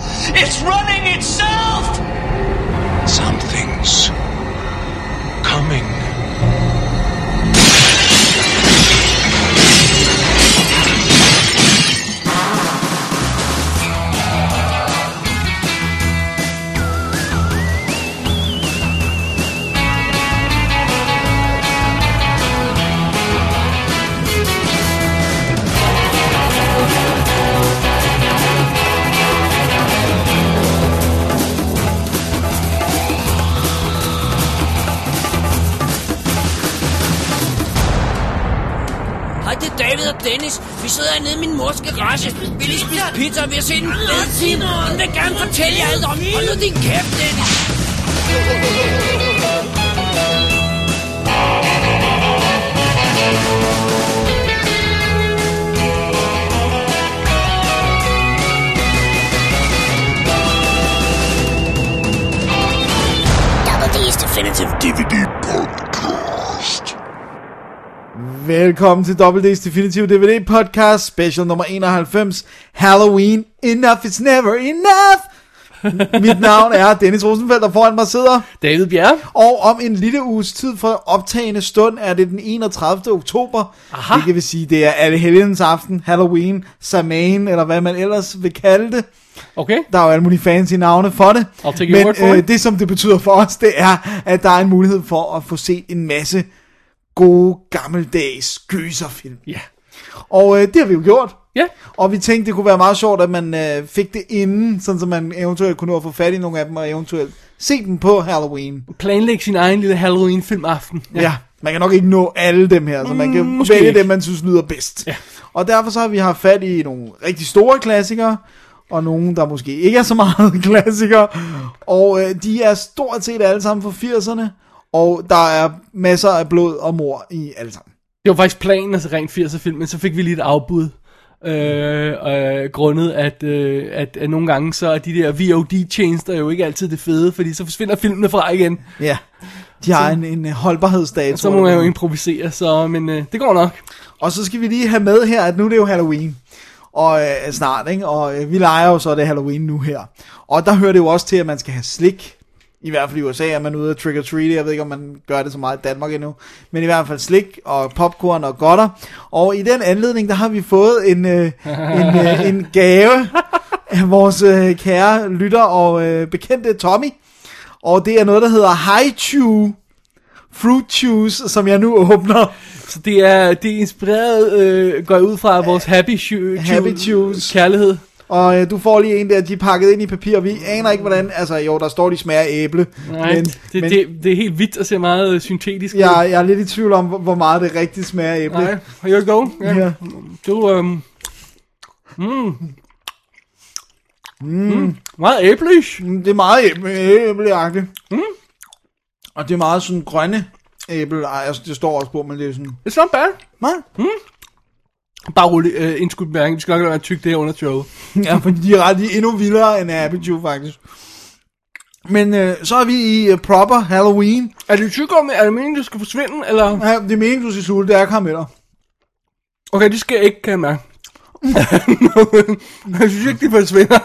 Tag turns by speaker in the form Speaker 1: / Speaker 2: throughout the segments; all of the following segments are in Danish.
Speaker 1: It's running itself!
Speaker 2: Something's coming.
Speaker 3: Hej, det er David og Dennis. Vi sidder hernede i min mors garage. Vi lige spise pizza, og vi har set en fed time. Hun vil gerne fortælle jer alt om. Hold nu din kæft, Dennis.
Speaker 4: Double D's Definitive DVD Podcast.
Speaker 5: Velkommen til WD's Definitive DVD Podcast, special nummer 91, Halloween, Enough is Never Enough. Mit navn er Dennis Rosenfeldt, og foran mig sidder,
Speaker 6: David Bjerre.
Speaker 5: og om en lille uges tid fra optagende stund er det den 31. oktober, Aha. hvilket vil sige, det er alle helgens aften, Halloween, Samhain, eller hvad man ellers vil kalde det.
Speaker 6: Okay.
Speaker 5: Der er jo alle mulige fancy navne for det.
Speaker 6: I'll take your
Speaker 5: Men øh,
Speaker 6: word for it.
Speaker 5: det, som det betyder for os, det er, at der er en mulighed for at få set en masse gode, gammeldags gyserfilm.
Speaker 6: Ja.
Speaker 5: Og øh, det har vi jo gjort.
Speaker 6: Ja.
Speaker 5: Og vi tænkte, det kunne være meget sjovt, at man øh, fik det inden, sådan så man eventuelt kunne nå at få fat i nogle af dem, og eventuelt se dem på Halloween.
Speaker 6: Planlæg sin egen lille Halloween-film aften.
Speaker 5: Ja. ja. Man kan nok ikke nå alle dem her, så man kan
Speaker 6: Mm, måske
Speaker 5: vælge
Speaker 6: ikke.
Speaker 5: dem, man synes lyder bedst. Ja. Og derfor så har vi haft fat i nogle rigtig store klassikere, og nogle, der måske ikke er så meget klassikere. Og øh, de er stort set alle sammen fra 80'erne, og der er masser af blod og mor i alle sammen.
Speaker 6: Det var faktisk planen, altså rent 80'er film, men så fik vi lige et afbud. Øh, øh, grundet at, øh, at, at nogle gange så er de der VOD-tjenester jo ikke altid det fede, fordi så forsvinder filmene fra igen.
Speaker 5: Ja. De har en, en øh, holdbarhedsdato.
Speaker 6: Så må man jo improvisere, så, men øh, det går nok.
Speaker 5: Og så skal vi lige have med her, at nu er det jo Halloween. Og øh, snart, ikke? Og øh, vi leger jo så, at det er Halloween nu her. Og der hører det jo også til, at man skal have slik. I hvert fald i USA er man ude af trick or treat. Jeg ved ikke, om man gør det så meget i Danmark endnu. Men i hvert fald slik og popcorn og godter. Og i den anledning, der har vi fået en, øh, en, øh, en gave af vores øh, kære lytter og øh, bekendte Tommy. Og det er noget, der hedder Hi Chew Fruit Chews, som jeg nu åbner.
Speaker 6: Så det er, det er inspireret, øh, går jeg ud fra vores Happy, shoe,
Speaker 5: Happy Shoes.
Speaker 6: kærlighed.
Speaker 5: Og øh, du får lige en der, de er pakket ind i papir, vi aner ikke hvordan, altså jo, der står de smager af æble,
Speaker 6: Nej, men, det,
Speaker 5: men
Speaker 6: det, det, er helt hvidt og ser meget øh, syntetisk ud.
Speaker 5: jeg, jeg er lidt i tvivl om, hvor- hvor meget det rigtigt smager af æble.
Speaker 6: Nej, here you go. Ja.
Speaker 5: Ja.
Speaker 6: Du, øhm... Mm. Mm. Meget æblish.
Speaker 5: Mm, Det er meget æble, æbleagtigt. Mm. Og det er meget sådan grønne æble, Ej, altså det står også på, men det er sådan,
Speaker 6: It's not bad.
Speaker 5: nej,
Speaker 6: Bare rolig, øh, indskudt mærke. Vi skal nok lade være tyk det her under showet.
Speaker 5: ja, fordi de er, ret, de er endnu vildere end Aperture faktisk. Men øh, så er vi i uh, proper Halloween.
Speaker 6: Er det tyggegummi? Er det meningen, det skal forsvinde? Eller?
Speaker 5: Ja, det er meningen, du skal sulte, det er karameller.
Speaker 6: Okay, det skal jeg ikke, kan jeg mærke. jeg synes ikke, det forsvinder.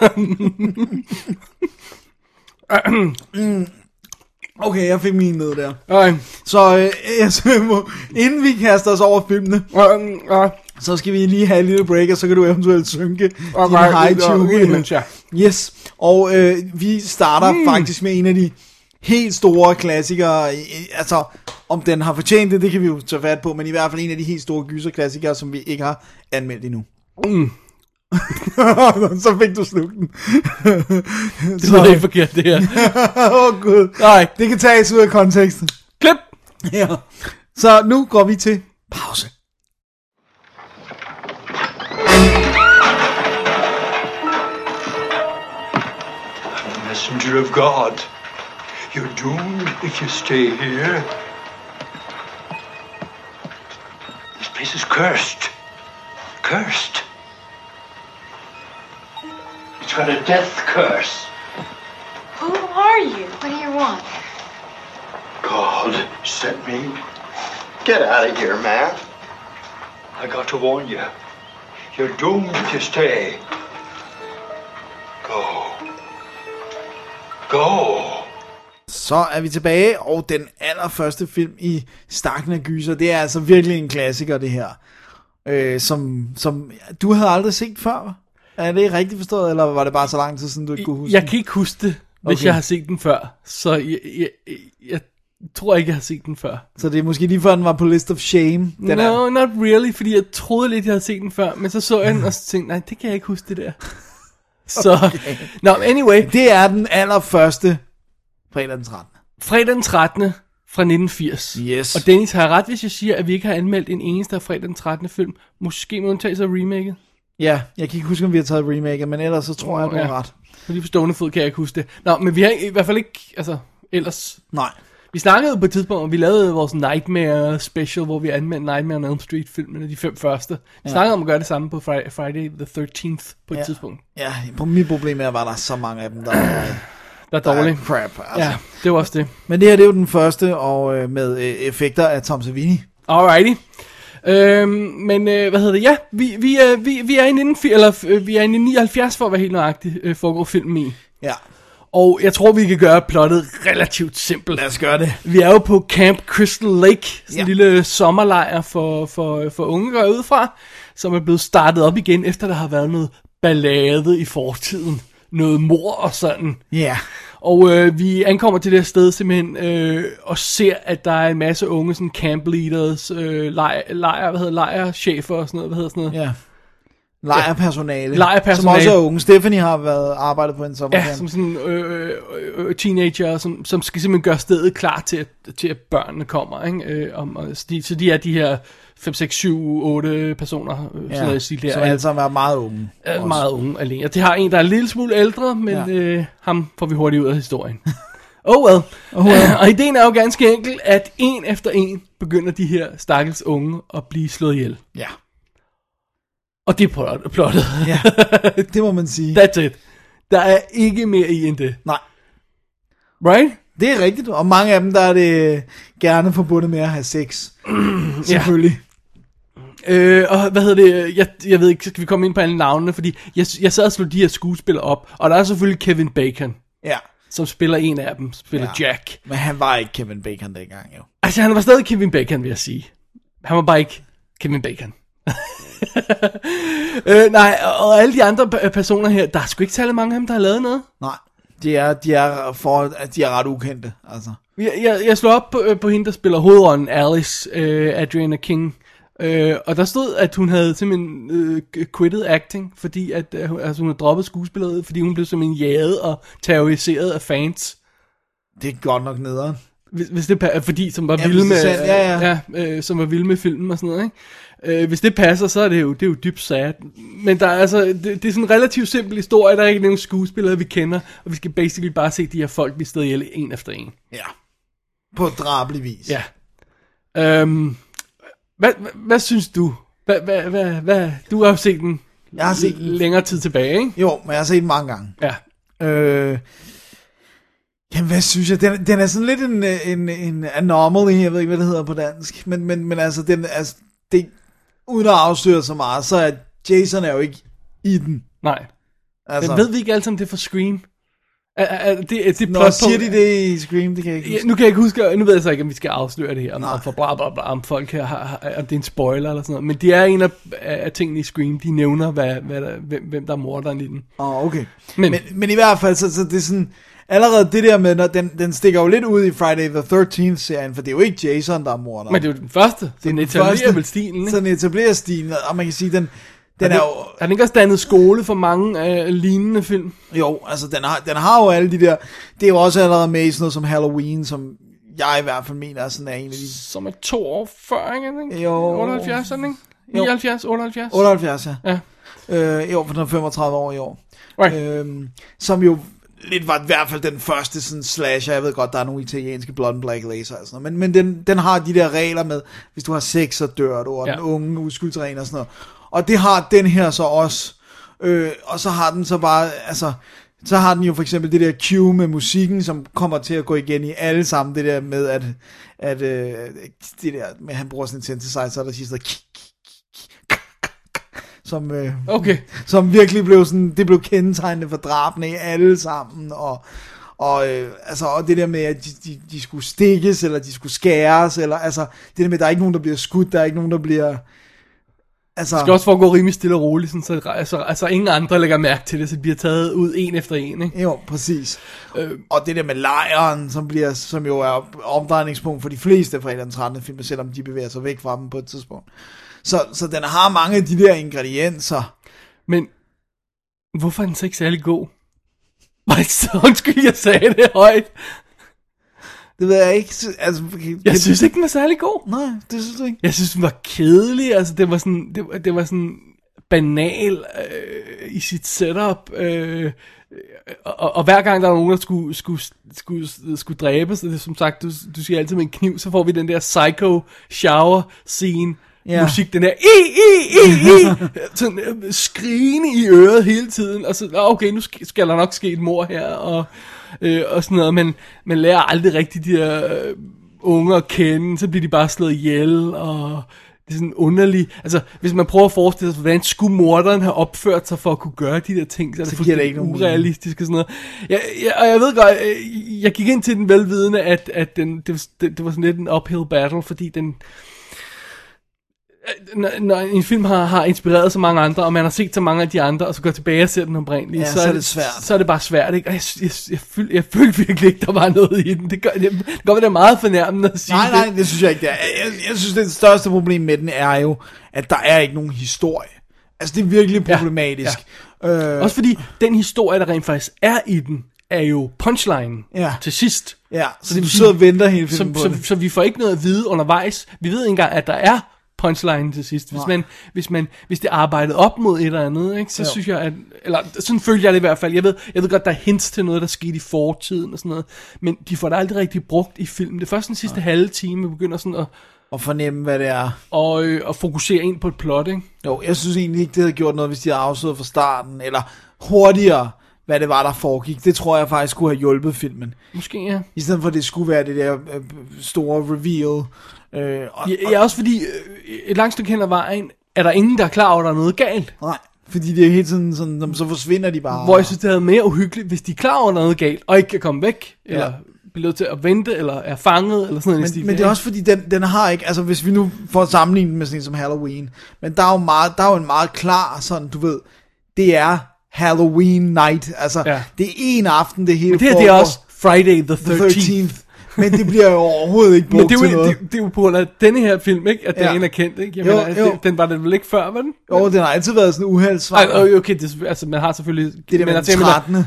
Speaker 5: Okay, jeg fik min ned der.
Speaker 6: Nej,
Speaker 5: Så øh, altså, inden vi kaster os over filmene,
Speaker 6: nej,
Speaker 5: Så skal vi lige have en lille break, og så kan du eventuelt synke okay, din high tune.
Speaker 6: nej.
Speaker 5: Yes, og øh, vi starter mm. faktisk med en af de helt store klassikere. i- i- Altså, om den har fortjent det, det kan vi jo tage fat på, men i hvert fald en af de helt store gyserklassikere, som vi ikke har anmeldt endnu. Mm. så fik du slugt den.
Speaker 6: Det lyder helt forkert, det her.
Speaker 5: Åh oh, gud.
Speaker 6: Nej,
Speaker 5: Det kan tages ud af konteksten.
Speaker 6: klip!
Speaker 5: Ja. Så nu går vi til pause.
Speaker 2: Messenger of God, you're doomed if you stay here. This place is cursed. Cursed. It's got a death curse.
Speaker 7: Who are you? What do you want?
Speaker 2: God sent me. Get out of here, man. I got to warn you. You're doomed if you stay. Go. go.
Speaker 5: Så er vi tilbage, og den allerførste film i Stakken af Gyser, det er altså virkelig en klassiker, det her. Øh, som, som du havde aldrig set før, er det rigtigt forstået, eller var det bare så lang tid siden, du ikke kunne huske
Speaker 6: Jeg
Speaker 5: den?
Speaker 6: kan ikke huske det, hvis
Speaker 5: Okay.
Speaker 6: jeg har set den før. Så jeg, jeg, jeg, jeg tror ikke, jeg har set den før.
Speaker 5: Så det er måske lige før, den var på List of Shame. Den
Speaker 6: Den
Speaker 5: er.
Speaker 6: no, not really, fordi jeg troede lidt, jeg havde set den før, men så så jeg den, og så tænkte nej, det kan jeg ikke huske det der. Så, okay. no, anyway,
Speaker 5: Det er den allerførste fredag den 13.
Speaker 6: fredag den 13. fra 1980.
Speaker 5: Yes.
Speaker 6: Og Dennis har ret, hvis jeg siger, at vi ikke har anmeldt en eneste af fredag den 13. film. Måske med undtagelse af remaket.
Speaker 5: Ja, jeg kan ikke huske, om vi har taget remake, men ellers så tror jeg, du har
Speaker 6: Ja.
Speaker 5: ret.
Speaker 6: For lige på stående fod kan jeg ikke huske det. Nå, men vi har i hvert fald ikke, altså, ellers
Speaker 5: Nej.
Speaker 6: Vi snakkede jo på et tidspunkt, og vi lavede vores Nightmare special, hvor vi anmeldte Nightmare on Elm Street filmene, de fem første. Vi ja. snakkede om at gøre det samme på Friday, Friday the 13th på et
Speaker 5: Ja.
Speaker 6: ja. tidspunkt.
Speaker 5: Ja, på mit problem er, at der er så mange af dem, der er,
Speaker 6: Der er
Speaker 5: der er
Speaker 6: dårligt.
Speaker 5: crap. Altså.
Speaker 6: Ja,
Speaker 5: Ja.
Speaker 6: det var også det.
Speaker 5: Men det her, det er jo den første, og øh, med øh, effekter af Tom Savini.
Speaker 6: Alrighty. Øhm, men øh, hvad hedder det? Ja, vi, vi, øh, vi, vi er i 19, eller, øh, vi er i 1979 for at være helt nøjagtig, øh, foregår filmen i.
Speaker 5: Ja,
Speaker 6: Og jeg tror, vi kan gøre plottet relativt simpelt.
Speaker 5: lad os gøre det.
Speaker 6: Vi er jo på Camp Crystal Lake, sådan en
Speaker 5: Ja.
Speaker 6: lille øh, sommerlejr for, for, for unge går jeg ud fra, som er blevet startet op igen, efter der har været noget ballade i fortiden. Noget mor og sådan.
Speaker 5: Ja,
Speaker 6: Og øh, vi ankommer til det her sted simpelthen øh, og ser, at der er en masse unge sådan camp leaders, øh, lejr, lejr, hvad hedder lejrchefer og sådan noget, hvad hedder sådan noget.
Speaker 5: ja. Lejerpersonale. Som
Speaker 6: Lejerpersonale.
Speaker 5: også er unge. Stephanie har været arbejdet på en sommerkamp.
Speaker 6: Ja, som sådan øh, øh, øh, teenager, som, som skal simpelthen gøre stedet klar til, at, til at børnene kommer. Ikke? Øh, om, og de, så de er de her 5, 6, 7, 8 personer, øh, ja, sådan noget, i stil der.
Speaker 5: som
Speaker 6: Alle-
Speaker 5: altså har været meget unge.
Speaker 6: er
Speaker 5: også.
Speaker 6: Øh, meget unge alene. Og det har en, der er en lille smule ældre, men
Speaker 5: Ja.
Speaker 6: ja. øh, ham får vi hurtigt ud af historien. oh well. Oh well. og ideen er jo ganske enkelt, at en efter en begynder de her stakkels unge at blive slået ihjel.
Speaker 5: Ja.
Speaker 6: Og det er plot- plottet.
Speaker 5: ja, det må man sige.
Speaker 6: That's it. Der er ikke mere i end det.
Speaker 5: Nej.
Speaker 6: Right?
Speaker 5: Det er rigtigt, og mange af dem, der er det gerne forbundet med at have sex. Selvfølgelig.
Speaker 6: Øh, og hvad hedder det, jeg, jeg ved ikke, skal vi komme ind på alle navnene, fordi jeg, jeg sad og slog de her skuespillere op, og der er selvfølgelig Kevin Bacon,
Speaker 5: Ja. ja.
Speaker 6: som spiller en af dem, spiller
Speaker 5: Ja.
Speaker 6: ja. Jack.
Speaker 5: Men han var ikke Kevin Bacon dengang, jo.
Speaker 6: Altså, han var stadig Kevin Bacon, vil jeg sige. Han var bare ikke Kevin Bacon. øh, nej, og alle de andre pe- personer her, der er sgu ikke særlig mange af dem, der har lavet noget.
Speaker 5: Nej. De er, de er, for, at de er ret ukendte, altså.
Speaker 6: Jeg, jeg, jeg slog op på, øh, på hende, der spiller hovedånden, Alice øh, Adriana King. Øh, og der stod, at hun havde simpelthen øh, quittet acting, fordi at, øh, hun- altså, hun havde droppet skuespilleriet, fordi hun blev simpelthen jaget og terroriseret af fans.
Speaker 5: Det er godt nok nederen.
Speaker 6: Hvis, hvis det pa- fordi som var
Speaker 5: Ja,
Speaker 6: vilde
Speaker 5: hvis det
Speaker 6: med,
Speaker 5: er sandt, ja, ja.
Speaker 6: ja øh, som var vilde med filmen og sådan noget, ikke? Øh, hvis det passer, så er det jo, det er jo dybt sad. Men der er altså, det, det er sådan en relativt simpel historie, der er ikke nogen skuespillere, vi kender, og vi skal basically bare se de her folk blive stedet ihjel en efter en.
Speaker 5: Ja. På drabelig vis.
Speaker 6: Ja. Øhm, hvad, hvad, hvad synes du? Hvad, hvad, hvad, hvad, du har jo set den
Speaker 5: Jeg har set den.
Speaker 6: længere tid tilbage, ikke?
Speaker 5: Jo, men jeg har set den mange gange.
Speaker 6: Ja.
Speaker 5: Øh, jamen, hvad synes jeg? Den, den er sådan lidt en, øh, en, en anomaly, jeg ved ikke, hvad det hedder på dansk. Men, men, men altså, den, altså det, uden at afsløre så meget, så er Jason er jo ikke i den.
Speaker 6: Nej.
Speaker 5: Altså,
Speaker 6: Men ved vi ikke alt om det er fra Scream? Er, er, er, det, er det
Speaker 5: Nå,
Speaker 6: plotpunkt-
Speaker 5: siger de det i Scream, det kan jeg ikke
Speaker 6: Ja,
Speaker 5: huske.
Speaker 6: nu kan jeg ikke huske, nu ved jeg så ikke, om vi skal afsløre det her, om,
Speaker 5: Nej.
Speaker 6: om, for bla, bla, bla, om folk her, har, har, om det er en spoiler eller sådan noget, men det er en af, af af tingene i Scream, de nævner, hvad, hvad der, hvem, hvem der er morderen i den.
Speaker 5: Åh, oh, okay. Men,
Speaker 6: Men-
Speaker 5: men, men i hvert fald, så, så det er sådan, allerede det der med, når den, den stikker jo lidt ud i Friday the 13th-serien, for det er jo ikke Jason, der er morder.
Speaker 6: Men det er jo den første, så den etablerer vel stilen, ikke?
Speaker 5: Så den etablerer stilen, og man kan sige, den, den er jo...
Speaker 6: Har den ikke også dannet skole for mange øh, lignende film?
Speaker 5: Jo, altså den har, den har jo alle de der... Det er jo også allerede med i sådan noget som Halloween, som jeg i hvert fald mener er sådan er en af de...
Speaker 6: som er to år før, ikke? Er den ikke?
Speaker 5: Jo.
Speaker 6: 78, er den ikke? 79, 78?
Speaker 5: 78, ja.
Speaker 6: Ja.
Speaker 5: Øh, jo, for den er 35 år i år.
Speaker 6: Right. Øh.
Speaker 5: Øhm, som jo lidt var i hvert fald den første sådan slasher. Jeg ved godt, der er nogle italienske Blood and Black Laser og sådan noget, men, men den, den har de der regler med, hvis du har sex, så dør du, og ja.
Speaker 6: Ja.
Speaker 5: den unge uskyldsren og sådan noget. Og det har den her så også. Øh, og så har den så bare, altså, så har den jo for eksempel det der cue med musikken, som kommer til at gå igen i alle sammen, det der med, at, at øh, det der med, at han bruger sådan en synthesizer, der siger sådan, noget, "Kik, kik, kik, kak, kak, kak," som, øh,
Speaker 6: Okay.
Speaker 5: som virkelig blev sådan, det blev kendetegnende for drabene i alle sammen, og, Og, øh, altså, og det der med, at de, de, de skulle stikkes, eller de skulle skæres, eller altså, det der med, at der er ikke nogen, der bliver skudt, der er ikke nogen, der bliver... Altså,
Speaker 6: Det skal også foregå rimelig stille og roligt, sådan, så altså, altså, ingen andre lægger mærke til det, så det bliver taget ud en efter en. Ikke?
Speaker 5: Jo, præcis. Øh, og det der med lejren, som, bliver, som jo er omdrejningspunkt for de fleste fredag den 13. film, selvom de bevæger sig væk fra dem på et tidspunkt. Så, så den har mange af de der ingredienser.
Speaker 6: Men hvorfor er den så ikke særlig god? Var det så undskyld, jeg sagde det højt.
Speaker 5: Det ved jeg ikke. så- Altså, kan,
Speaker 6: Jeg synes ikke, den var særlig god.
Speaker 5: Nej, det synes du ikke.
Speaker 6: Jeg synes, den var kedelig. Altså, det var sådan, det, var- det var sådan banal øh, i sit setup. Øh, og, og, og hver gang der var nogen, der skulle, skulle, skulle, skulle dræbes, og det er som sagt, du, du siger altid med en kniv, så får vi den der psycho shower scene.
Speaker 5: Ja.
Speaker 6: Yeah. Musik, den der i, i, i, i, sådan øh, skrigende i øret hele tiden, og så, "Nå, okay, nu sk- skal der nok ske et mor her, og, øh, og sådan noget, men man lærer aldrig rigtig de der øh, unge at kende, så bliver de bare slået ihjel, og det er sådan underligt, altså hvis man prøver at forestille sig, hvordan skulle morderen have opført sig for at kunne gøre de der ting, så er
Speaker 5: Så giver det
Speaker 6: det fuldstændig
Speaker 5: ikke nogen mening.
Speaker 6: urealistisk realistisk og sådan noget. Jeg, jeg, og jeg ved godt, øh, jeg gik ind til den velvidende, at, at den, det, var- det, det var sådan lidt en uphill battle, fordi den... øh, Når, når en film har, har inspireret så mange andre, og man har set så mange af de andre, og så går tilbage og ser den oprindelige,
Speaker 5: Ja, så er det svært.
Speaker 6: Så er det bare svært, ikke? Og jeg, jeg, jeg, føl, jeg følte virkelig ikke, der var noget i den. Det gør, det, det gør mig da meget fornærmende at sige
Speaker 5: Nej,
Speaker 6: det.
Speaker 5: nej, det synes jeg ikke, det er. Jeg, jeg- jeg synes, det største problem med den er jo, at der er ikke nogen historie. Altså, det er virkelig problematisk. Ja, ja. Øh,
Speaker 6: Også fordi den historie, der rent faktisk er i den, er jo punchlinen
Speaker 5: Ja.
Speaker 6: til sidst.
Speaker 5: ja så, så
Speaker 6: det
Speaker 5: du
Speaker 6: vil
Speaker 5: sidder og
Speaker 6: sige-
Speaker 5: venter hele
Speaker 6: så,
Speaker 5: filmen på
Speaker 6: så,
Speaker 5: det.
Speaker 6: så vi får ikke noget at vide undervejs. Vi ved ikke engang, at der er punchline til sidst. Hvis, man, hvis, man, hvis det er arbejdet op mod et eller andet, ikke, så
Speaker 5: Jo.
Speaker 6: jo. synes jeg, at... Eller sådan følger jeg det i hvert fald. Jeg ved, jeg ved godt, der er hints til noget, der skete i fortiden og sådan noget. Men de får det aldrig rigtig brugt i filmen. Det er først den sidste halve time, vi begynder sådan at,
Speaker 5: Og fornemme, hvad det er.
Speaker 6: og, øh, at fokusere ind på et plot, ikke?
Speaker 5: Jo, jeg synes egentlig ikke, det havde gjort noget, hvis de havde afsløret fra starten, eller hurtigere, hvad det var, der foregik. Det tror jeg faktisk kunne have hjulpet filmen.
Speaker 6: Måske, ja.
Speaker 5: I stedet for, at det skulle være det der øh, store reveal. Øh, og,
Speaker 6: Jeg, jeg er også fordi, øh, et langt stykke hen ad vejen, er der ingen, der er klar over, at der er noget galt.
Speaker 5: nej, fordi det er hele tiden sådan, jamen, så forsvinder de bare.
Speaker 6: Hvor jeg synes, det havde mere uhyggeligt, hvis de er klar over at der er noget galt, og ikke kan komme væk, eller bliver nødt til at vente, eller er fanget, eller sådan noget. i den stil
Speaker 5: men, men det
Speaker 6: der,
Speaker 5: er også fordi, den, den har ikke, altså hvis vi nu får sammenlignet den med sådan en som Halloween, men der er jo, meget, der er jo en meget klar sådan, du ved, det er Halloween night, altså
Speaker 6: Ja.
Speaker 5: det er en aften, det hele
Speaker 6: ikke? Men det her, det er
Speaker 5: foregår.
Speaker 6: også Friday the 13th.
Speaker 5: the 13th. Men det bliver jo overhovedet ikke brugt
Speaker 6: Men det er,
Speaker 5: til
Speaker 6: jo,
Speaker 5: noget.
Speaker 6: det, det er jo på grund af denne her film, ikke? At den
Speaker 5: Ja.
Speaker 6: ja. er kendt, ikke? Jeg
Speaker 5: Jo,
Speaker 6: jo, mener,
Speaker 5: jo.
Speaker 6: jo. Det, den var den vel ikke før, var den?
Speaker 5: Jo, den har altid været sådan uheldsvej.
Speaker 6: Ej, øh, okay, det, er selvfølgelig- altså man har selvfølgelig...
Speaker 5: det der med
Speaker 6: men
Speaker 5: den
Speaker 6: altså, jeg mener,
Speaker 5: 13.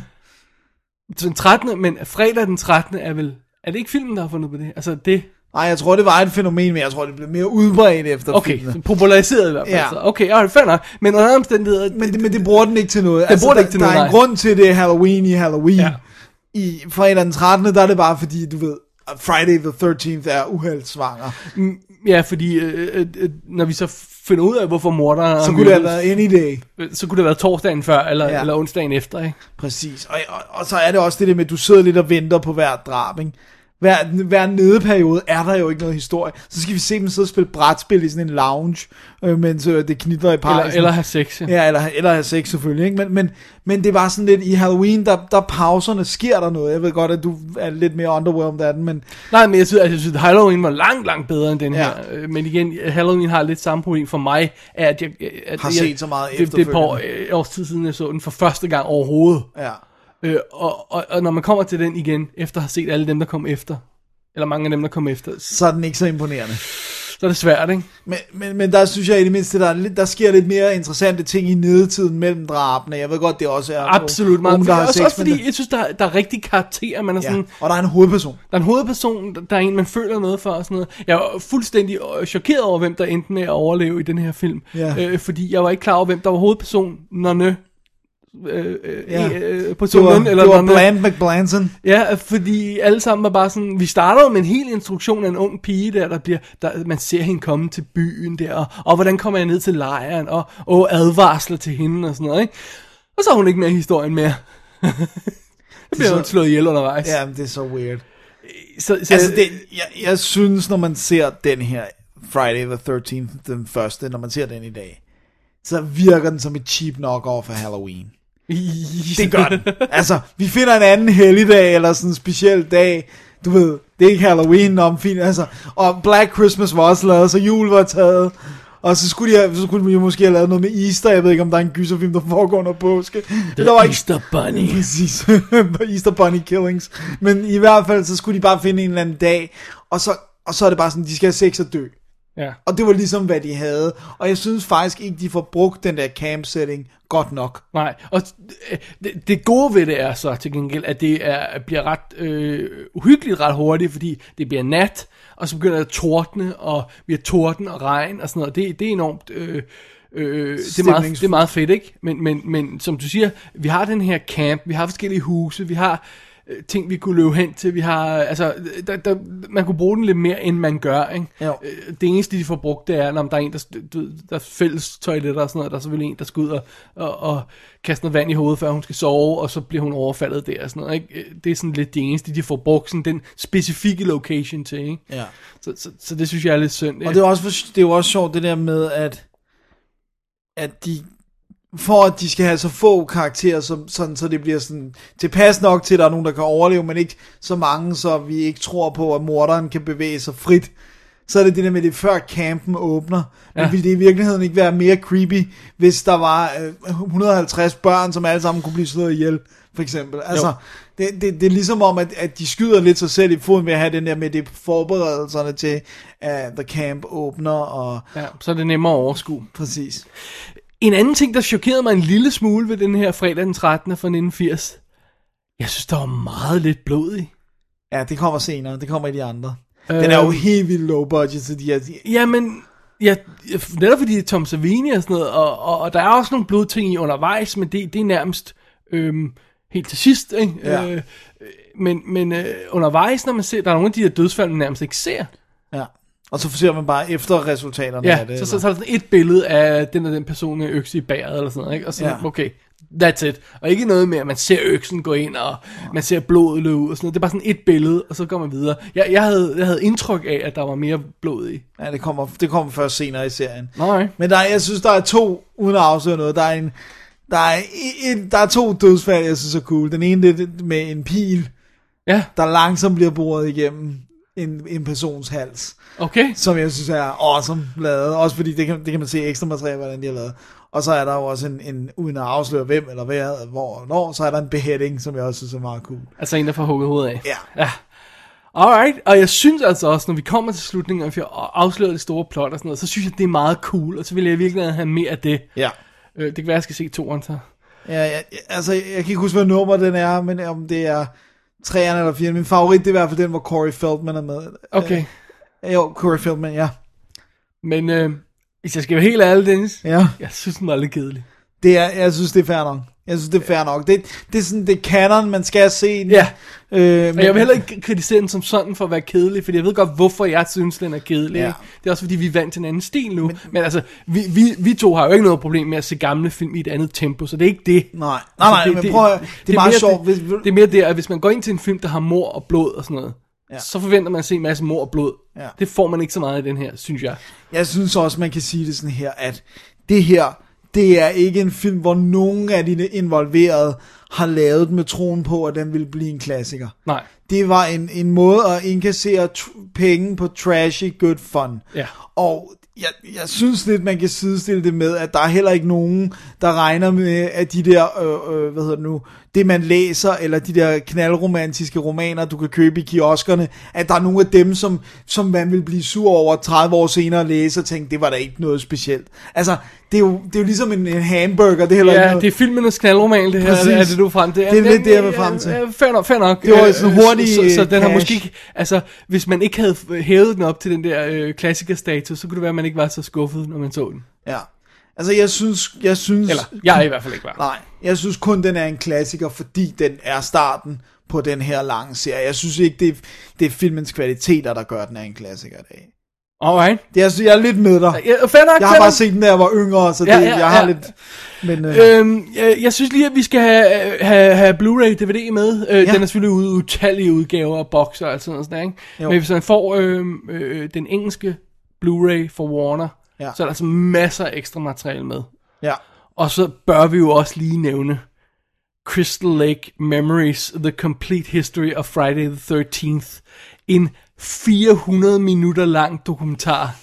Speaker 6: Den 13. Men fredag den 13. er vel... Er det ikke filmen, der har fundet på det? Altså det...
Speaker 5: Nej, jeg tror, det var et fænomen, men jeg tror, det blev mere udbredt efter
Speaker 6: Okay,
Speaker 5: filmene.
Speaker 6: så populariseret i hvert fald.
Speaker 5: Ja.
Speaker 6: Ja. Så. Okay, ja, det fair nok. Men under andre omstændigheder...
Speaker 5: Men, det- men det bruger den ikke til noget. Det
Speaker 6: bruger det
Speaker 5: der,
Speaker 6: ikke til
Speaker 5: der
Speaker 6: noget,
Speaker 5: er en
Speaker 6: nej.
Speaker 5: grund til, det er Halloween i Halloween. Ja.
Speaker 6: Ja.
Speaker 5: I fredag den 13. der er det bare fordi, du ved, at Friday the 13th er uheldsvanger.
Speaker 6: Ja, fordi øh, øh, øh, når vi så finder ud af, hvorfor morderen...
Speaker 5: Så
Speaker 6: er
Speaker 5: kunne det have
Speaker 6: myrdet,
Speaker 5: været any day.
Speaker 6: øh, så kunne det have været torsdagen før, eller,
Speaker 5: Ja.
Speaker 6: ja. eller onsdagen efter, ikke?
Speaker 5: Præcis. Og, og, og så er det også det der med, at du sidder lidt og venter på hver drab, ikke? Hver, hver nedeperiode er der jo ikke noget historie. Så skal vi se dem sidde og spille brætspil i sådan en lounge, øh, mens øh, det knitrer i
Speaker 6: Eller,
Speaker 5: parken.
Speaker 6: eller have sex, ja.
Speaker 5: Ja, eller, eller have sex selvfølgelig, ikke? Men, men, men det var sådan lidt, i Halloween, der, der pauserne sker der noget. Jeg ved godt, at du er lidt mere underwhelmed af den, men
Speaker 6: Nej, men jeg synes, altså, jeg synes, at Halloween var langt, langt bedre end den
Speaker 5: Ja.
Speaker 6: ja. her. Øh, Men igen, Halloween har lidt samme problem for mig, er, at jeg... At
Speaker 5: Har
Speaker 6: jeg,
Speaker 5: set så meget
Speaker 6: det, det er et par år, øh, års tid siden, jeg så den for første gang overhovedet.
Speaker 5: ja.
Speaker 6: Øh, og, og, og når man kommer til den igen, efter at have set alle dem, der kom efter, eller mange af dem, der kom efter, så
Speaker 5: så er den ikke så imponerende.
Speaker 6: så er det svært, ikke?
Speaker 5: Men, men, men der synes jeg i det mindste, der, er lidt, der sker lidt mere interessante ting i nedetiden mellem drabene. Jeg ved godt, det også er mange.
Speaker 6: Absolut meget.
Speaker 5: Unge, der har
Speaker 6: også,
Speaker 5: sex,
Speaker 6: også
Speaker 5: men
Speaker 6: fordi,
Speaker 5: det-
Speaker 6: jeg synes, der, er- der er rigtig karakterer, man er
Speaker 5: ja.
Speaker 6: sådan...
Speaker 5: Og der er en hovedperson.
Speaker 6: Der er en hovedperson, der- der er en, man føler noget for og sådan noget. Jeg var fuldstændig øh, chokeret over, hvem der endte med at overleve i den her film.
Speaker 5: Ja.
Speaker 6: Øh, fordi jeg var ikke klar over, hvem der var hovedperson, nonne. Øh, øh,
Speaker 5: Ja.
Speaker 6: øh, på
Speaker 5: Det var,
Speaker 6: tunnelen, eller
Speaker 5: det var
Speaker 6: nonne.
Speaker 5: Bland McBlanson.
Speaker 6: Ja, fordi alle sammen var bare sådan, vi starter jo med en hel instruktion af en ung pige der, der bliver, der, man ser hende komme til byen der, og, og hvordan kommer jeg ned til lejren, og, og advarsler til hende og sådan noget, ikke? Og så er hun ikke med i historien mere. det bliver
Speaker 5: så-
Speaker 6: hun slået ihjel undervejs.
Speaker 5: Ja, men det er så weird.
Speaker 6: så, så,
Speaker 5: Altså, det, jeg, jeg synes, når man ser den her Friday the 13th, den første, når man ser den i dag, så virker den som et cheap knockoff af Halloween. Det gør den. Altså, vi finder en anden helligdag, eller sådan en speciel dag. Du ved, det er ikke Halloween om fint, altså. Og Black Christmas var også lavet, så jul var taget. Og så skulle, de have, så skulle de jo måske have lavet noget med Easter. Jeg ved ikke, om der er en gyserfilm, der foregår under påske. Men der var ikke
Speaker 6: Easter Bunny.
Speaker 5: Præcis. The Easter Bunny Killings. Men i hvert fald, så skulle de bare finde en eller anden dag. Og så, og så er det bare sådan, de skal have sex og dø.
Speaker 6: Ja.
Speaker 5: Og det var ligesom, hvad de havde. Og jeg synes faktisk ikke, de får brugt den der campsetting godt nok.
Speaker 6: Nej, og øh, det, det gode ved det er så til gengæld, at det er, bliver ret øh, uhyggeligt ret hurtigt, fordi det bliver nat, og så begynder det at tordne, og vi har torden og regn og sådan noget. Det, det er enormt... Øh, øh, det, er meget,
Speaker 5: Stemningsfuldt.
Speaker 6: det er meget fedt, ikke? Men, men, men som du siger, vi har den her camp, vi har forskellige huse, vi har øh, ting, vi kunne løbe hen til, vi har... Altså, der, der, man kunne bruge den lidt mere, end man gør, ikke?
Speaker 5: Jo.
Speaker 6: Øh, Det eneste, de får brugt, det er, når der er en, der, du, ved, der er fælles toiletter og sådan noget, der er selvfølgelig en, der skal ud og, og, og kaste noget vand i hovedet, før hun skal sove, og så bliver hun overfaldet der og sådan noget, ikke? Øh, Det er sådan lidt det eneste, de får brugt, sådan den specifikke location til, ikke?
Speaker 5: Ja.
Speaker 6: Så, så, så det synes jeg er lidt synd.
Speaker 5: Og det er jo også, for- det er jo også sjovt, det der med, at, at de for at de skal have så få karakterer, som, sådan, så det bliver sådan tilpas nok til, at der er nogen, der kan overleve, men ikke så mange, så vi ikke tror på, at morderen kan bevæge sig frit. Så er det det der med, det er før campen åbner. Men
Speaker 6: Ja.
Speaker 5: ja. ville det i virkeligheden ikke være mere creepy, hvis der var øh, 150 børn, som alle sammen kunne blive slået ihjel, for eksempel. Altså, det, det, det er ligesom om, at, at de skyder lidt sig selv i foden ved at have den der med, det er forberedelserne til, at The Camp åbner, og
Speaker 6: Ja, så er det nemmere at overskue.
Speaker 5: præcis.
Speaker 6: En anden ting, der chokerede mig en lille smule ved den her fredag den 13. fra 1980, jeg synes, der var meget lidt blod i.
Speaker 5: Ja, det kommer senere. Det kommer i de andre. Den er jo
Speaker 6: Øhm.
Speaker 5: helt vildt low budget, så de er...
Speaker 6: Jamen, ja, netop fordi det er Tom Savini og sådan noget, og, og, og der er også nogle blodting i undervejs, men det, det er nærmest øhm, helt til sidst, ikke?
Speaker 5: Ja.
Speaker 6: Øh, men men øh, undervejs, når man ser, der er nogle af de her dødsfald, man nærmest ikke ser.
Speaker 5: Ja. Og så ser man bare efter resultaterne
Speaker 6: Ja,
Speaker 5: af det.
Speaker 6: så, så, så er der sådan et billede af den og den person med økse i bæret eller sådan noget, ikke? Og så ja.
Speaker 5: Ja.
Speaker 6: okay, that's it. Og ikke noget med, at man ser øksen gå ind, og man ser blodet løbe ud og sådan noget. Det er bare sådan et billede, og så går man videre. Jeg, jeg, havde, jeg havde indtryk af, at der var mere blod i.
Speaker 5: Ja, det kommer, det kommer først senere i serien.
Speaker 6: Nej.
Speaker 5: Men der, er- jeg synes, der er to, uden at afsløre noget, der er en... Der er, en, der er to dødsfald, jeg synes er cool. Den ene det er det med en pil,
Speaker 6: Ja,
Speaker 5: der langsomt bliver boret igennem en, en persons hals.
Speaker 6: okay.
Speaker 5: som jeg synes er awesome lavet, også fordi det kan, det kan man se i ekstra materiale, hvordan de har lavet. Og så er der jo også en, en uden at afsløre hvem eller hvad, hvor og når, så er der en beheading, som jeg også synes er meget cool.
Speaker 6: Altså en, der får hugget hovedet af.
Speaker 5: Ja.
Speaker 6: ja. Alright, og jeg synes altså også, når vi kommer til slutningen, og vi har afsløret det store plot og sådan noget, så synes jeg, det er meget cool, og så vil jeg virkelig have mere af det.
Speaker 5: Ja.
Speaker 6: Øh, det kan være, jeg skal se toeren så.
Speaker 5: ja, ja altså, jeg kan ikke huske, hvad nummer den er, men om det er 3'erne eller 4'erne. Min favorit, det er i hvert fald den, hvor Corey Feldman er med.
Speaker 6: Okay,
Speaker 5: Øh, jo, Corey Feldman, ja.
Speaker 6: men øh, hvis jeg skal være helt ærlig, Dennis,
Speaker 5: Ja.
Speaker 6: jeg synes, den var lidt kedelig.
Speaker 5: Det er, jeg synes, det er fair nok. Jeg synes, det er fair nok. Det, det er sådan, det er canon, man skal se den.
Speaker 6: Ja,
Speaker 5: Øh,
Speaker 6: og jeg vil heller ikke kritisere den som sådan for at være kedelig, fordi jeg ved godt, hvorfor jeg synes, den er kedelig.
Speaker 5: Ja.
Speaker 6: Ja. Det er også, fordi vi er vant til en anden stil nu. Men, men altså, vi, vi, vi to har jo ikke noget problem med at se gamle film i et andet tempo, så det er ikke det.
Speaker 5: Nej, nej, nej,
Speaker 6: Altså,
Speaker 5: men prøv at, det, det, er meget
Speaker 6: mere
Speaker 5: sjovt.
Speaker 6: Det,
Speaker 5: Hvis,
Speaker 6: det er mere det, at hvis man går ind til en film, der har mor og blod og sådan noget, ja.
Speaker 5: Ja.
Speaker 6: så forventer man at se en masse mor og blod.
Speaker 5: Ja.
Speaker 6: Det får man ikke så meget i den her, synes jeg.
Speaker 5: Jeg synes også, man kan sige det sådan her, at det her, det er ikke en film, hvor nogen af de involverede har lavet den med troen på, at den ville blive en klassiker.
Speaker 6: Nej.
Speaker 5: Det var en, en måde at indkassere tr- penge på trashy good fun.
Speaker 6: Ja.
Speaker 5: Og jeg, jeg synes lidt, man kan sidestille det med, at der er heller ikke nogen, der regner med, at de der, øh, øh, hvad hedder det nu, det man læser, eller de der knaldromantiske romaner, du kan købe i kioskerne, at der er nogle af dem, som, som man vil blive sur over 30 år senere at læse, og tænke, det var da ikke noget specielt. Altså, det er jo, det er jo ligesom en, en hamburger, det er heller ikke
Speaker 6: Ja,
Speaker 5: noget.
Speaker 6: det er filmenes knaldroman, det her,
Speaker 5: Præcis.
Speaker 6: er det du er frem til.
Speaker 5: Det er
Speaker 6: Ja,
Speaker 5: lidt
Speaker 6: den-
Speaker 5: det, jeg vil frem til.
Speaker 6: ja, ja, Fair nok, fair nok.
Speaker 5: Det var
Speaker 6: Øh,
Speaker 5: sådan
Speaker 6: øh,
Speaker 5: hurtig,
Speaker 6: Så, så, så
Speaker 5: øh,
Speaker 6: den har måske
Speaker 5: cash.
Speaker 6: ikke, altså, hvis man ikke havde øh, hævet den op til den der øh, klassikerstatus, så kunne det være, at man ikke var så skuffet, når man så den.
Speaker 5: Ja. Altså, jeg synes, jeg synes...
Speaker 6: Eller, jeg er i hvert fald ikke var.
Speaker 5: Nej, jeg synes kun, den er en klassiker, fordi den er starten på den her lange serie. Jeg synes ikke, det er, det er filmens kvaliteter, der gør, at den er en klassiker i dag.
Speaker 6: Alright.
Speaker 5: Det er, jeg synes, jeg er lidt med dig.
Speaker 6: Ja, fair
Speaker 5: Jeg
Speaker 6: nok, fair
Speaker 5: har bare
Speaker 6: nok.
Speaker 5: set den, da jeg var yngre, så det,
Speaker 6: Ja, ja,
Speaker 5: jeg har
Speaker 6: ja.
Speaker 5: lidt... Men, øh,
Speaker 6: Øhm, jeg, jeg synes lige, at vi skal have, øh, have, have Blu-ray DVD med. Øh, ja. Den er selvfølgelig ude i utallige udgaver og bokser og alt sådan noget. Ikke?
Speaker 5: Jo.
Speaker 6: Men hvis man får øh, øh, den engelske Blu-ray fra Warner, ja.
Speaker 5: Ja.
Speaker 6: så er der altså masser af ekstra materiale med.
Speaker 5: ja.
Speaker 6: Og så bør vi jo også lige nævne Crystal Lake Memories, The Complete History of Friday the 13th. En 400 minutter lang dokumentar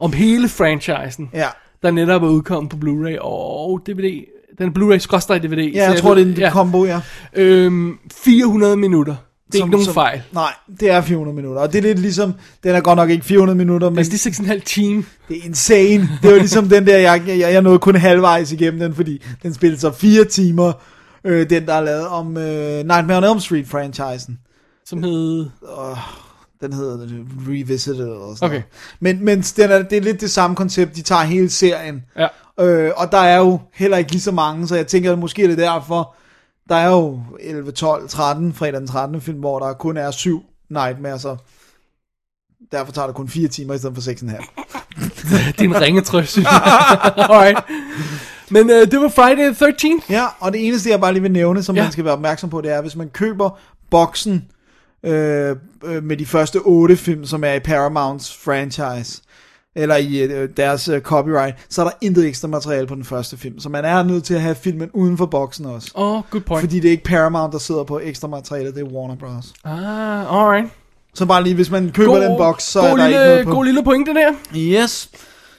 Speaker 6: om hele franchisen,
Speaker 5: Ja.
Speaker 6: der netop er udkommet på Blu-ray og DVD. Den er Blu-ray-DVD.
Speaker 5: Ja, jeg tror, det er en ja. kombo, ja.
Speaker 6: Øhm, 400 minutter. Det er
Speaker 5: Som-
Speaker 6: ikke nogen
Speaker 5: som-
Speaker 6: fejl.
Speaker 5: Nej, det er 400 minutter. Og det er lidt ligesom, den er godt nok ikke 400 minutter, men
Speaker 6: Altså, det er 6,5 time.
Speaker 5: det er insane. Det var ligesom den der, jeg, jeg, jeg nåede kun halvvejs igennem den, fordi den spillede så fire timer, øh, den der er lavet om øh, Nightmare on Elm Street-franchisen.
Speaker 6: som hed...
Speaker 5: Den hedder Revisited eller sådan
Speaker 6: Okay.
Speaker 5: noget. Men, men den er, det er lidt det samme koncept, de tager hele serien.
Speaker 6: Ja.
Speaker 5: Øh, og der er jo heller ikke lige så mange, så jeg tænker, at måske er det derfor, der er jo 11, 12, 13, fredag den 13. film, hvor der kun er syv nightmares, så derfor tager det kun 4 timer i stedet for 6,5.
Speaker 6: Det er en ringetrøst, synes jeg. Alright. Men øh, det var Friday the 13th.
Speaker 5: Ja, og det eneste, jeg bare lige vil nævne, som
Speaker 6: Ja.
Speaker 5: ja. man skal være opmærksom på, det er, hvis man køber boksen øh, øh, med de første 8 film, som er i Paramounts franchise, eller i øh, deres øh, copyright, så er der intet ekstra materiale på den første film. Så man er nødt til at have filmen uden for boksen også.
Speaker 6: Åh, oh, good point. Fordi...
Speaker 5: Fordi det er ikke Paramount, der sidder på ekstra materiale, det er Warner Bros.
Speaker 6: Ah, alright.
Speaker 5: Så bare lige, hvis man køber den boks, så er
Speaker 6: god
Speaker 5: der
Speaker 6: lille,
Speaker 5: ikke noget på.
Speaker 6: God lille pointe der.
Speaker 5: Yes.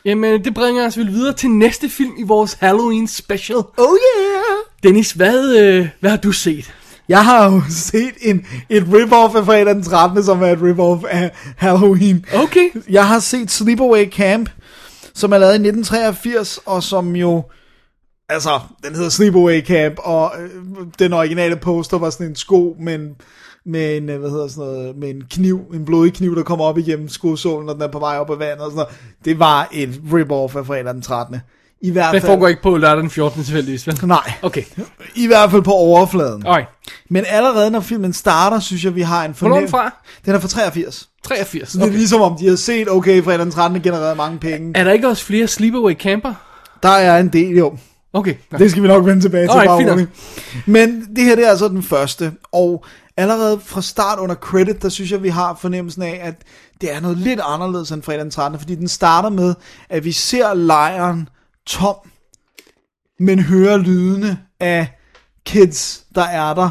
Speaker 6: Jamen, øh, det bringer os vel videre til næste film i vores Halloween special.
Speaker 5: Oh yeah!
Speaker 6: Dennis, hvad, øh, hvad har du set?
Speaker 5: Jeg har jo set en, et rip-off af fredag den 13., som er et rip-off af Halloween.
Speaker 6: Okay.
Speaker 5: Jeg har set Sleepaway Camp, som er lavet i 1983, og som jo... Altså, den hedder Sleepaway Camp, og øh, den originale poster var sådan en sko, men med en, øh, hvad hedder sådan noget, med en kniv, en blodig kniv, der kommer op igennem skosålen, og den er på vej op ad vandet og sådan noget. Det var et rip-off af fredag den 13. I hvert
Speaker 6: Den
Speaker 5: fald,
Speaker 6: foregår ikke på lørdag den 14. tilfældigvis, vel?
Speaker 5: Nej,
Speaker 6: Okay.
Speaker 5: i hvert fald på overfladen.
Speaker 6: Alright.
Speaker 5: Men allerede når filmen starter, synes jeg, vi har en
Speaker 6: Hvornår er den
Speaker 5: fornemmelse.
Speaker 6: fra?
Speaker 5: Den er fra 83.
Speaker 6: 83.
Speaker 5: Så det er
Speaker 6: Okay.
Speaker 5: ligesom om de har set, okay, fredag den 13. genererede mange penge.
Speaker 6: Er der ikke også flere sleepaway camper?
Speaker 5: Der er en del, jo.
Speaker 6: Okay.
Speaker 5: Det skal vi nok vende tilbage til.
Speaker 6: Alright,
Speaker 5: bare
Speaker 6: fint nok.
Speaker 5: roligt. Men det her det er altså den første, og allerede fra start under credit, der synes jeg, vi har fornemmelsen af, at det er noget lidt anderledes end fredag den 13. Fordi den starter med, at vi ser lejren tom, men hører lydene af kids, der er der.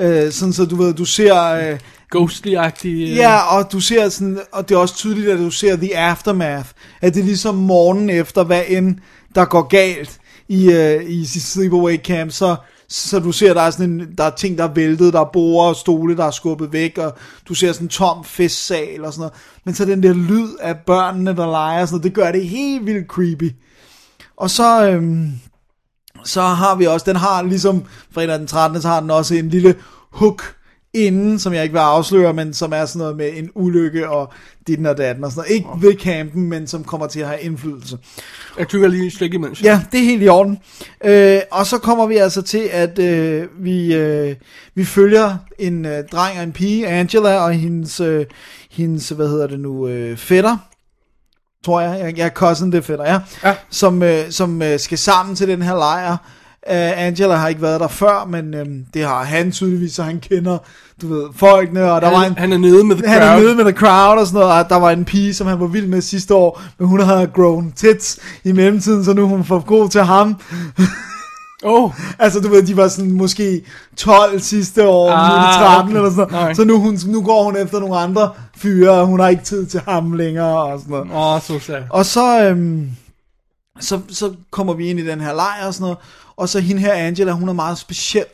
Speaker 5: Øh, sådan så du ved, du ser... Øh,
Speaker 6: Ghostly-agtige... øh,
Speaker 5: Ja, og du ser sådan, og det er også tydeligt, at du ser The Aftermath, at det er ligesom morgenen efter, hvad end der går galt i, øh, i sit sleepaway camp, så, så du ser, der er, sådan en, der er ting, der er væltet, der er borer og stole, der er skubbet væk, og du ser sådan en tom festsal og sådan noget. Men så den der lyd af børnene, der leger og sådan noget, det gør det helt vildt creepy. Og så, øhm, så har vi også, den har ligesom fredag den 13. så har den også en lille hook inden, som jeg ikke vil afsløre, men som er sådan noget med en ulykke og dit og datten og sådan noget. Ikke ved campen, men som kommer til at have indflydelse.
Speaker 6: Jeg tykker lige en slik imens.
Speaker 5: Ja, det er helt i orden. Øh, og så kommer vi altså til, at øh, vi, øh, vi følger en øh, dreng og en pige, Angela og hendes, øh, hendes hvad hedder det nu, øh, fætter, tror jeg, jeg, jeg er cousin, det er fætter, ja,
Speaker 6: Ja.
Speaker 5: som, øh, som øh, skal sammen til den her lejr. Uh, Angela har ikke været der før, men øhm, det har han tydeligvis, så han kender, du ved, folkene, og der var en
Speaker 6: Han, han er nede med the
Speaker 5: han
Speaker 6: crowd.
Speaker 5: er nede med The Crowd og sådan noget, og der var en pige, som han var vild med sidste år, men hun havde grown tits i mellemtiden, så nu er hun for god til ham.
Speaker 6: Oh,
Speaker 5: Altså, du ved, de var sådan måske 12 sidste år,
Speaker 6: Ah,
Speaker 5: ah, nu er de 13
Speaker 6: okay.
Speaker 5: eller sådan
Speaker 6: Nej.
Speaker 5: noget. Så nu, hun, nu går hun efter nogle andre fyre, og hun har ikke tid til ham længere og sådan noget.
Speaker 6: åh, så sad.
Speaker 5: Og så, øhm, så, så kommer vi ind i den her lejr og sådan noget, og så hende her Angela, hun er meget speciel.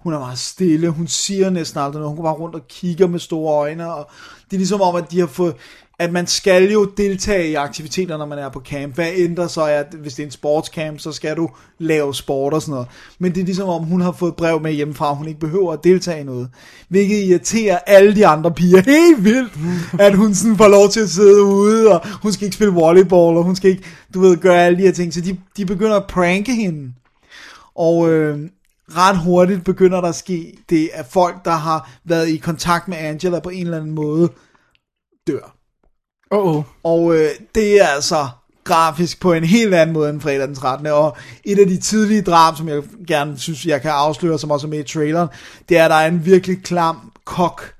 Speaker 5: Hun er meget stille, hun siger næsten aldrig noget, hun går bare rundt og kigger med store øjne, og det er ligesom om, at de har fået, at man skal jo deltage i aktiviteter, når man er på camp. Hvad ændrer så er, at hvis det er en sportscamp, så skal du lave sport og sådan noget. Men det er ligesom om, hun har fået brev med hjemmefra, at hun ikke behøver at deltage i noget. Hvilket irriterer alle de andre piger helt vildt, at hun sådan får lov til at sidde ude, og hun skal ikke spille volleyball, og hun skal ikke, du ved, gøre alle de her ting. Så de, de begynder at pranke hende. Og øh, ret hurtigt begynder der at ske det, at folk, der har været i kontakt med Angela på en eller anden måde, dør.
Speaker 6: Åh, oh, oh.
Speaker 5: Og øh, det er altså grafisk på en helt anden måde end fredag den 13. Og et af de tidlige drab, som jeg gerne synes, jeg kan afsløre, som også er med i traileren, det er, at der er en virkelig klam kok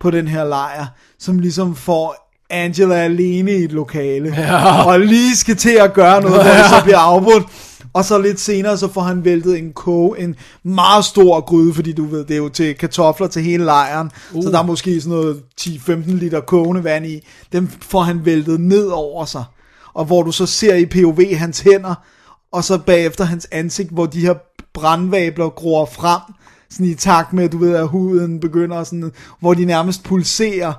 Speaker 5: på den her lejr, som ligesom får Angela alene i et lokale, ja. og lige skal til at gøre noget, hvor det så bliver afbrudt. Og så lidt senere, så får han væltet en koge, en meget stor gryde, fordi du ved, det er jo til kartofler til hele lejren. Uh. Så der er måske sådan noget 10-15 liter kogende vand i. Dem får han væltet ned over sig. Og hvor du så ser i POV hans hænder, og så bagefter hans ansigt, hvor de her brandvabler gror frem, sådan i takt med, du ved, at huden begynder sådan, hvor de nærmest pulserer.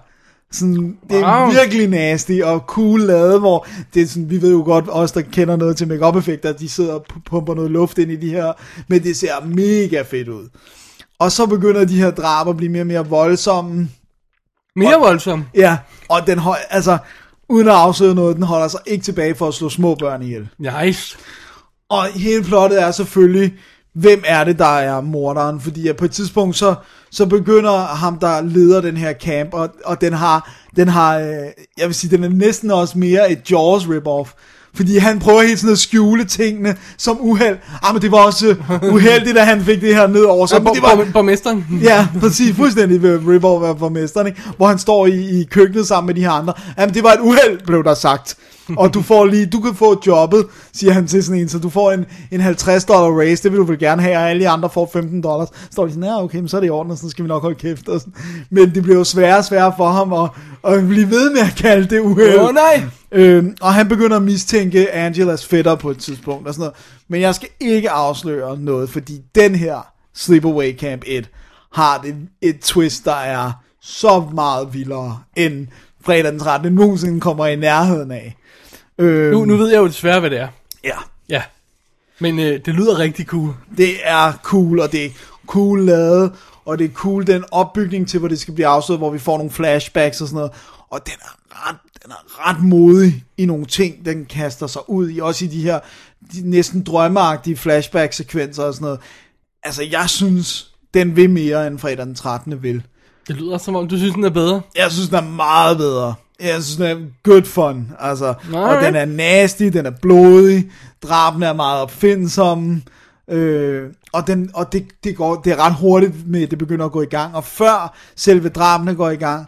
Speaker 5: Sådan, det er
Speaker 6: Wow.
Speaker 5: wow. virkelig nasty og cool lavet, hvor det er sådan, vi ved jo godt, os der kender noget til make effekter de sidder og pu- pumper noget luft ind i de her, men det ser mega fedt ud. Og så begynder de her drab at blive mere og mere voldsomme.
Speaker 6: Mere voldsom.
Speaker 5: Ja, og den høj, altså, uden at afsøge noget, den holder sig ikke tilbage for at slå små børn ihjel.
Speaker 6: Nice.
Speaker 5: Og hele plottet er selvfølgelig, hvem er det, der er morderen? Fordi at på et tidspunkt, så, så begynder ham, der leder den her camp, og, og den har, den har øh, jeg vil sige, den er næsten også mere et Jaws rip-off. Fordi han prøver hele tiden at skjule tingene som uheld. Ah, men det var også øh, uheldigt, at han fik det her ned over sig.
Speaker 6: Så
Speaker 5: Men det var,
Speaker 6: borgmesteren.
Speaker 5: Ja, præcis, fuldstændig ved Revolver af borgmesteren, ikke? hvor han står i, i køkkenet sammen med de her andre. Jamen, det var et uheld, blev der sagt. Og du får lige, du kan få jobbet, siger han til sådan en, så du får en, en 50 dollar raise, det vil du vel gerne have, og alle de andre får 15 dollars. Så står de sådan, ja okay, men så er det i orden, og sådan skal vi nok holde kæft. Og sådan. Men det bliver jo sværere og sværere for ham at, at blive ved med at kalde det uheld.
Speaker 6: Åh, nej.
Speaker 5: Øhm, og han begynder at mistænke Angelas fætter på et tidspunkt og sådan noget. Men jeg skal ikke afsløre noget, fordi den her Sleepaway Camp 1 har det, et twist, der er så meget vildere end fredag den 13. nogensinde kommer i nærheden af. Øhm,
Speaker 6: Nu, nu ved jeg jo desværre, hvad det er.
Speaker 5: Ja,
Speaker 6: Ja. Men øh, det lyder rigtig cool.
Speaker 5: det er cool, og det er cool lavet, og det er cool den opbygning til, hvor det skal blive afsløret, hvor vi får nogle flashbacks og sådan noget, og den er ret, den er ret modig i nogle ting, den kaster sig ud i, også i de her de næsten drømmeagtige flashback-sekvenser og sådan noget. Altså, jeg synes, den vil mere end fredag den 13. vil.
Speaker 6: Det lyder som om, du synes, den er bedre.
Speaker 5: Jeg synes, den er meget bedre. Jeg synes, den er good fun. Altså, og
Speaker 6: Alright.
Speaker 5: den er nasty, den er blodig, drabene er meget opfindsomme, øh, og, den, og det, det, går, det er ret hurtigt med, at det begynder at gå i gang. Og før selve drabene går i gang,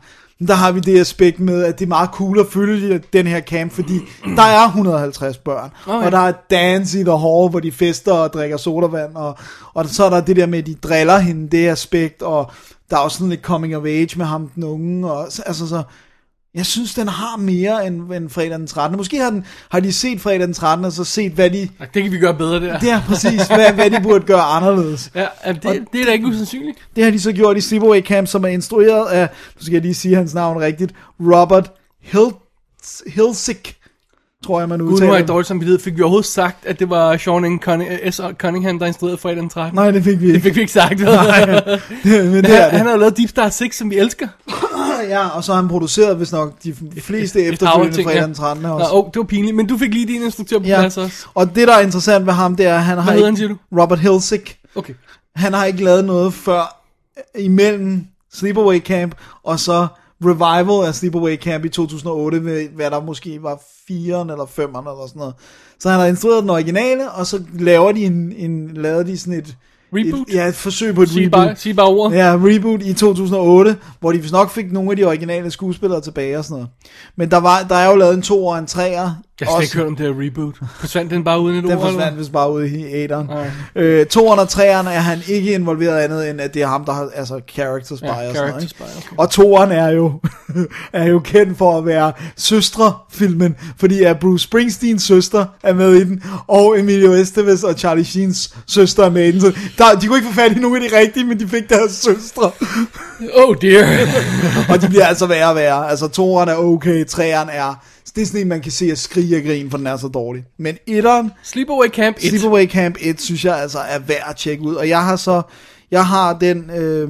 Speaker 5: der har vi det aspekt med, at det er meget cool at følge den her camp, fordi der er 150 børn,
Speaker 6: Okay.
Speaker 5: og der er dance i The Hall, hvor de fester og drikker sodavand, og, og så er der det der med, at de driller hende, det aspekt, og der er også sådan lidt coming of age med ham, den unge, og så- altså så, jeg synes, den har mere end, end fredag den 13. Måske har, den, har de set fredag den 13. og så set, hvad de...
Speaker 6: Ej, Det kan vi gøre bedre, det der.
Speaker 5: Det er præcis, hvad, hvad de burde gøre anderledes.
Speaker 6: Ja, jamen, det, det er da ikke usandsynligt.
Speaker 5: Det har de så gjort i Sleepaway Camp, som er instrueret af, nu skal jeg lige sige hans navn rigtigt, Robert Hilt- Hilsick, tror jeg, man
Speaker 6: Gud, nu
Speaker 5: udtaler.
Speaker 6: har jeg dårlig samvittighed. Fik vi overhovedet sagt, at det var Sean N. Cunning- S. Cunningham, der instruerede fredag den 13?
Speaker 5: Nej, det fik vi
Speaker 6: Det
Speaker 5: ikke.
Speaker 6: fik vi ikke sagt, vel?
Speaker 5: Men det
Speaker 6: Han,
Speaker 5: er
Speaker 6: han
Speaker 5: det.
Speaker 6: har jo lavet Deep Star 6, som vi elsker.
Speaker 5: Ja, og så har han produceret, hvis nok, de fleste efterfølgende
Speaker 6: Havreting, ja.
Speaker 5: fredag den 13.
Speaker 6: Nå,
Speaker 5: også.
Speaker 6: oh, det var pinligt, men du fik lige din instruktør på
Speaker 5: Ja,
Speaker 6: plads også.
Speaker 5: og det, der er interessant ved ham, det er, at han har
Speaker 6: hedder han,
Speaker 5: ikke...
Speaker 6: siger du?
Speaker 5: Robert Hilsick.
Speaker 6: Okay.
Speaker 5: han har ikke lavet noget før øh, imellem Sleepaway Camp og så Revival af Sleepaway Camp i 2008, med hvad der måske var 4'eren eller 5'eren eller sådan noget. Så han har instrueret den originale, og så laver de en, en laver de sådan et...
Speaker 6: Reboot?
Speaker 5: Et, ja, et forsøg på et
Speaker 6: Sig bare,
Speaker 5: reboot.
Speaker 6: sig bare ordet.
Speaker 5: Ja, reboot i 2008, hvor de vist nok fik nogle af de originale skuespillere tilbage og sådan noget. Men der, var, der er jo lavet en 2 og en 3'er.
Speaker 6: Jeg har slet ikke hørt om det her reboot. Forsvandt den bare uden et
Speaker 5: Den
Speaker 6: ord? eller
Speaker 5: forsvandt
Speaker 6: hvad?
Speaker 5: vist bare ud i æderen.
Speaker 6: Nej.
Speaker 5: Øh, 203'eren er han ikke involveret andet, end at det er ham, der har altså character spy
Speaker 6: Ja,
Speaker 5: og sådan
Speaker 6: character
Speaker 5: noget. Ikke?
Speaker 6: spy, okay.
Speaker 5: Og toeren er jo, er jo kendt for at være søstre-filmen, fordi at Bruce Springsteens søster er med i den, og Emilio Estevez og Charlie Sheens søster er med i den. Så der, de kunne ikke få fat i nogen af de rigtige, men de fik deres søstre.
Speaker 6: Oh dear.
Speaker 5: og de bliver altså værre og værre. Altså, toeren er okay, treeren er... Det er sådan en, man kan se at skrige og grine, for den er så dårlig. Men etteren,
Speaker 6: Sleepaway Camp 1.
Speaker 5: Sleepaway Camp 1, synes jeg altså er værd at tjekke ud. Og jeg har så, jeg har den øh,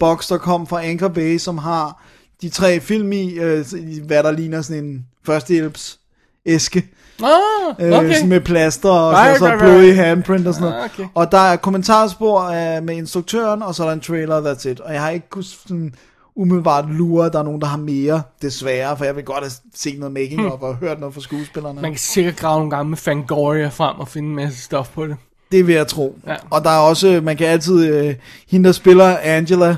Speaker 5: box, der kom fra Anchor Bay, som har de tre film i, øh, i hvad der ligner sådan en førstehjælps æske
Speaker 6: Ah,
Speaker 5: øh,
Speaker 6: okay.
Speaker 5: sådan med plaster og sådan,
Speaker 6: Right,
Speaker 5: så
Speaker 6: right, right.
Speaker 5: blodig handprint og sådan
Speaker 6: Ah,
Speaker 5: noget.
Speaker 6: okay.
Speaker 5: Og der er kommentarspor øh, med instruktøren, og så er der en trailer, that's it. Og jeg har ikke kunnet sådan, umiddelbart lure, at der er nogen, der har mere, desværre, for jeg vil godt have set noget making of og hørt noget fra skuespillerne.
Speaker 6: Man kan sikkert grave nogle gange med Fangoria frem og finde en masse stof på det.
Speaker 5: Det vil jeg tro.
Speaker 6: Ja.
Speaker 5: Ja. Og der er også, man kan altid, øh, hende der spiller Angela,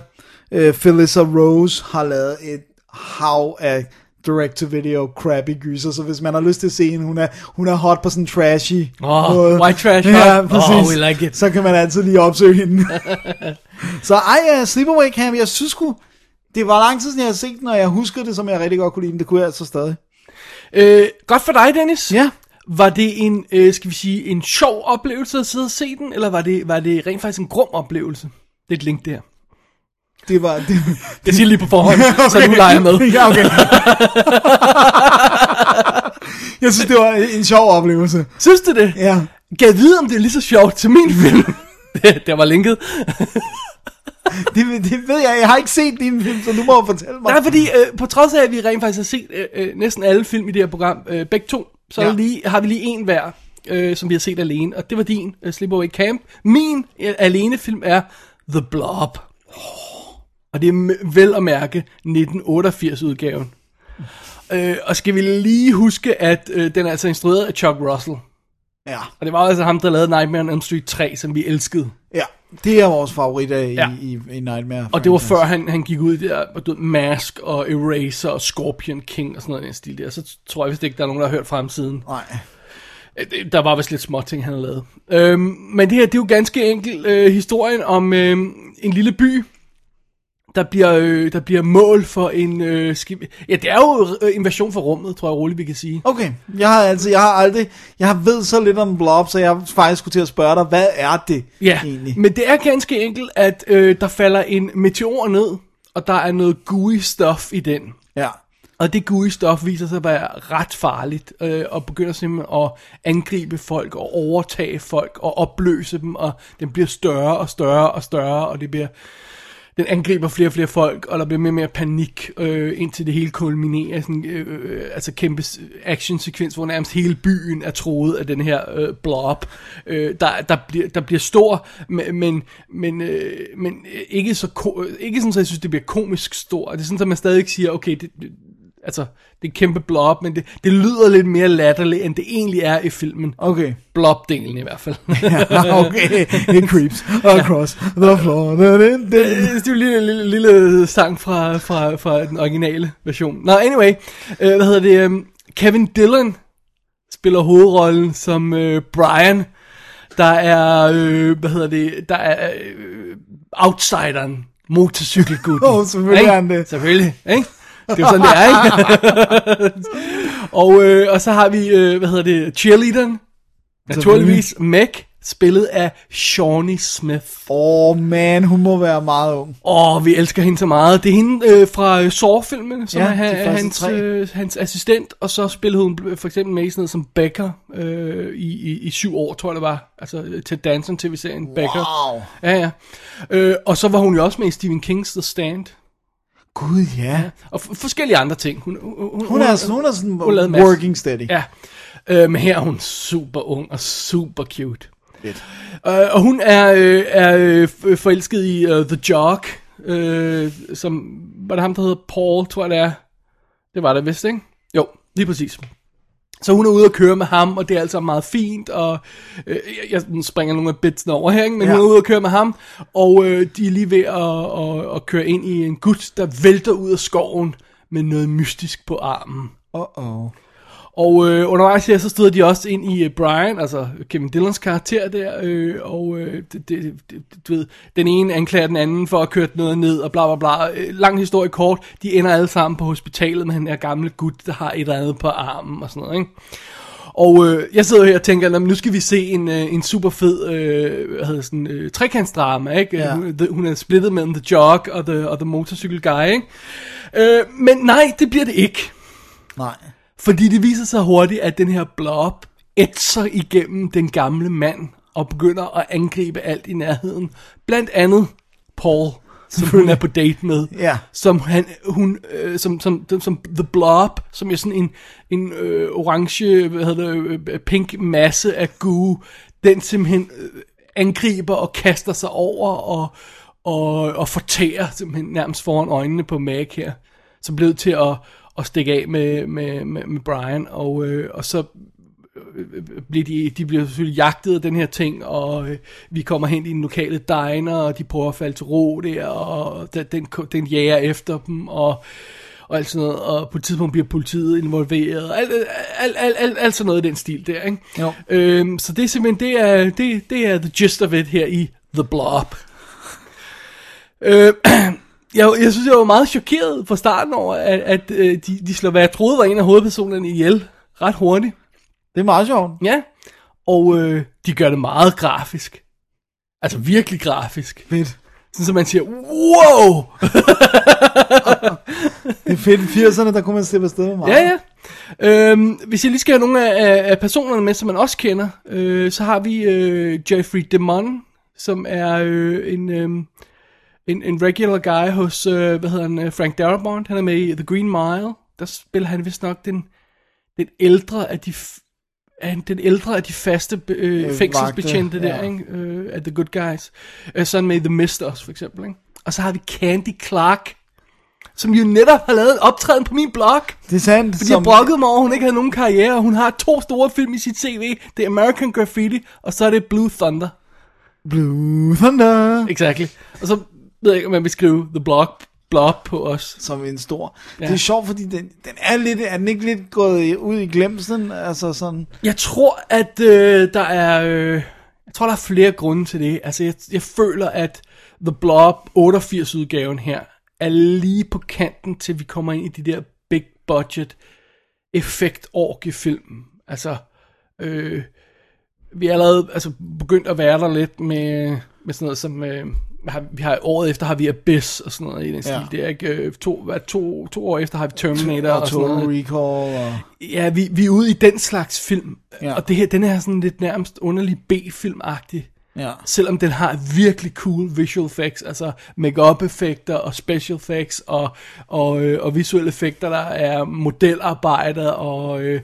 Speaker 5: øh, Felissa Rose, har lavet et hav af direct-to-video crappy gyser, så hvis man har lyst til at se hende, hun er, hun er hot på sådan en trashy
Speaker 6: Åh, white trash
Speaker 5: Ja,
Speaker 6: hot.
Speaker 5: præcis.
Speaker 6: Åh, we like it.
Speaker 5: Så kan man altid lige opsøge hende. så ej, uh, Sleepaway Camp, jeg synes sgu, det var lang tid siden, jeg havde set den, og jeg husker det, som jeg rigtig godt kunne lide den. Det kunne jeg altså stadig.
Speaker 6: Øh, godt for dig, Dennis.
Speaker 5: Ja.
Speaker 6: Var det en, øh, skal vi sige, en sjov oplevelse at sidde og se den, eller var det, var det rent faktisk en grum oplevelse? Det er et link der.
Speaker 5: Det var... Det,
Speaker 6: Jeg siger lige på forhånd, okay. så du leger med.
Speaker 5: ja, okay. jeg synes, det var en sjov oplevelse.
Speaker 6: Synes du det?
Speaker 5: Ja.
Speaker 6: Kan jeg vide, om det er lige så sjovt til min film? der var linket.
Speaker 5: Det, det ved jeg, jeg har ikke set din film, så du må jo fortælle mig.
Speaker 6: Nej, fordi øh, på trods af, at vi rent faktisk har set øh, øh, næsten alle film i det her program, øh, begge to, så
Speaker 5: Ja.
Speaker 6: ja. lige, har vi lige en hver, øh, som vi har set alene. Og det var din, øh, Sleepaway Camp. Min øh, alene film er The Blob. Og det er m- vel at mærke 1988-udgaven. Øh, og skal vi lige huske, at øh, den er altså instrueret af Chuck Russell.
Speaker 5: Ja,
Speaker 6: Og det var altså ham, der lavede Nightmare on Elm Street 3, som vi elskede.
Speaker 5: ja. Det er vores favoritter i, ja.
Speaker 6: Ja.
Speaker 5: i, i Nightmare.
Speaker 6: Og det var før
Speaker 5: franchise.
Speaker 6: han, han gik ud i det der, og du ved, Mask og Eraser og Scorpion King og sådan noget i den stil der. Så tror jeg vist ikke, der er nogen, der har hørt fra ham siden.
Speaker 5: Nej.
Speaker 6: Øh, det- Der var vist lidt små ting, han havde lavet. Øhm, men det her, det er jo ganske enkelt øh, historien om øh, en lille by, der bliver, øh, der bliver mål for en... Øh, skib... Ja, det er jo øh, invasion for rummet, tror jeg roligt, vi kan sige.
Speaker 5: Okay, jeg har altså, jeg har aldrig, jeg har ved så lidt om Blob, så jeg faktisk skulle til at spørge dig, hvad er det
Speaker 6: Ja,
Speaker 5: egentlig?
Speaker 6: men det er ganske enkelt, at øh, der falder en meteor ned, og der er noget gooey stuff i den.
Speaker 5: Ja,
Speaker 6: Og det gule stof viser sig at være ret farligt, øh, og begynder simpelthen at angribe folk, og overtage folk, og opløse dem, og den bliver større og større og større, og det bliver, den angriber flere og flere folk, og der bliver mere og mere panik, øh, indtil det hele kulminerer, i sådan, øh, øh, altså kæmpe s- actionsekvens, hvor nærmest hele byen er troet af den her øh, blob. Øh, der, der, bliver, der bliver stor, me- men, men, øh, men ikke, så ko- ikke sådan, så jeg synes, det bliver komisk stor. Det er sådan, at man stadig siger, okay, det, det- altså, det er en kæmpe blob, men det, det lyder lidt mere latterligt, end det egentlig er i filmen.
Speaker 5: okay.
Speaker 6: Blob-delen i hvert fald.
Speaker 5: Ja, okay, det creeps across the floor.
Speaker 6: Øh, det er jo en lille, lille, lille sang fra, fra, fra den originale version. Nå, anyway. Øh, hvad hedder det? øhm, Kevin Dillon spiller hovedrollen som øh, Brian. Der er, øh, hvad hedder det, der er øh, outsideren, motorcykelgutten.
Speaker 5: Åh, selvfølgelig
Speaker 6: Ikke?
Speaker 5: er han det.
Speaker 6: Selvfølgelig, ikke? Det er jo sådan, det er, ikke? og, øh, og så har vi, øh, hvad hedder det, cheerleaderen. Naturligvis Meg, spillet af Shawnee Smith.
Speaker 5: Åh oh, man, hun må være meget ung.
Speaker 6: Åh, vi elsker hende så meget. Det er hende øh, fra øh, Saw-filmen, som
Speaker 5: Ja,
Speaker 6: ja, er
Speaker 5: de første
Speaker 6: han, hans,
Speaker 5: tre.
Speaker 6: øh, hans assistent, og så spillede hun bl- for eksempel med i sådan noget som Becker øh, i, i, i syv år, tror jeg det var. Altså øh, til dansen tv-serien Becker.
Speaker 5: Wow.
Speaker 6: Ja, ja. Øh, og så var hun jo også med i Stephen Kings The Stand,
Speaker 5: Gud ja.
Speaker 6: og f- forskellige andre ting. Hun, hun, hun,
Speaker 5: Hun er, altså- hun er sådan
Speaker 6: hun lavede en masse.
Speaker 5: working steady.
Speaker 6: Ja, øh, men her er hun super ung og super cute.
Speaker 5: Fedt.
Speaker 6: Øh, og hun er, øh, er øh, f- forelsket i uh, The Jock, øh, som, var det ham, der hedder Paul, tror jeg det er. Det var det vist, ikke? Jo, lige præcis. Så hun er ude at køre med ham, og det er altså meget fint, og øh, jeg, jeg nu springer nogle af bitsene over her, ikke? men
Speaker 5: Ja.
Speaker 6: ja. hun er ude at køre med ham, og øh, de er lige ved at, at, at køre ind i en gut, der vælter ud af skoven med noget mystisk på armen.
Speaker 5: Uh-oh.
Speaker 6: Og øh, undervejs her, så støder de også ind i øh, Brian, altså Kevin Dillons karakter der, øh, og øh, det, det, det, du ved, den ene anklager den anden for at køre noget ned, og bla bla bla. Øh, lang historie kort, de ender alle sammen på hospitalet med den her gamle gut, der har et eller andet på armen og sådan noget, ikke? Og øh, jeg sidder her og tænker, "Nå, men nu skal vi se en, øh, en super fed øh, hvad hedder sådan, øh, trekantsdrama, ikke?
Speaker 5: Ja.
Speaker 6: Ja. Hun, the, hun er splittet mellem The Jog og The, og the Motorcycle Guy, ikke? Øh, men nej, det bliver det ikke.
Speaker 5: Nej.
Speaker 6: Fordi det viser sig hurtigt, at den her blob ætser igennem den gamle mand og begynder at angribe alt i nærheden. Blandt andet Paul, som hun er på date med.
Speaker 5: Ja.
Speaker 6: Som, han, hun, øh, som, som, som, som The Blob, som er sådan en, en øh, orange, hvad hedder det, øh, pink masse af goo. Den simpelthen øh, angriber og kaster sig over og, og, og fortærer simpelthen nærmest foran øjnene på Mac her. Så blev til at, at stikke af med, med, med, med Brian, og, øh, og så bliver de, de bliver selvfølgelig jagtet af den her ting, og øh, vi kommer hen i den lokale diner, og de prøver at falde til ro der, og den, den, den jager efter dem, og, og alt sådan noget, og på et tidspunkt bliver politiet involveret, og alt, alt, alt, alt, alt sådan noget i den stil der, ikke?
Speaker 5: Jo.
Speaker 6: Øhm, så det er simpelthen, det er, det, det er the gist of it her i The Blob. Øh, jeg, jeg synes, jeg var meget chokeret fra starten over, at, at øh, de, de slår, hvad jeg troede var en af hovedpersonerne ihjel ret hurtigt.
Speaker 5: Det er meget sjovt.
Speaker 6: Ja, og øh, de gør det meget grafisk. Altså virkelig grafisk.
Speaker 5: Fedt.
Speaker 6: Sådan, så man siger, wow!
Speaker 5: Det er fedt. I 80'erne, der kunne man slippe afsted med meget.
Speaker 6: Ja, ja. Øhm, hvis jeg lige skal have nogle af, af- af personerne med, som man også kender, øh, så har vi øh, Jeffrey Demon, som er øh, en, øh, en, en regular guy hos, øh, hvad hedder han, øh, Frank Darabont. Han er med i The Green Mile. Der spiller han vist nok den, den ældre af de f- af den ældre af de faste øh,
Speaker 5: Øh,
Speaker 6: fængselsbetjente
Speaker 5: vagte,
Speaker 6: der,
Speaker 5: ja.
Speaker 6: ikke? Øh, af The Good Guys. Øh, sådan med i The Misters, for eksempel. Ikke? Og så har vi Candy Clark, som jo netop har lavet en optræden på min blog.
Speaker 5: Det er sandt.
Speaker 6: Fordi som... jeg brokkede mig over, at hun ikke havde nogen karriere, og hun har to store film i sit CV. Det er American Graffiti, og så er det Blue Thunder.
Speaker 5: Blue Thunder.
Speaker 6: Exactly. Og så ved jeg ikke, om man vil skrive The Blob, blob på os.
Speaker 5: Som en stor.
Speaker 6: Ja.
Speaker 5: Ja. Det er sjovt, fordi den, den er lidt, er den ikke lidt gået i- ud i glemsen? Altså sådan,
Speaker 6: Jeg tror, at øh, der er... Øh, jeg tror, der er flere grunde til det. Altså, jeg, jeg føler, at The Blob 88-udgaven her er lige på kanten, til vi kommer ind i de der big budget effekt film Altså, øh, vi er allerede altså, begyndt at være der lidt med, med sådan noget som... Øh, har, vi har året efter har vi Abyss og sådan noget i den stil.
Speaker 5: Ja.
Speaker 6: Det er ikke øh, to, hvad, to, to år efter har vi Terminator og,
Speaker 5: og
Speaker 6: sådan
Speaker 5: Total
Speaker 6: noget.
Speaker 5: Recall og...
Speaker 6: Ja, vi, vi er ude i den slags film, ja.
Speaker 5: Ja.
Speaker 6: og det her, den er sådan lidt nærmest underlig B-film-agtig,
Speaker 5: Ja.
Speaker 6: selvom den har virkelig cool visual effects, altså make-up effekter og special effects og, og, øh, og visuelle effekter, der er modelarbejder og, øh,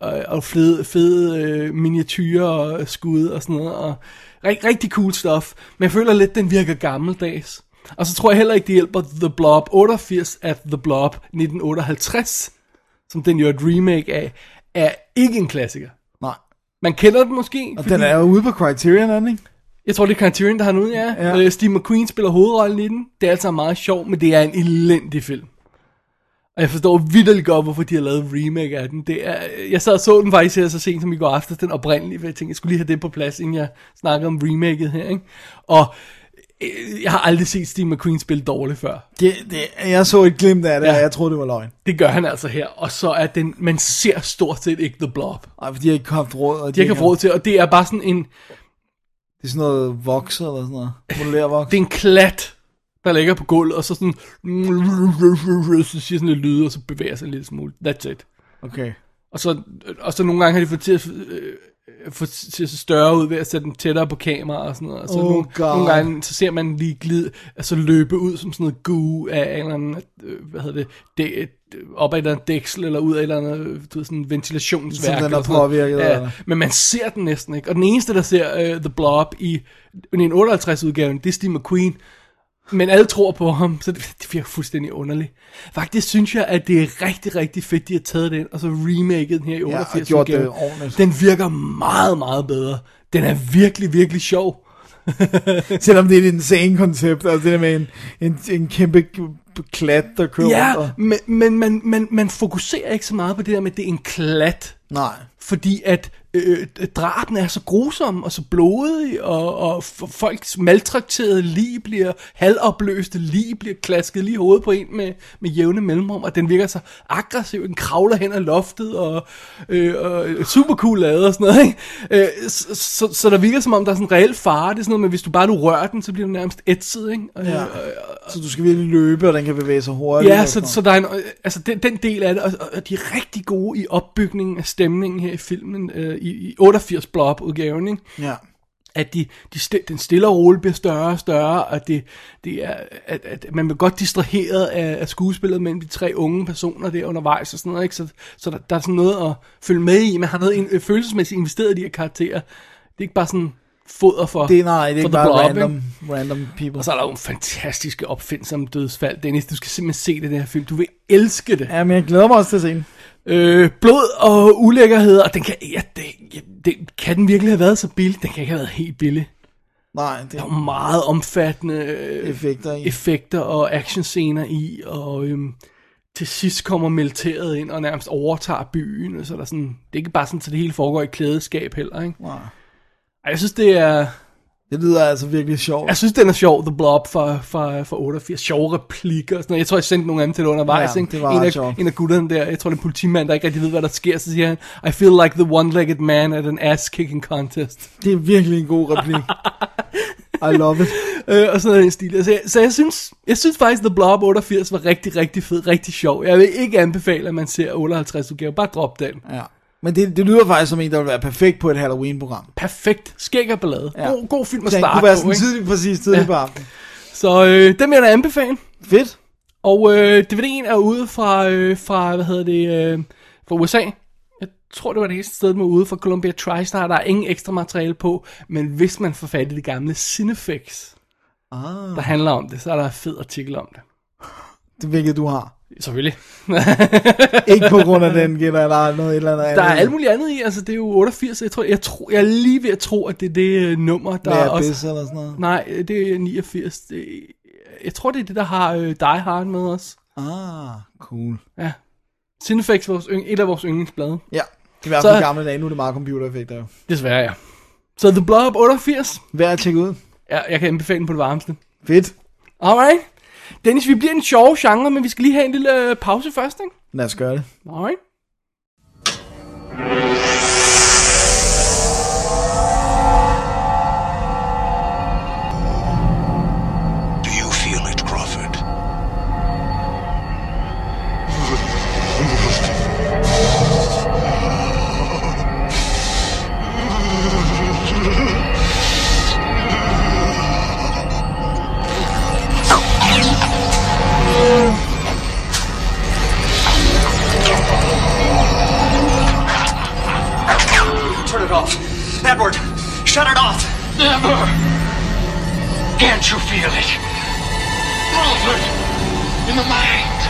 Speaker 6: og, og fede, fede øh, miniatyrer og skud og sådan noget, og rig, rigtig cool stuff, men jeg føler lidt, den virker gammeldags. Og så tror jeg heller ikke, det hjælper The Blob 88 at The Blob 1958 som den jo er et remake af, er ikke en klassiker.
Speaker 5: Nej.
Speaker 6: Man kender den måske.
Speaker 5: Og den er jo ude på Criterion, er den ikke?
Speaker 6: Jeg tror, det er Criterion, der har den ude, ja. ja.
Speaker 5: Ja.
Speaker 6: Øh, Steve McQueen spiller hovedrollen i den. Det er altså meget sjovt, men det er en elendig film. Og jeg forstår vidderligt godt, hvorfor de har lavet en remake af den. Det er, øh, jeg sad og så den faktisk her så sent som i går aftes, den oprindelige, for jeg tænkte, jeg skulle lige have det på plads, inden jeg snakker om remaket her. Ikke? Og øh, jeg har aldrig set Steve McQueen spille dårligt før.
Speaker 5: Det, det, jeg så et glimt af det,
Speaker 6: Ja.
Speaker 5: ja. og jeg troede, det var løgn.
Speaker 6: Det gør han altså her, og så er den, man ser stort set ikke The Blob.
Speaker 5: Ej, fordi jeg ikke har haft råd. Og
Speaker 6: De har ikke haft råd til, og det er bare sådan en,
Speaker 5: Det er sådan noget vokser eller sådan noget. Modellervoks.
Speaker 6: det er en klat, der ligger på gulvet, og så sådan, så siger sådan lidt lyde, og så bevæger sig en lille smule. That's it.
Speaker 5: Okay.
Speaker 6: Og så, og så nogle gange har de fået til at, øh, få til at se større ud ved at sætte den tættere på kamera og sådan noget. Og så
Speaker 5: Oh,
Speaker 6: nogle,
Speaker 5: God.
Speaker 6: nogle, gange, så ser man lige glid, altså løbe ud som sådan noget goo af en eller anden, øh, hvad hedder det, dæ, op ad et eller andet dæksel, eller ud af et eller andet, øh, du ved, sådan ventilationsværk.
Speaker 5: Som den er
Speaker 6: eller sådan noget.
Speaker 5: påvirket af,
Speaker 6: Ja,
Speaker 5: eller?
Speaker 6: men man ser den næsten ikke. Og den eneste, der ser uh, The Blob i 1958-udgaven, det er Steve McQueen. Men alle tror på ham, så det, det virker fuldstændig underligt. Faktisk synes jeg, at det er rigtig, rigtig fedt, de har taget den, og så remaket den her i
Speaker 5: og
Speaker 6: 88
Speaker 5: gjort det ordentligt.
Speaker 6: Den virker meget, meget bedre. Den er virkelig, virkelig sjov.
Speaker 5: Selvom det er et insane koncept, altså det der med en, en, en kæmpe k- klat, der kører
Speaker 6: Ja,
Speaker 5: rundt. Og...
Speaker 6: men, men man, man, man fokuserer ikke så meget på det der med, at det er en klat.
Speaker 5: Nej.
Speaker 6: Fordi at øh, draben er så grusom og så blodig, og, og f- folks maltrakterede lige bliver, halvopløste lige bliver klasket lige i hovedet på en med, med jævne mellemrum, og den virker så aggressiv, den kravler hen ad loftet, og, øh, og super cool lavet og sådan noget, ikke? Øh, så, så, så der virker som om, der er sådan en reel fare, det er sådan noget med, hvis du bare du rører den, så bliver du nærmest ætset, ikke? Og,
Speaker 5: Ja. Så du skal virkelig løbe, og den kan bevæge sig hurtigt.
Speaker 6: Ja,
Speaker 5: og
Speaker 6: så,
Speaker 5: sådan
Speaker 6: så der er en, altså den, den del af det, og, og- og de er rigtig gode i opbygningen af stemningen her i filmen, øh, i, i 88 blob udgaven, ikke?
Speaker 5: noget. Ja.
Speaker 6: at de, de sti, den stille og roligt bliver større og større, og det, det er, at, at man bliver godt distraheret af, af skuespillet mellem de tre unge personer der undervejs og sådan noget, ikke? så, så der, der er sådan noget at følge med i, man har noget in, øh, følelsesmæssigt investeret i de her karakterer, det er ikke bare sådan foder for
Speaker 5: Det er nej, det er ikke
Speaker 6: for The
Speaker 5: bare
Speaker 6: Blob,
Speaker 5: random,
Speaker 6: ikke?
Speaker 5: random people.
Speaker 6: Og så er der jo en fantastiske opfindsom dødsfald. Dennis, du skal simpelthen se det den her film. Du vil elske det.
Speaker 5: Ja, men jeg glæder mig også til at se den.
Speaker 6: Øh, blod og ulækkerheder, og den kan, ja, det, ja, det, kan den virkelig have været så billig? Den kan ikke have været helt billig.
Speaker 5: Nej, det
Speaker 6: Der
Speaker 5: er
Speaker 6: var meget omfattende øh,
Speaker 5: effekter i.
Speaker 6: effekter og actionscener i, og øhm, til sidst kommer militæret ind og nærmest overtager byen, og så er der sådan, det er ikke bare sådan, så det hele foregår i klædeskab heller, ikke?
Speaker 5: Nej.
Speaker 6: Ej, jeg synes, det er,
Speaker 5: Det lyder altså virkelig sjovt.
Speaker 6: jeg synes, den er sjov, The Blob fra, fra, fra 88. Sjove replikker og sådan noget. Jeg tror, jeg sendte nogle af dem til dig undervejs.
Speaker 5: Ja,
Speaker 6: ikke?
Speaker 5: det var
Speaker 6: en,
Speaker 5: ret
Speaker 6: af,
Speaker 5: sjovt.
Speaker 6: en af gutterne der, jeg tror, det er en politimand, der ikke rigtig ved, hvad der sker, så siger han, I feel like the one-legged man at an ass-kicking contest.
Speaker 5: Det er virkelig en god replik. I love it.
Speaker 6: Øh, og sådan noget i den stil. Altså, jeg- så jeg synes, jeg synes faktisk, The Blob 88 var rigtig, rigtig fed, rigtig sjov. Jeg vil ikke anbefale, at man ser 58 udgave. Bare drop den.
Speaker 5: Ja. Men det, det lyder faktisk som en, der vil være perfekt på et Halloween-program.
Speaker 6: Perfekt. Skæg og ballade.
Speaker 5: Ja.
Speaker 6: Ja. God, god film at
Speaker 5: Så den
Speaker 6: starte
Speaker 5: kunne være
Speaker 6: på,
Speaker 5: sådan
Speaker 6: ikke?
Speaker 5: tidlig, præcis tidlig
Speaker 6: Ja.
Speaker 5: på aftenen.
Speaker 6: Så øh, den vil jeg da anbefale.
Speaker 5: Fedt.
Speaker 6: Og øh, DVD'en er ude fra, øh, fra hvad hedder det, øh, fra USA. Jeg tror, det var det eneste sted, den var ude fra Columbia TriStar. Der er ingen ekstra materiale på, men hvis man får fat i det gamle Cinefix, ah. der handler om det, så er der en fed artikel om det.
Speaker 5: Det hvilket du har.
Speaker 6: Selvfølgelig.
Speaker 5: Ikke på grund af den, gælder eller noget et eller andet.
Speaker 6: Der er
Speaker 5: andet.
Speaker 6: alt muligt andet i, altså det er jo 88, jeg tror, jeg, tror, jeg er lige ved at tro, at det er det øh, nummer, der
Speaker 5: Med
Speaker 6: er også...
Speaker 5: Abyss eller sådan noget.
Speaker 6: Nej, øh, det er 89. Det, jeg tror, det er det, der har øh, Die Hard med os.
Speaker 5: Ah, cool.
Speaker 6: Ja. Cinefix, vores, yng- et af vores yndlingsblade.
Speaker 5: Ja, det er i hvert fald
Speaker 6: Så-
Speaker 5: gamle dage. Nu er det meget computereffekter jo.
Speaker 6: Desværre, ja. Så The Blob 88.
Speaker 5: Værd at tjekke ud.
Speaker 6: Ja, jeg kan anbefale den på det varmeste.
Speaker 5: Fedt.
Speaker 6: Alright. Dennis, vi bliver en sjov genre, men vi skal lige have en lille øh, pause først, ikke?
Speaker 5: Lad os gøre det.
Speaker 6: Alright.
Speaker 4: Do you feel it, Crawford?
Speaker 1: Turn it off. Edward, shut it off. Never. Can't you feel it? Crawford, in the mind.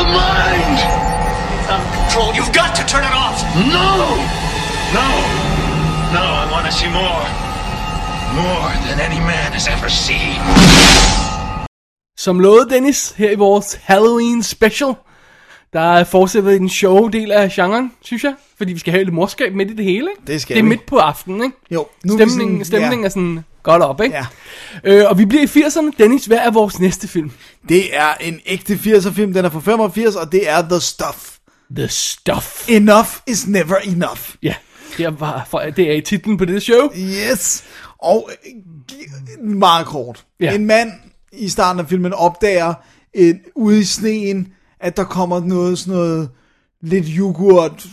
Speaker 1: The mind! It's out of control. You've got to turn it off. No! No! No, I want to see more. More than any man has ever seen.
Speaker 6: Som lovet, Dennis, her i vores Halloween special, der fortsætter en sjov del af genren, synes jeg. Fordi vi skal have lidt morskab midt i det hele, ikke?
Speaker 5: Det skal
Speaker 6: Det er
Speaker 5: vi.
Speaker 6: midt på aftenen, ikke?
Speaker 5: Jo, nu
Speaker 6: Nu
Speaker 5: er vi sådan-
Speaker 6: stemningen sådan, stemningen
Speaker 5: ja.
Speaker 6: ja. er sådan godt op, ikke?
Speaker 5: Ja.
Speaker 6: Øh, og vi bliver i 80'erne. Dennis, hvad er vores næste film?
Speaker 5: Det er en ægte 80'er film. Den er fra 85, og det er The Stuff.
Speaker 6: The Stuff.
Speaker 5: Enough is never enough.
Speaker 6: Ja, det var, for, det er i titlen på det show.
Speaker 5: Yes. Og øh, gi- meget kort. Ja.
Speaker 6: Ja.
Speaker 5: En mand i starten af filmen opdager en, ude i sneen, at der kommer noget sådan noget lidt yoghurt,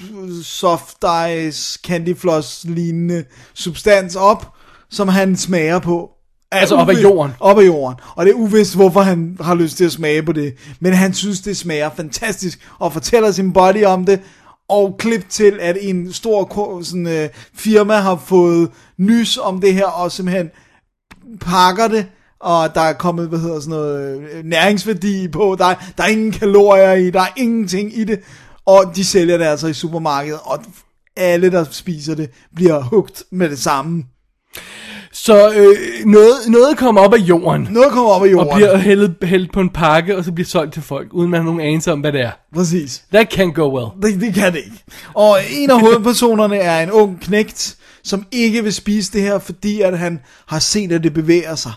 Speaker 5: soft ice, candyfloss lignende substans op, som han smager på. Er
Speaker 6: Altså op af
Speaker 5: uvi-
Speaker 6: jorden.
Speaker 5: Op af jorden. Og det er uvist, hvorfor han har lyst til at smage på det. Men han synes, det smager fantastisk, og fortæller sin body om det. Og klip til, at en stor ko- sådan, øh, firma har fået nys om det her, og simpelthen pakker det, og der er kommet, hvad hedder sådan noget, øh, næringsværdi på, der, er- der er ingen kalorier i, der er ingenting i det, og de sælger det altså i supermarkedet, og alle, der spiser det, bliver hugt med det samme.
Speaker 6: Så øh, noget, noget kommer op af jorden.
Speaker 5: Noget kommer op af jorden.
Speaker 6: Og bliver hældet, hældet på en pakke, og så bliver solgt til folk, uden man har nogen anelse om, hvad det er.
Speaker 5: Præcis.
Speaker 6: That can go well.
Speaker 5: Det, det kan det ikke. Og en af hovedpersonerne er en ung knægt, som ikke vil spise det her, fordi at han har set, at det bevæger sig,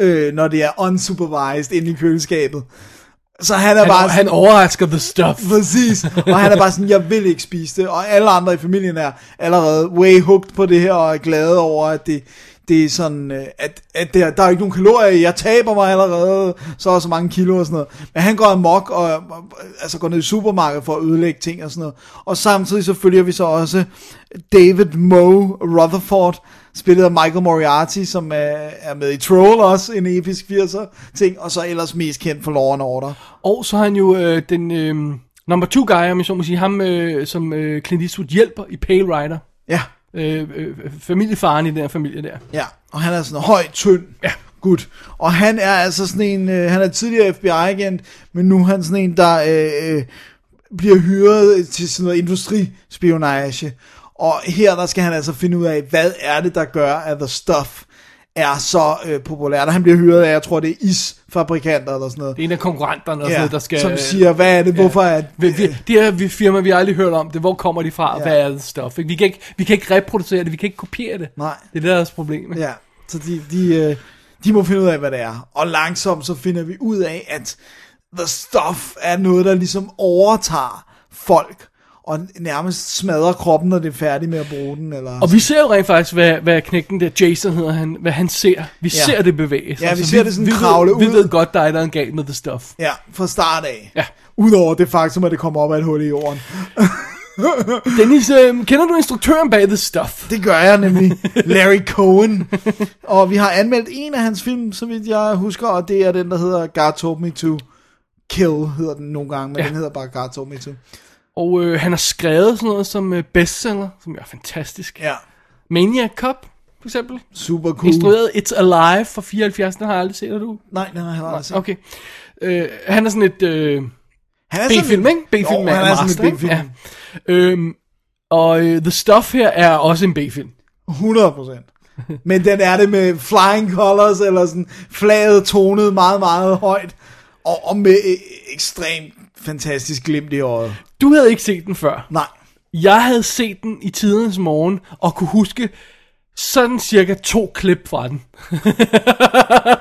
Speaker 5: øh, når det er unsupervised inde i køleskabet. Så han er
Speaker 6: Han,
Speaker 5: bare...
Speaker 6: han overrasker the stuff.
Speaker 5: Præcis. Og han er bare sådan, jeg vil ikke spise det. Og alle andre i familien er allerede way hooked på det her, og er glade over, at det, det er sådan, øh, at, at der, der er ikke nogen kalorier i, jeg taber mig allerede, så er så mange kilo og sådan noget. Men han går amok og, og altså går ned i supermarkedet for at ødelægge ting og sådan noget. Og samtidig så følger vi så også David Moe Rutherford, spillet af Michael Moriarty, som er, er med i Troll også, en episk 80'er ting, og så ellers mest kendt for Law and Order.
Speaker 6: Og så har han jo øh, den øh, number two guy, om jeg så må sige, ham øh, som øh, Clint Eastwood hjælper i Pale Rider.
Speaker 5: Ja.
Speaker 6: Øh, øh, familiefaren i den her familie der.
Speaker 5: Ja, og han er sådan en høj, tynd ja. gut. Og han er altså sådan en, øh, han er tidligere FBI-agent, men nu er han sådan en, der øh, øh, bliver hyret til sådan noget industrispionage. Og her der skal han altså finde ud af, hvad er det, der gør, at The Stuff er så øh, populært, og han bliver hyret af, jeg tror det er isfabrikanter eller sådan noget.
Speaker 6: Det er en af konkurrenterne, og sådan noget, der skal... øh,
Speaker 5: som siger, hvad er det, hvorfor er det?
Speaker 6: Vi, vi, de her vi- firmaer, vi har aldrig hørt om det, hvor kommer de fra, ja. hvad er det stof? Ikke? Vi, kan ikke, vi kan ikke reproducere det, vi kan ikke kopiere det.
Speaker 5: Nej.
Speaker 6: Det er det, der er deres problem. ikke?
Speaker 5: Ja, så de, de, øh, de må finde ud af, hvad det er. Og langsomt så finder vi ud af, at The Stuff er noget, der ligesom overtager folk, og nærmest smadrer kroppen, når det er færdigt med at bruge den. Eller
Speaker 6: Og vi ser jo rent faktisk, hvad, hvad knægten der, Jason hedder han, hvad han ser. Vi
Speaker 5: Ja.
Speaker 6: ja. ser det bevæge sig.
Speaker 5: Ja, vi ser det sådan kravle
Speaker 6: ved,
Speaker 5: ud.
Speaker 6: Vi ved godt, der er noget galt med det stof.
Speaker 5: Ja, fra start af.
Speaker 6: Ja.
Speaker 5: Udover det faktum, at det kommer op af et hul i jorden.
Speaker 6: Dennis, øh, kender du instruktøren bag det stof?
Speaker 5: Det gør jeg nemlig. Larry Cohen. og vi har anmeldt en af hans film, så vidt jeg husker, og det er den, der hedder God Told Me To Kill, hedder den nogle gange, men ja. den hedder bare God Told Me To.
Speaker 6: Og øh, han har skrevet sådan noget som øh, bestseller, som jo er fantastisk.
Speaker 5: Ja,
Speaker 6: Maniac Cop, for eksempel.
Speaker 5: super cool.
Speaker 6: Instrueret It's Alive fra 74, den har jeg aldrig set, er du?
Speaker 5: Nej, den har jeg aldrig set.
Speaker 6: Okay. Øh, han er sådan et... Øh,
Speaker 5: Han er
Speaker 6: B-film,
Speaker 5: sådan-
Speaker 6: ikke? B-film
Speaker 5: Jo, han er sådan en
Speaker 6: master,
Speaker 5: B-film.
Speaker 6: ikke? Ja. Øhm, og øh, The Stuff her er også en B-film.
Speaker 5: 100 procent. Men den er det med flying colors, eller sådan flaget tonet meget, meget højt, og, og med øh, ekstremt fantastisk glimt i øjet.
Speaker 6: Du havde ikke set den før.
Speaker 5: Nej,
Speaker 6: Jeg havde set den i tidens morgen, og kunne huske sådan cirka to klip fra den.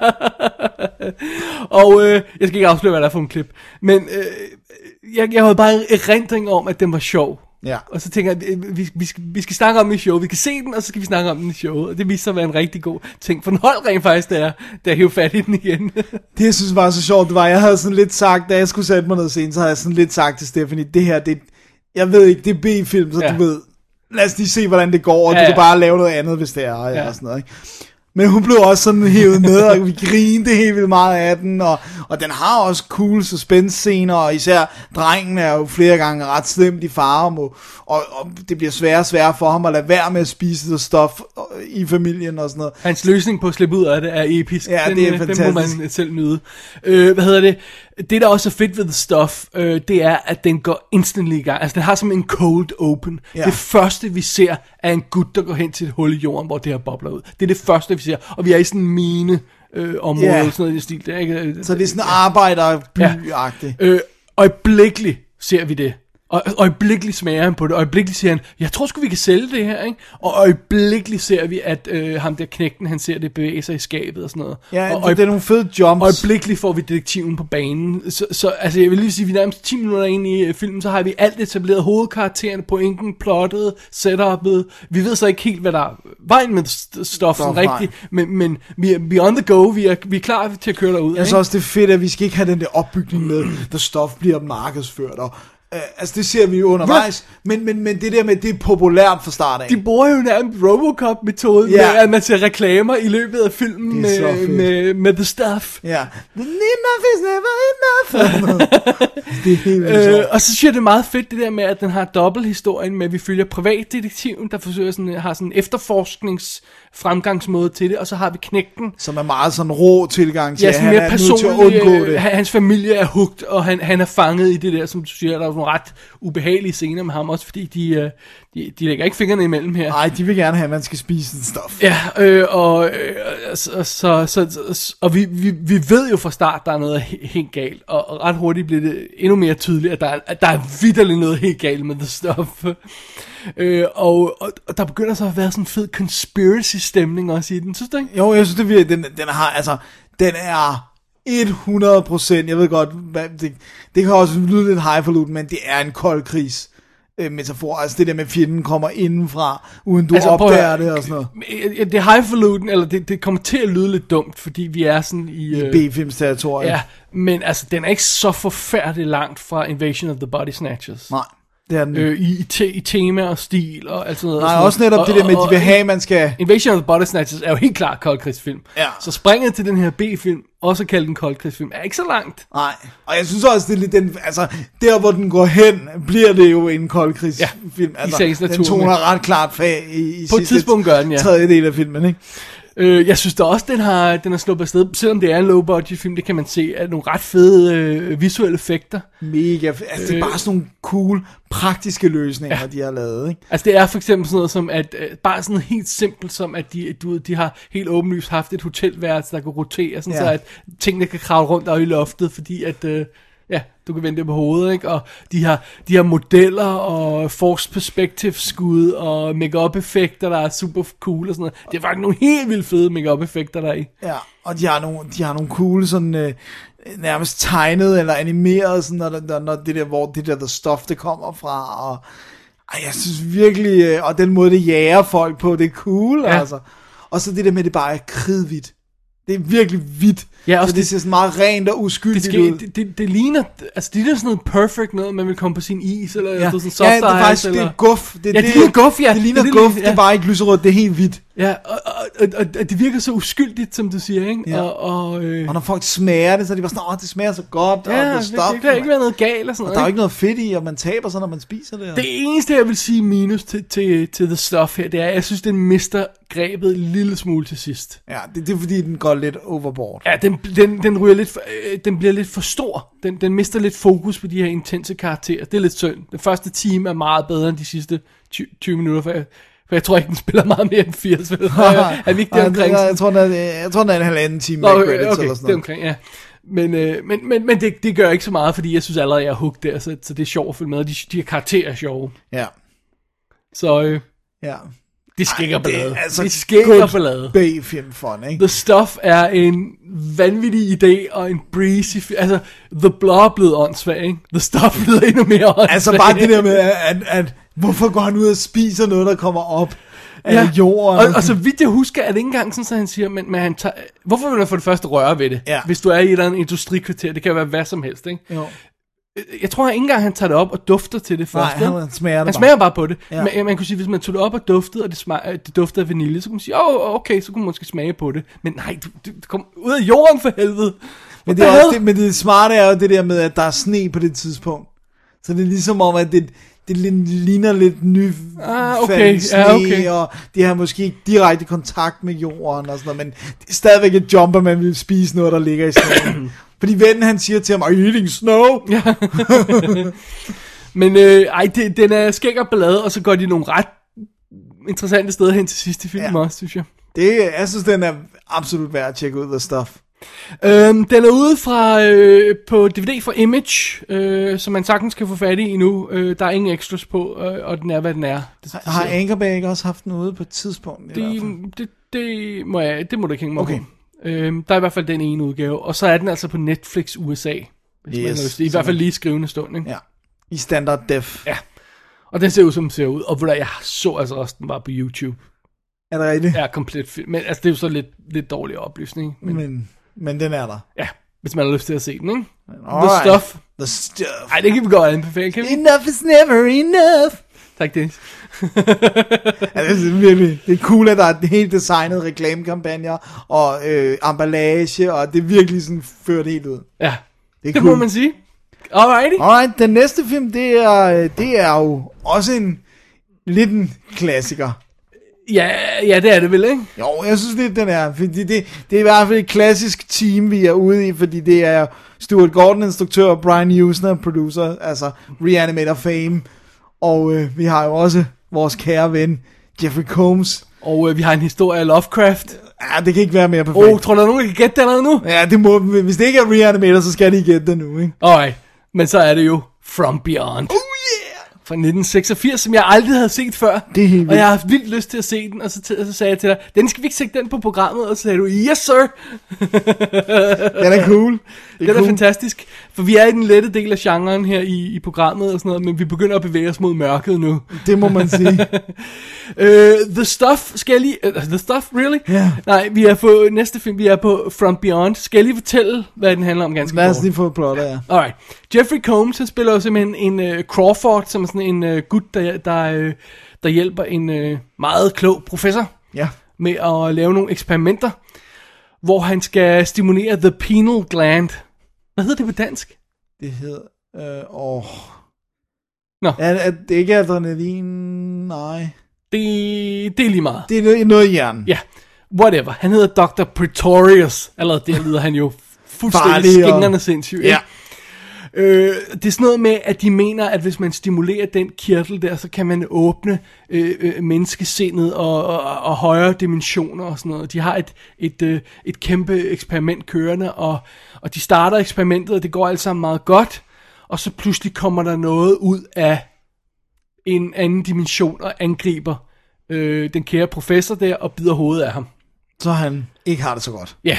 Speaker 6: og øh, jeg skal ikke afsløre, hvad der er for en klip. Men øh, jeg, jeg havde bare erindring om, at den var sjov.
Speaker 5: Ja.
Speaker 6: Og så tænker jeg, øh, vi, vi, skal, vi skal snakke om den i showet. Vi kan se den, og så skal vi snakke om den i showet. Og det viste sig at være en rigtig god ting. For den holdt rent faktisk, da jeg, da jeg hævde fat i den igen.
Speaker 5: det jeg synes var så sjovt, det var, jeg havde sådan lidt sagt, da jeg skulle sætte mig ned scenen, så havde jeg sådan lidt sagt til Stephanie, det her, det, jeg ved ikke, det er B-film, så ja.
Speaker 6: Ja.
Speaker 5: du ved, lad os lige se, hvordan det går, og ja,
Speaker 6: Ja,
Speaker 5: du
Speaker 6: ja.
Speaker 5: kan bare lave noget andet, hvis det er, ja.
Speaker 6: Ja.
Speaker 5: og sådan noget, ikke? Men hun blev også sådan hævet med, og vi grinte helt vildt meget af den, og, og den har også cool suspense-scener, og især drengen er jo flere gange ret slemt i fare, og, må- og, og det bliver sværere og sværere for ham at lade være med at spise det stof øh, i familien og sådan noget.
Speaker 6: Hans løsning på at slippe ud af det er episk.
Speaker 5: Ja,
Speaker 6: den,
Speaker 5: det er
Speaker 6: øh, Den
Speaker 5: fantastisk.
Speaker 6: må man selv nyde. Øh, hvad hedder det? Det, der også er fedt ved The Stuff, øh, det er, at den går instantly i gang. Altså, den har som en cold open.
Speaker 5: Ja.
Speaker 6: Ja. Det første, vi ser, er en gut, der går hen til et hul i jorden, hvor det her bobler ud. Det er det første, vi ser. Og vi er i sådan en mine øh, område,
Speaker 5: Ja.
Speaker 6: yeah. sådan noget i den stil. Det er, ikke?
Speaker 5: Så det er sådan arbejderby agtigt
Speaker 6: Øh, øjeblikkeligt ser vi det. Og øjeblikkeligt smager han på det. Øjeblikkeligt siger han, jeg tror sgu vi kan sælge det her, ikke? Og øjeblikkeligt ser vi, at øh, ham der knægten, han ser det bevæge sig i skabet og sådan noget.
Speaker 5: Ja,
Speaker 6: og
Speaker 5: og det er nogle fede jumps.
Speaker 6: Øjeblikkeligt får vi detektiven på banen. Så, så altså, jeg vil lige sige, at vi er nærmest 10 minutter ind i øh, filmen, så har vi alt etableret hovedkarakteren, pointen, plottet, setupet. Vi ved så ikke helt, hvad der er vejen med st-
Speaker 5: Stof,
Speaker 6: stoffen
Speaker 5: nej.
Speaker 6: rigtigt, men, men vi, er, vi er on the go, vi er, vi er klar til at køre
Speaker 5: Jeg
Speaker 6: derud. ikke?
Speaker 5: synes altså også, det er fedt, at vi skal ikke have den der opbygning med, der stof bliver markedsført. Og, øh, altså, det ser vi jo undervejs, men, men, men det der med, det er populært fra start af.
Speaker 6: De bruger jo nærmest Robocop-metoden
Speaker 5: Ja.
Speaker 6: yeah. med, at man ser reklamer i løbet af filmen
Speaker 5: Det er så
Speaker 6: med,
Speaker 5: fedt.
Speaker 6: med, med The Stuff.
Speaker 5: Ja. The enough is never enough. det er helt vildt altså.
Speaker 6: Øh,
Speaker 5: sjovt.
Speaker 6: og så synes jeg, det er meget fedt det der med, at den har dobbelthistorien med, at vi følger privatdetektiven, der forsøger sådan, øh, har sådan en efterforskningsfremgangsmåde til det, og så har vi knægten,
Speaker 5: Som er meget sådan rå tilgang til,
Speaker 6: Ja,
Speaker 5: at
Speaker 6: sådan
Speaker 5: han
Speaker 6: mere
Speaker 5: er nødt til at
Speaker 6: personligt.
Speaker 5: undgå
Speaker 6: øh,
Speaker 5: det.
Speaker 6: han- Hans familie er hugt, og han, han er fanget i det der, som du siger, der er nogle ret ubehagelige scener med ham, også fordi de, øh, de, de lægger ikke fingrene imellem her.
Speaker 5: Nej, de vil gerne have, at man skal spise den stof.
Speaker 6: Ja, øh, og, øh, så, så, så, så, og vi, vi, vi ved jo fra start, der er noget he- helt galt, og, og ret hurtigt bliver det endnu mere tydeligt, at der, er- at der er vidderligt noget helt galt med The Stuff. Øh, og, og, og der begynder så at være sådan en fed conspiracy-stemning også i den, synes du ikke?
Speaker 5: Jo, jeg synes, det virkelig, den, den har, altså, den er 100%, jeg ved godt, hvad, det, det kan også lyde lidt highfalutin, men det er en kold krigs øh, metafor, altså det der med, at fjenden kommer indenfra, uden du altså,
Speaker 6: prøv at
Speaker 5: opdager
Speaker 6: høre.
Speaker 5: det og sådan noget.
Speaker 6: Øh, Det er highfalutin, eller det, det kommer til at lyde lidt dumt, fordi vi er sådan i... øh,
Speaker 5: B-films territorie.
Speaker 6: Ja, men altså, den er ikke så forfærdelig langt fra Invasion of the Body Snatchers.
Speaker 5: Nej, det er den. Øh,
Speaker 6: øh, i, i, te, i tema og stil og alt sådan noget. og
Speaker 5: Nej,
Speaker 6: sådan
Speaker 5: også
Speaker 6: noget.
Speaker 5: netop
Speaker 6: og,
Speaker 5: det der med,
Speaker 6: og-
Speaker 5: at de vil have, at man skal...
Speaker 6: Invasion of the Body Snatchers er jo helt klart koldkrigsfilm.
Speaker 5: Ja.
Speaker 6: Så springet til den her B-film, også kaldt en koldkrigsfilm, er ikke så langt.
Speaker 5: Nej, og jeg synes også, det er lidt den, altså, der hvor den går hen, bliver det jo en koldkrigsfilm.
Speaker 6: i
Speaker 5: altså,
Speaker 6: sagens
Speaker 5: den
Speaker 6: natur,
Speaker 5: toner
Speaker 6: men-
Speaker 5: ret klart fag i, i
Speaker 6: På et
Speaker 5: sidste
Speaker 6: tidspunkt gør den, ja.
Speaker 5: tredje del af filmen, ikke?
Speaker 6: Øh, jeg synes da også, den har, den har sluppet afsted, selvom det er en low-budget film, det kan man se, at nogle ret fede øh, visuelle effekter.
Speaker 5: Mega, f- altså
Speaker 6: Øh.
Speaker 5: det er bare sådan nogle cool, praktiske løsninger, ja. de har lavet, ikke?
Speaker 6: Altså det er for eksempel sådan noget som, at øh, bare sådan helt simpelt som, at de, du, ved, de har helt åbenlyst haft et hotelværelse, der kan rotere, sådan
Speaker 5: Ja.
Speaker 6: ja. så at tingene kan kravle rundt oppe i loftet, fordi at, øh, ja, du kan vende det på hovedet, ikke? Og de har, de har modeller og force perspective skud og make-up effekter, der er super cool og sådan noget. Det er faktisk nogle helt vildt fede make-up effekter, der er i.
Speaker 5: Ja, og de har nogle, de har nogle cool sådan øh, nærmest tegnet eller animeret sådan når, når, når det der hvor det der the stuff det kommer fra og ej, jeg synes virkelig øh, og den måde det jager folk på, det er cool ja.
Speaker 6: Ja.
Speaker 5: altså. Og så det der med at det bare er kridhvidt. Det er virkelig hvidt.
Speaker 6: Ja,
Speaker 5: så
Speaker 6: også
Speaker 5: det,
Speaker 6: det-
Speaker 5: ser sådan meget rent og
Speaker 6: Det,
Speaker 5: uskyldigt
Speaker 6: skal,
Speaker 5: ud.
Speaker 6: det, det, det ligner, altså det ligner sådan noget perfect noget, man vil komme på sin is, eller
Speaker 5: Ja.
Speaker 6: sådan soft
Speaker 5: ja, det er
Speaker 6: ice,
Speaker 5: faktisk det
Speaker 6: eller...
Speaker 5: er guf. Det,
Speaker 6: Ja, det ligner guf, ja.
Speaker 5: Det ligner
Speaker 6: Det er
Speaker 5: guf,
Speaker 6: lidt-
Speaker 5: det er
Speaker 6: ja.
Speaker 5: bare ikke lyserødt, det er helt hvidt.
Speaker 6: Ja, og, og, og, og og det virker så uskyldigt, som du siger, ikke?
Speaker 5: Ja.
Speaker 6: Ja. Og, og, øh,
Speaker 5: Og når folk smager det, så er de bare sådan, åh, det smager så godt,
Speaker 6: ja,
Speaker 5: og
Speaker 6: det,
Speaker 5: the stuff.
Speaker 6: det, kan ikke være noget galt og sådan
Speaker 5: og der er jo
Speaker 6: noget.
Speaker 5: ikke noget fedt i, og man taber sig, når man spiser det. og-
Speaker 6: Det eneste, jeg vil sige minus til, til, til The Stuff her, det er, at jeg synes, den mister grebet en lille smule til sidst.
Speaker 5: Ja, det, det er fordi, den går lidt overboard.
Speaker 6: Ja, den, den, den, ryger lidt for, øh, den bliver lidt for stor. Den, den mister lidt fokus på de her intense karakterer. Det er lidt synd. Den første time er meget bedre end de sidste 20, 20 minutter, for jeg, for jeg tror ikke, den spiller meget mere end 80. vel? er vi ikke
Speaker 5: Ej,
Speaker 6: det omkring?
Speaker 5: Jeg, jeg, tror, den er, jeg tror, den er en halvanden time
Speaker 6: Nå,
Speaker 5: med
Speaker 6: okay,
Speaker 5: credits
Speaker 6: okay,
Speaker 5: eller
Speaker 6: det
Speaker 5: sådan noget.
Speaker 6: er omkring, ja. Men, øh, men, men, men det, det gør ikke så meget, fordi jeg synes allerede, jeg er hooked der, så, så det er sjovt at følge med. og De, de her karakterer er sjove.
Speaker 5: Ja,
Speaker 6: Så øh,
Speaker 5: ja.
Speaker 6: det skikker ballade. Det,
Speaker 5: altså
Speaker 6: det skikker
Speaker 5: kun
Speaker 6: ballade.
Speaker 5: B-film fun, ikke?
Speaker 6: The Stuff er en vanvittig idé og en breezy... fi- Altså, The Blob blev åndssvag, ikke? The Stuff blev endnu mere åndssvag.
Speaker 5: Altså bare det der med, at, at, at hvorfor går han ud og spiser noget, der kommer op af ja. jorden?
Speaker 6: Og, og så vidt jeg husker, er det ikke engang sådan, at han siger, men, men han tager, hvorfor vil du for det første røre ved det?
Speaker 5: Ja.
Speaker 6: Hvis du er i et eller andet industrikvarter, det kan være hvad som helst, ikke?
Speaker 5: jo.
Speaker 6: Jeg tror ikke engang, han tager det op og dufter til det først.
Speaker 5: han-
Speaker 6: vel?
Speaker 5: han smager det
Speaker 6: han
Speaker 5: bare.
Speaker 6: smager bare på det.
Speaker 5: Ja.
Speaker 6: Ja. Man, man kunne sige, hvis man tog det op og duftede, og det, smag, øh, det duftede af vanilje, så kunne man sige, åh, oh, okay, så kunne man måske smage på det. Men nej, du, du, du kom ud af jorden for helvede.
Speaker 5: Men det, er også det, men det smarte er jo det der med, at der er sne på det tidspunkt. Så det er ligesom om, at det, det lidt- ligner lidt ny
Speaker 6: Ah, okay. Ja,
Speaker 5: sne,
Speaker 6: okay.
Speaker 5: og de har måske ikke direkte kontakt med jorden og sådan noget, men det er stadigvæk et jumper, man vil spise noget, der ligger i sneen. Fordi vennen han siger til ham, are you eating snow? Ja.
Speaker 6: Men øh, ej, det, den er skæg og ballade, og så går de nogle ret interessante steder hen til sidste film
Speaker 5: Ja.
Speaker 6: ja. også, synes jeg.
Speaker 5: Det, jeg synes, den er absolut værd at tjekke ud af stuff.
Speaker 6: Øhm, den er ude fra øh, på DVD fra Image, øh, som man sagtens kan få fat i endnu. Øh, der er ingen extras på, øh, og den er, hvad den er. Det, det,
Speaker 5: Har Ankerberg ikke også haft den ude på et tidspunkt? i hvert fald?
Speaker 6: det, det, det, må jeg, det må du ikke hænge mig
Speaker 5: Okay.
Speaker 6: okay. på. Øhm, der er i hvert fald den ene udgave, og så er den altså på Netflix USA. Hvis man har
Speaker 5: Yes,
Speaker 6: lyst. I
Speaker 5: så
Speaker 6: hvert fald
Speaker 5: man-
Speaker 6: lige i skrivende stund, ikke?
Speaker 5: Ja. I standard def. Ja.
Speaker 6: Og den ser ud, som den ser ud. Og hvor jeg så altså også, den var på YouTube.
Speaker 5: Er det rigtigt?
Speaker 6: Ja, komplet film. Men altså, det er jo så lidt, lidt dårlig oplysning. Men
Speaker 5: Men, men den er der.
Speaker 6: ja, hvis man har lyst til at se den, ikke? The
Speaker 5: Alright.
Speaker 6: Stuff.
Speaker 5: The stuff.
Speaker 6: Ej, det kan vi godt anbefale, kan vi?
Speaker 5: Enough is never enough.
Speaker 6: Tak, Dennis.
Speaker 5: Altså, virkelig, det er cool, at der er helt designet reklamekampagner og øh, emballage, og det er virkelig sådan ført helt ud.
Speaker 6: Ja,
Speaker 5: Det er
Speaker 6: det
Speaker 5: cool.
Speaker 6: må man sige. Alrighty.
Speaker 5: Alright, den næste film, det er, øh, det er jo også en lidt en klassiker.
Speaker 6: Ja, ja, det er det vel, ikke?
Speaker 5: Jo, jeg synes lidt, den er, fordi det, det er i hvert fald et klassisk team, vi er ude i, fordi det er Stuart Gordon, instruktør, og Brian Usner, producer, altså Reanimator fame, og øh, vi har jo også vores kære ven, Jeffrey Combs.
Speaker 6: Og øh, vi har en historie af Lovecraft.
Speaker 5: Ja, det kan ikke være mere
Speaker 6: Åh,
Speaker 5: perfekt.
Speaker 6: oh, tror du, der er nogen, der kan gætte det allerede nu?
Speaker 5: Ja, det må, hvis det ikke er Reanimator, så skal de gætte det nu, ikke?
Speaker 6: Alright, men så er det jo From Beyond. Oh yeah! Fra 1986, som jeg aldrig havde set før.
Speaker 5: Det er helt vildt.
Speaker 6: Og jeg har haft vildt lyst til at se den, og så, til, og så sagde jeg til dig, den skal vi ikke se den på programmet, og så sagde du, yes sir!
Speaker 5: Den er cool.
Speaker 6: Det er, det er fantastisk, for vi er i den lette del af genren her i, i programmet og sådan noget, men vi begynder at bevæge os mod mørket nu.
Speaker 5: Det må man sige.
Speaker 6: Uh, the Stuff, skal jeg lige... Uh, the Stuff, really?
Speaker 5: Ja.
Speaker 6: Nej, vi er på næste film, vi er på From Beyond. Skal jeg lige fortælle, hvad den handler om ganske
Speaker 5: Lad os
Speaker 6: kort?
Speaker 5: lige få plotter, ja.
Speaker 6: Alright. Jeffrey Combs, han spiller jo simpelthen en uh, Crawford, som er sådan en uh, gut, der, der, uh, der hjælper en uh, meget klog professor
Speaker 5: Ja.
Speaker 6: med at lave nogle eksperimenter, hvor han skal stimulere the penal gland. Hvad hedder det på dansk?
Speaker 5: Det hedder... Øh, åh.
Speaker 6: Nå.
Speaker 5: Er, er det ikke adrenalin? Nej.
Speaker 6: Det, det er lige meget.
Speaker 5: Det er noget, noget i hjernen.
Speaker 6: Ja. whatever. Han hedder Dr. Pretorius. Allerede der lyder han jo fuldstændig
Speaker 5: Farlig og-
Speaker 6: skængerne sindssyg. ikke?
Speaker 5: Ja.
Speaker 6: Øh, det er sådan noget med, at de mener, at hvis man stimulerer den kirtel der, så kan man åbne øh, øh, menneskesindet og, og, og højere dimensioner og sådan noget. De har et, et, øh, et kæmpe eksperiment kørende, og, og de starter eksperimentet, og det går alt sammen meget godt. Og så pludselig kommer der noget ud af en anden dimension og angriber øh, den kære professor der og bider hovedet af ham.
Speaker 5: Så han ikke har det så godt.
Speaker 6: Ja.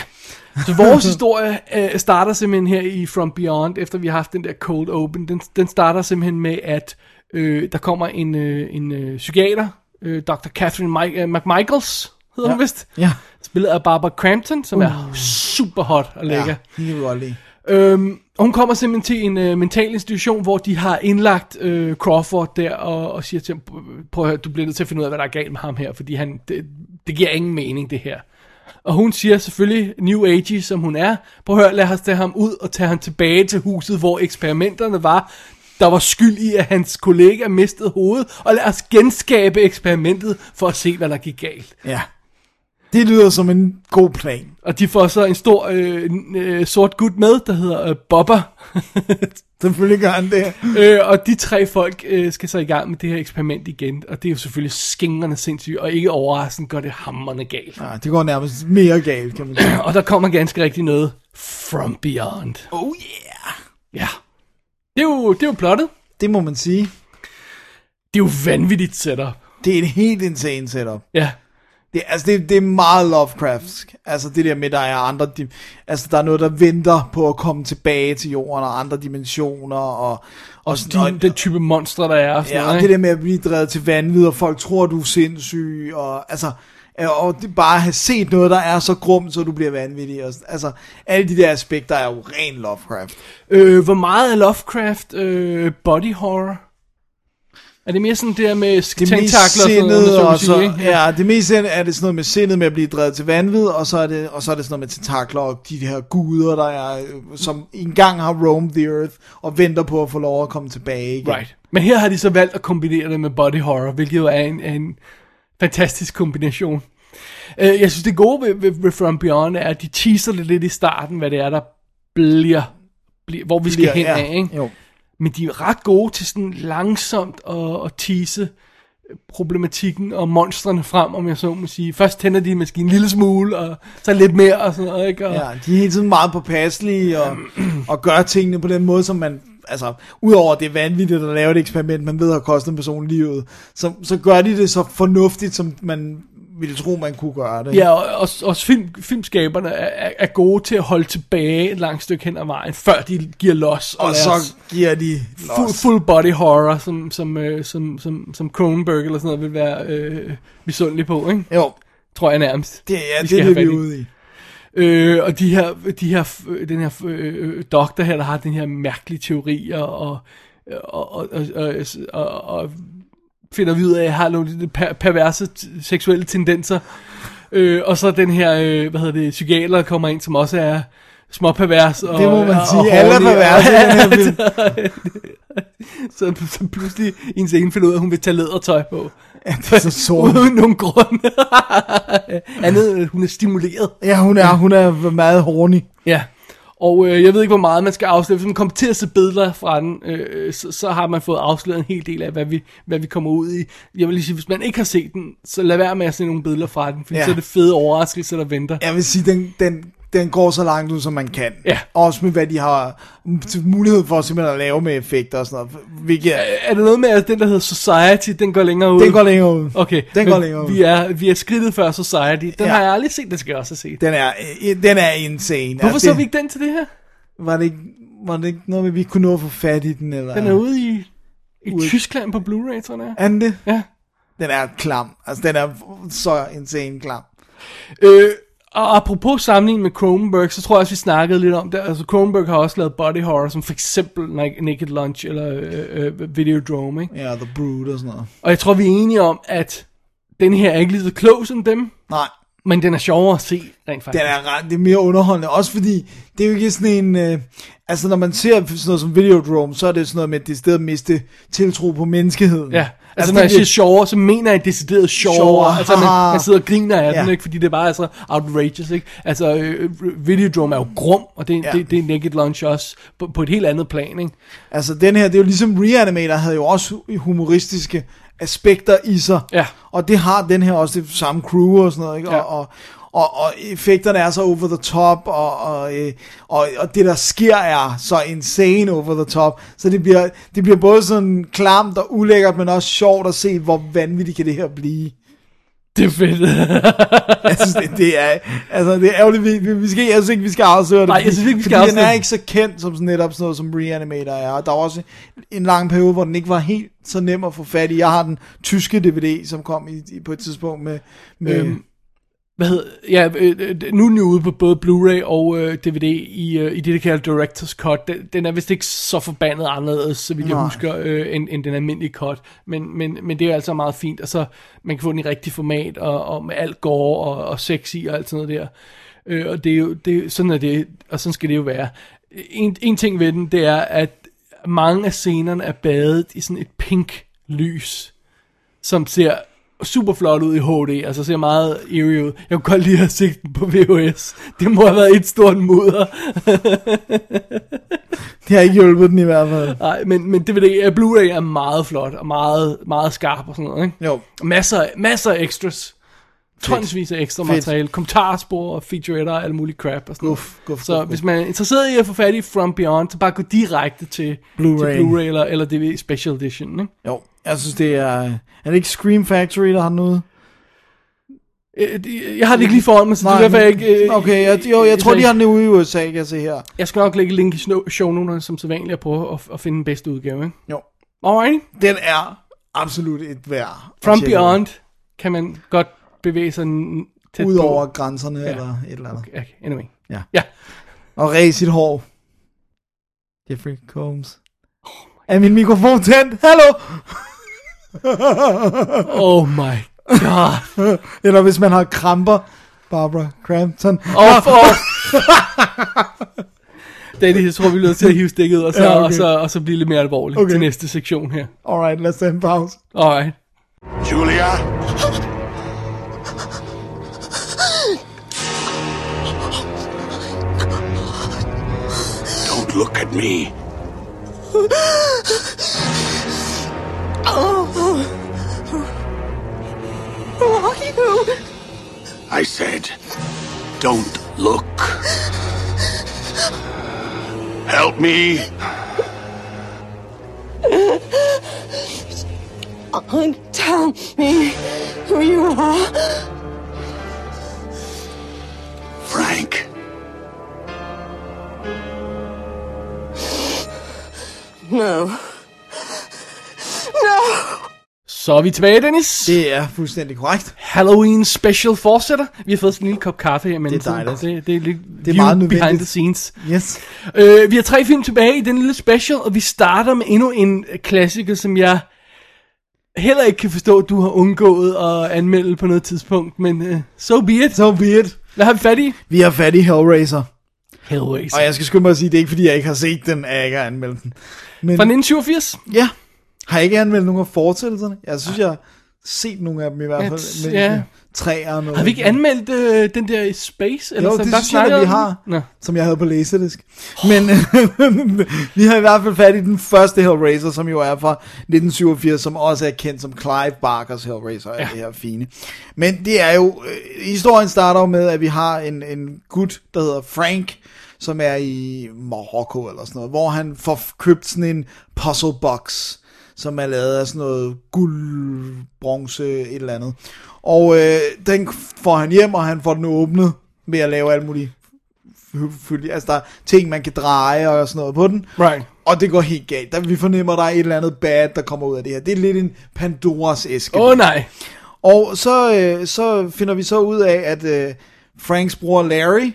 Speaker 6: Så vores historie øh, starter simpelthen her i From Beyond, efter vi har haft den der cold open. Den, den starter simpelthen med, at øh, der kommer en, øh, en øh, psykiater, øh, Dr. Catherine Mi- øh, McMichaels, hedder ja. hun vist.
Speaker 5: Ja.
Speaker 6: Spillet af Barbara Crampton, som uh. er super hot og lækker.
Speaker 5: Ja, det kan vi godt lide.
Speaker 6: Øhm, og hun kommer simpelthen til en øh, mental institution, hvor de har indlagt øh, Crawford der, og, og siger til ham, "Pr- prøv at høre, du bliver nødt til at finde ud af, hvad der er galt med ham her, fordi han, det, det giver ingen mening, det her. Og hun siger selvfølgelig, New Age, som hun er, prøv at høre, lad os tage ham ud og tage ham tilbage til huset, hvor eksperimenterne var, der var skyld i, at hans kollega mistede hovedet, og lad os genskabe eksperimentet for at se, hvad der gik galt.
Speaker 5: Ja. Det lyder som en god plan.
Speaker 6: Og de får så en stor øh, n- øh, sort gut med, der hedder øh, Bobber.
Speaker 5: Selvfølgelig gør han det.
Speaker 6: øh, og de tre folk øh, skal så i gang med det her eksperiment igen, og det er jo selvfølgelig skingrende sindssygt, og ikke overraskende går det hammerne galt.
Speaker 5: Ja, det går nærmest mere galt, kan man sige.
Speaker 6: Og der kommer ganske rigtigt noget from beyond.
Speaker 5: Oh yeah.
Speaker 6: Ja. Det er jo, det er jo plottet.
Speaker 5: Det må man sige.
Speaker 6: Det er jo vanvittigt setup.
Speaker 5: Det er et helt insane setup.
Speaker 6: Ja.
Speaker 5: Det, altså, det, det er meget Lovecraftsk. Altså, det der med, der er andre... Di- altså, der er noget, der venter på at komme tilbage til jorden, og andre dimensioner, og... Og, og,
Speaker 6: De, den type monstre, der er. og sådan
Speaker 5: Ja,
Speaker 6: noget,
Speaker 5: og
Speaker 6: ikke?
Speaker 5: det der med at blive drevet til vanvid, og folk tror, du er sindssyg, og altså, øh, og det bare at have set noget, der er så grumt, så du bliver vanvittig. Og, altså, alle de der aspekter er jo ren Lovecraft.
Speaker 6: Øh, hvor meget er Lovecraft øh, body horror? Er det mere sådan det der med
Speaker 5: Det
Speaker 6: tentakler og sådan noget?
Speaker 5: sindet,
Speaker 6: så
Speaker 5: og
Speaker 6: at sige,
Speaker 5: så,
Speaker 6: ikke?
Speaker 5: ja, det mest sindede er det sådan noget med sindet med at blive drevet til vanvid, og så er det, og så er det sådan noget med tentakler og de her guder, der er, øh, som engang har roamed the earth, og venter på at få lov at komme tilbage igen.
Speaker 6: Right. Men her har de så valgt at kombinere det med body horror, hvilket jo er en, er en fantastisk kombination. Øh, jeg synes, det gode ved, ved, ved From Beyond er, at de teaser det lidt i starten, hvad det er, der bliver, bliver hvor vi skal
Speaker 5: Bliver-
Speaker 6: hen
Speaker 5: ja,
Speaker 6: af. Ikke?
Speaker 5: Jo.
Speaker 6: Men de er ret gode til sådan langsomt at, at tease problematikken og monstrene frem, om jeg så må sige. Først tænder de måske en lille smule, og så lidt mere og sådan noget, ikke? Og,
Speaker 5: Ja, de er hele tiden meget påpasselige og, og gør tingene på den måde, som man... Altså, udover at det er vanvittigt at lave et eksperiment, man ved har kostet en person livet, så, så gør de det så fornuftigt, som man ville tro, man kunne gøre det.
Speaker 6: Ja, og også, også film, filmskaberne er, er- er gode til at holde tilbage et langt stykke hen ad vejen, før de giver los.
Speaker 5: og
Speaker 6: lader
Speaker 5: så
Speaker 6: os-
Speaker 5: giver de...
Speaker 6: Full, full body horror, som, som, øh, som, som, som Cronenberg eller sådan noget vil være øh, misundelig på, ikke?
Speaker 5: Jo,
Speaker 6: tror jeg nærmest.
Speaker 5: det er
Speaker 6: Vi
Speaker 5: det,
Speaker 6: skal
Speaker 5: det,
Speaker 6: have
Speaker 5: vi er
Speaker 6: fat i.
Speaker 5: ude i.
Speaker 6: Øh, og de her, de her, øh, den her øh, doktor her, der har den her mærkelige teori, og, og, og, og, og, og, og finder vi ud af, at jeg har nogle lidt per- perverse t- seksuelle tendenser. Øh, og så den her, øh, hvad hedder det, psykiater, der kommer ind, som også er småpervers. Og,
Speaker 5: Det må man
Speaker 6: og,
Speaker 5: sige.
Speaker 6: og
Speaker 5: Alle er
Speaker 6: horny, og-
Speaker 5: perverse i den her film.
Speaker 6: så, så pludselig i en scene finder ud af, at hun vil tage lædertøj på.
Speaker 5: Det er så sort.
Speaker 6: Uden nogen grund. Andet, end at hun er stimuleret.
Speaker 5: Ja, hun er, hun er meget horny.
Speaker 6: Ja, og øh, jeg ved ikke, hvor meget man skal afsløre. Hvis man kommer til at se billeder fra den, øh, så, så har man fået afsløret en hel del af, hvad vi, hvad vi kommer ud i. Jeg vil lige sige, hvis man ikke har set den, så lad være med at se nogle billeder fra den, for ja.
Speaker 5: Ja.
Speaker 6: så er det fede overraskelser, der venter. Ja.
Speaker 5: Jeg vil sige, den, den, den går så langt ud, som man kan.
Speaker 6: Ja.
Speaker 5: Også med, hvad de har mulighed for simpelthen at lave med effekter og sådan noget. Hvilket,
Speaker 6: Er der noget med, at den, der hedder Society, den går længere ud?
Speaker 5: den går længere ud.
Speaker 6: Okay,
Speaker 5: den
Speaker 6: men
Speaker 5: går længere ud.
Speaker 6: Vi er, vi er skridtet før Society. Den ja.
Speaker 5: Ja.
Speaker 6: har jeg aldrig set, den skal jeg også se.
Speaker 5: Den er, øh, den er insane.
Speaker 6: Hvorfor
Speaker 5: Altså,
Speaker 6: så
Speaker 5: det-
Speaker 6: vi ikke den til det her?
Speaker 5: Var det ikke, var det ikke noget med, at vi ikke kunne nå at få fat i den? Eller?
Speaker 6: Den er ude i, i
Speaker 5: Ude.
Speaker 6: Tyskland på Blu-ray, tror jeg.
Speaker 5: Er den det?
Speaker 6: Ja.
Speaker 5: Den er klam. Altså, den er så insane klam.
Speaker 6: Øh, og apropos sammenligning med Cronenberg, så tror jeg også, vi snakkede lidt om det. Altså, Cronenberg har også lavet body horror, som for eksempel Nak- Naked Lunch eller øh, øh, Videodrome, ikke?
Speaker 5: Ja, The Brood og sådan noget.
Speaker 6: Og jeg tror, vi er enige om, at den her er ikke lige så klog som dem,
Speaker 5: Nej,
Speaker 6: men den er sjovere at se, rent faktisk.
Speaker 5: den er, ret- det er mere underholdende. Også fordi, det er jo ikke sådan en... Øh, altså, når man ser sådan noget som Videodrome, så er det sådan noget med, at det sted at miste tiltro på menneskeheden.
Speaker 6: Ja, Altså,
Speaker 5: det
Speaker 6: når jeg
Speaker 5: bliver-
Speaker 6: siger sjovere, så mener jeg decideret sjovere.
Speaker 5: Sjovere,
Speaker 6: Altså, man,
Speaker 5: haha.
Speaker 6: man sidder og griner af den,
Speaker 5: Ja.
Speaker 6: ikke? Fordi det bare er så outrageous, ikke? Altså, øh, Videodrome er jo grum, og det,
Speaker 5: Ja.
Speaker 6: det, det er Naked Lunch også på, på et helt andet plan, ikke?
Speaker 5: Altså den her, det er jo ligesom Reanimator havde jo også hu- humoristiske aspekter i sig.
Speaker 6: Ja.
Speaker 5: Og det har den her også, det er samme crew og sådan noget, ikke?
Speaker 6: Ja.
Speaker 5: Og, og, og, og effekterne er så over the top, og, og, øh, og, og det der sker er så insane over the top. Så det bliver, det bliver både sådan klamt og ulækkert, men også sjovt at se, hvor vanvittigt kan det her blive.
Speaker 6: Det er fedt.
Speaker 5: Jeg synes, det, det er, altså, det er ærgerligt, vi, vi, vi skal, jeg synes ikke, vi skal afsløre det.
Speaker 6: Nej, jeg
Speaker 5: fordi-
Speaker 6: synes ikke, vi skal
Speaker 5: fordi
Speaker 6: afsløre
Speaker 5: den er
Speaker 6: det.
Speaker 5: ikke så kendt som sådan netop sådan noget, som Reanimator er. Og Der var også en lang periode, hvor den ikke var helt så nem at få fat i. Jeg har den tyske DVD, som kom i, i, på et tidspunkt med... med
Speaker 6: Øhm, Hvad hedder, ja, øh, øh, nu er den jo ude på både Blu-ray og øh, DVD i, øh, i det, der kalder Director's Cut. Den, den er vist ikke så forbandet anderledes, så vidt jeg
Speaker 5: Nej.
Speaker 6: husker, øh, end, end den almindelige cut. Men, men, men det er altså meget fint, og så man kan få den i rigtig format, og, og med alt går og, og sexy og alt sådan noget der. Øh, og det er jo, det, er- sådan er det, og sådan skal det jo være. En, en ting ved den, det er, at mange af scenerne er badet i sådan et pink lys som ser super flot ud i HD, altså ser meget eerie ud. Jeg kunne godt lide at have set den på VHS. Det må have været et stort mudder.
Speaker 5: det har ikke hjulpet den i hvert fald.
Speaker 6: Nej, men, men DVD, ja, Blu-ray er meget flot og meget, meget skarp og sådan noget, ikke?
Speaker 5: Jo.
Speaker 6: Og Masser, af- masser af extras. Tonsvis af ekstra
Speaker 5: Fedt.
Speaker 6: materiale, kommentarspor og featuretter og alt muligt crap og sådan
Speaker 5: Guf, guf,
Speaker 6: Så
Speaker 5: guf, guf.
Speaker 6: hvis man er interesseret i at få fat i From Beyond, så bare gå direkte til
Speaker 5: Blu-ray.
Speaker 6: til Blu-ray eller, eller DVD Special Edition, ikke?
Speaker 5: Jo, jeg synes, det er... Er det ikke Scream Factory, der har noget?
Speaker 6: Øh, det- Jeg har det ikke lige foran mig, så det er derfor jeg ikke... øh,
Speaker 5: okay, jeg, jo, jeg tror,
Speaker 6: så-
Speaker 5: de har den ude i USA, kan jeg se her.
Speaker 6: Jeg skal nok lægge et link i sno- shownoterne, som så vanligt, og prøve at, at finde den bedste udgave, ikke?
Speaker 5: Jo.
Speaker 6: Alright.
Speaker 5: Den er absolut et værd. at
Speaker 6: From
Speaker 5: tjekke
Speaker 6: Beyond kan man godt bevæge sig n- tæt
Speaker 5: ud.
Speaker 6: på.
Speaker 5: Udover grænserne ja. eller et eller andet.
Speaker 6: Okay, okay, anyway.
Speaker 5: Ja.
Speaker 6: Ja.
Speaker 5: Og ræs sit hår. Jeffrey Combs. er min mikrofon tændt? Hallo?
Speaker 6: Oh my god.
Speaker 5: Eller hvis man har kramper. Barbara Crampton.
Speaker 6: Oh, for... Daddy, jeg tror, vi er nødt til at hive stikket, og så,
Speaker 5: Ja,
Speaker 6: ja,
Speaker 5: okay.
Speaker 6: okay. og så, og så blive lidt mere alvorligt
Speaker 5: Okay.
Speaker 6: okay. til næste sektion her.
Speaker 5: Alright, lad os tage en pause.
Speaker 6: Alright.
Speaker 4: Julia? Don't look at me. I said, don't look. Help me.
Speaker 8: Tell me who you are.
Speaker 4: Frank.
Speaker 8: No. No!
Speaker 6: Så er vi tilbage, Dennis.
Speaker 5: Det er fuldstændig korrekt.
Speaker 6: Halloween special fortsætter. Vi har fået sådan en lille kop kaffe her i mellemtiden.
Speaker 5: dejligt.
Speaker 6: Det, det er lidt
Speaker 5: er
Speaker 6: view
Speaker 5: meget nødvendigt.
Speaker 6: behind the scenes.
Speaker 5: Yes.
Speaker 6: Øh, vi har tre film tilbage i den lille special, og vi starter med endnu en øh, klassiker, som jeg heller ikke kan forstå, at du har undgået at anmelde på noget tidspunkt, men uh, so be it.
Speaker 5: So be it.
Speaker 6: Hvad har vi fat i?
Speaker 5: Vi har fat i Hellraiser.
Speaker 6: Hellraiser.
Speaker 5: Og jeg skal skynde mig at sige, det er ikke fordi, jeg ikke har set den, at jeg ikke har anmeldt den. Men
Speaker 6: Fra 1987?
Speaker 5: ja, har jeg ikke anmeldt nogen af fortællelserne? Jeg synes, jeg har set nogle af dem i hvert
Speaker 6: Ja,
Speaker 5: fald.
Speaker 6: t-
Speaker 5: men
Speaker 6: ja.
Speaker 5: Træer og noget.
Speaker 6: Har vi ikke anmeldt øh, den der Space? Eller
Speaker 5: Jo,
Speaker 6: sådan?
Speaker 5: det
Speaker 6: Der
Speaker 5: synes jeg da,
Speaker 6: snakkede
Speaker 5: vi
Speaker 6: om den.
Speaker 5: har.
Speaker 6: Nå.
Speaker 5: som jeg havde på læsedisk. Men vi har i hvert fald fat i den første Hellraiser, som jo er fra 1987, som også er kendt som Clive Barkers Hellraiser, ja.
Speaker 6: Ja.
Speaker 5: det her fine. Men det er jo, øh, historien starter jo med, at vi har en, en gut, der hedder Frank, som er i Marokko eller sådan noget, hvor han får købt sådan en puzzle box, som er lavet af sådan noget guld, bronze, et eller andet. Og øh, den får han hjem, og han får den åbnet ved at lave alle mulige fyldig. Altså, der er ting, man kan dreje og sådan noget på den.
Speaker 6: Right.
Speaker 5: Og det går helt galt. Der, vi fornemmer, der er et eller andet bad, der kommer ud af det her. Det er lidt en Pandoras æske.
Speaker 6: Åh oh, nej.
Speaker 5: Og så, øh, så finder vi så ud af, at øh, Franks bror Larry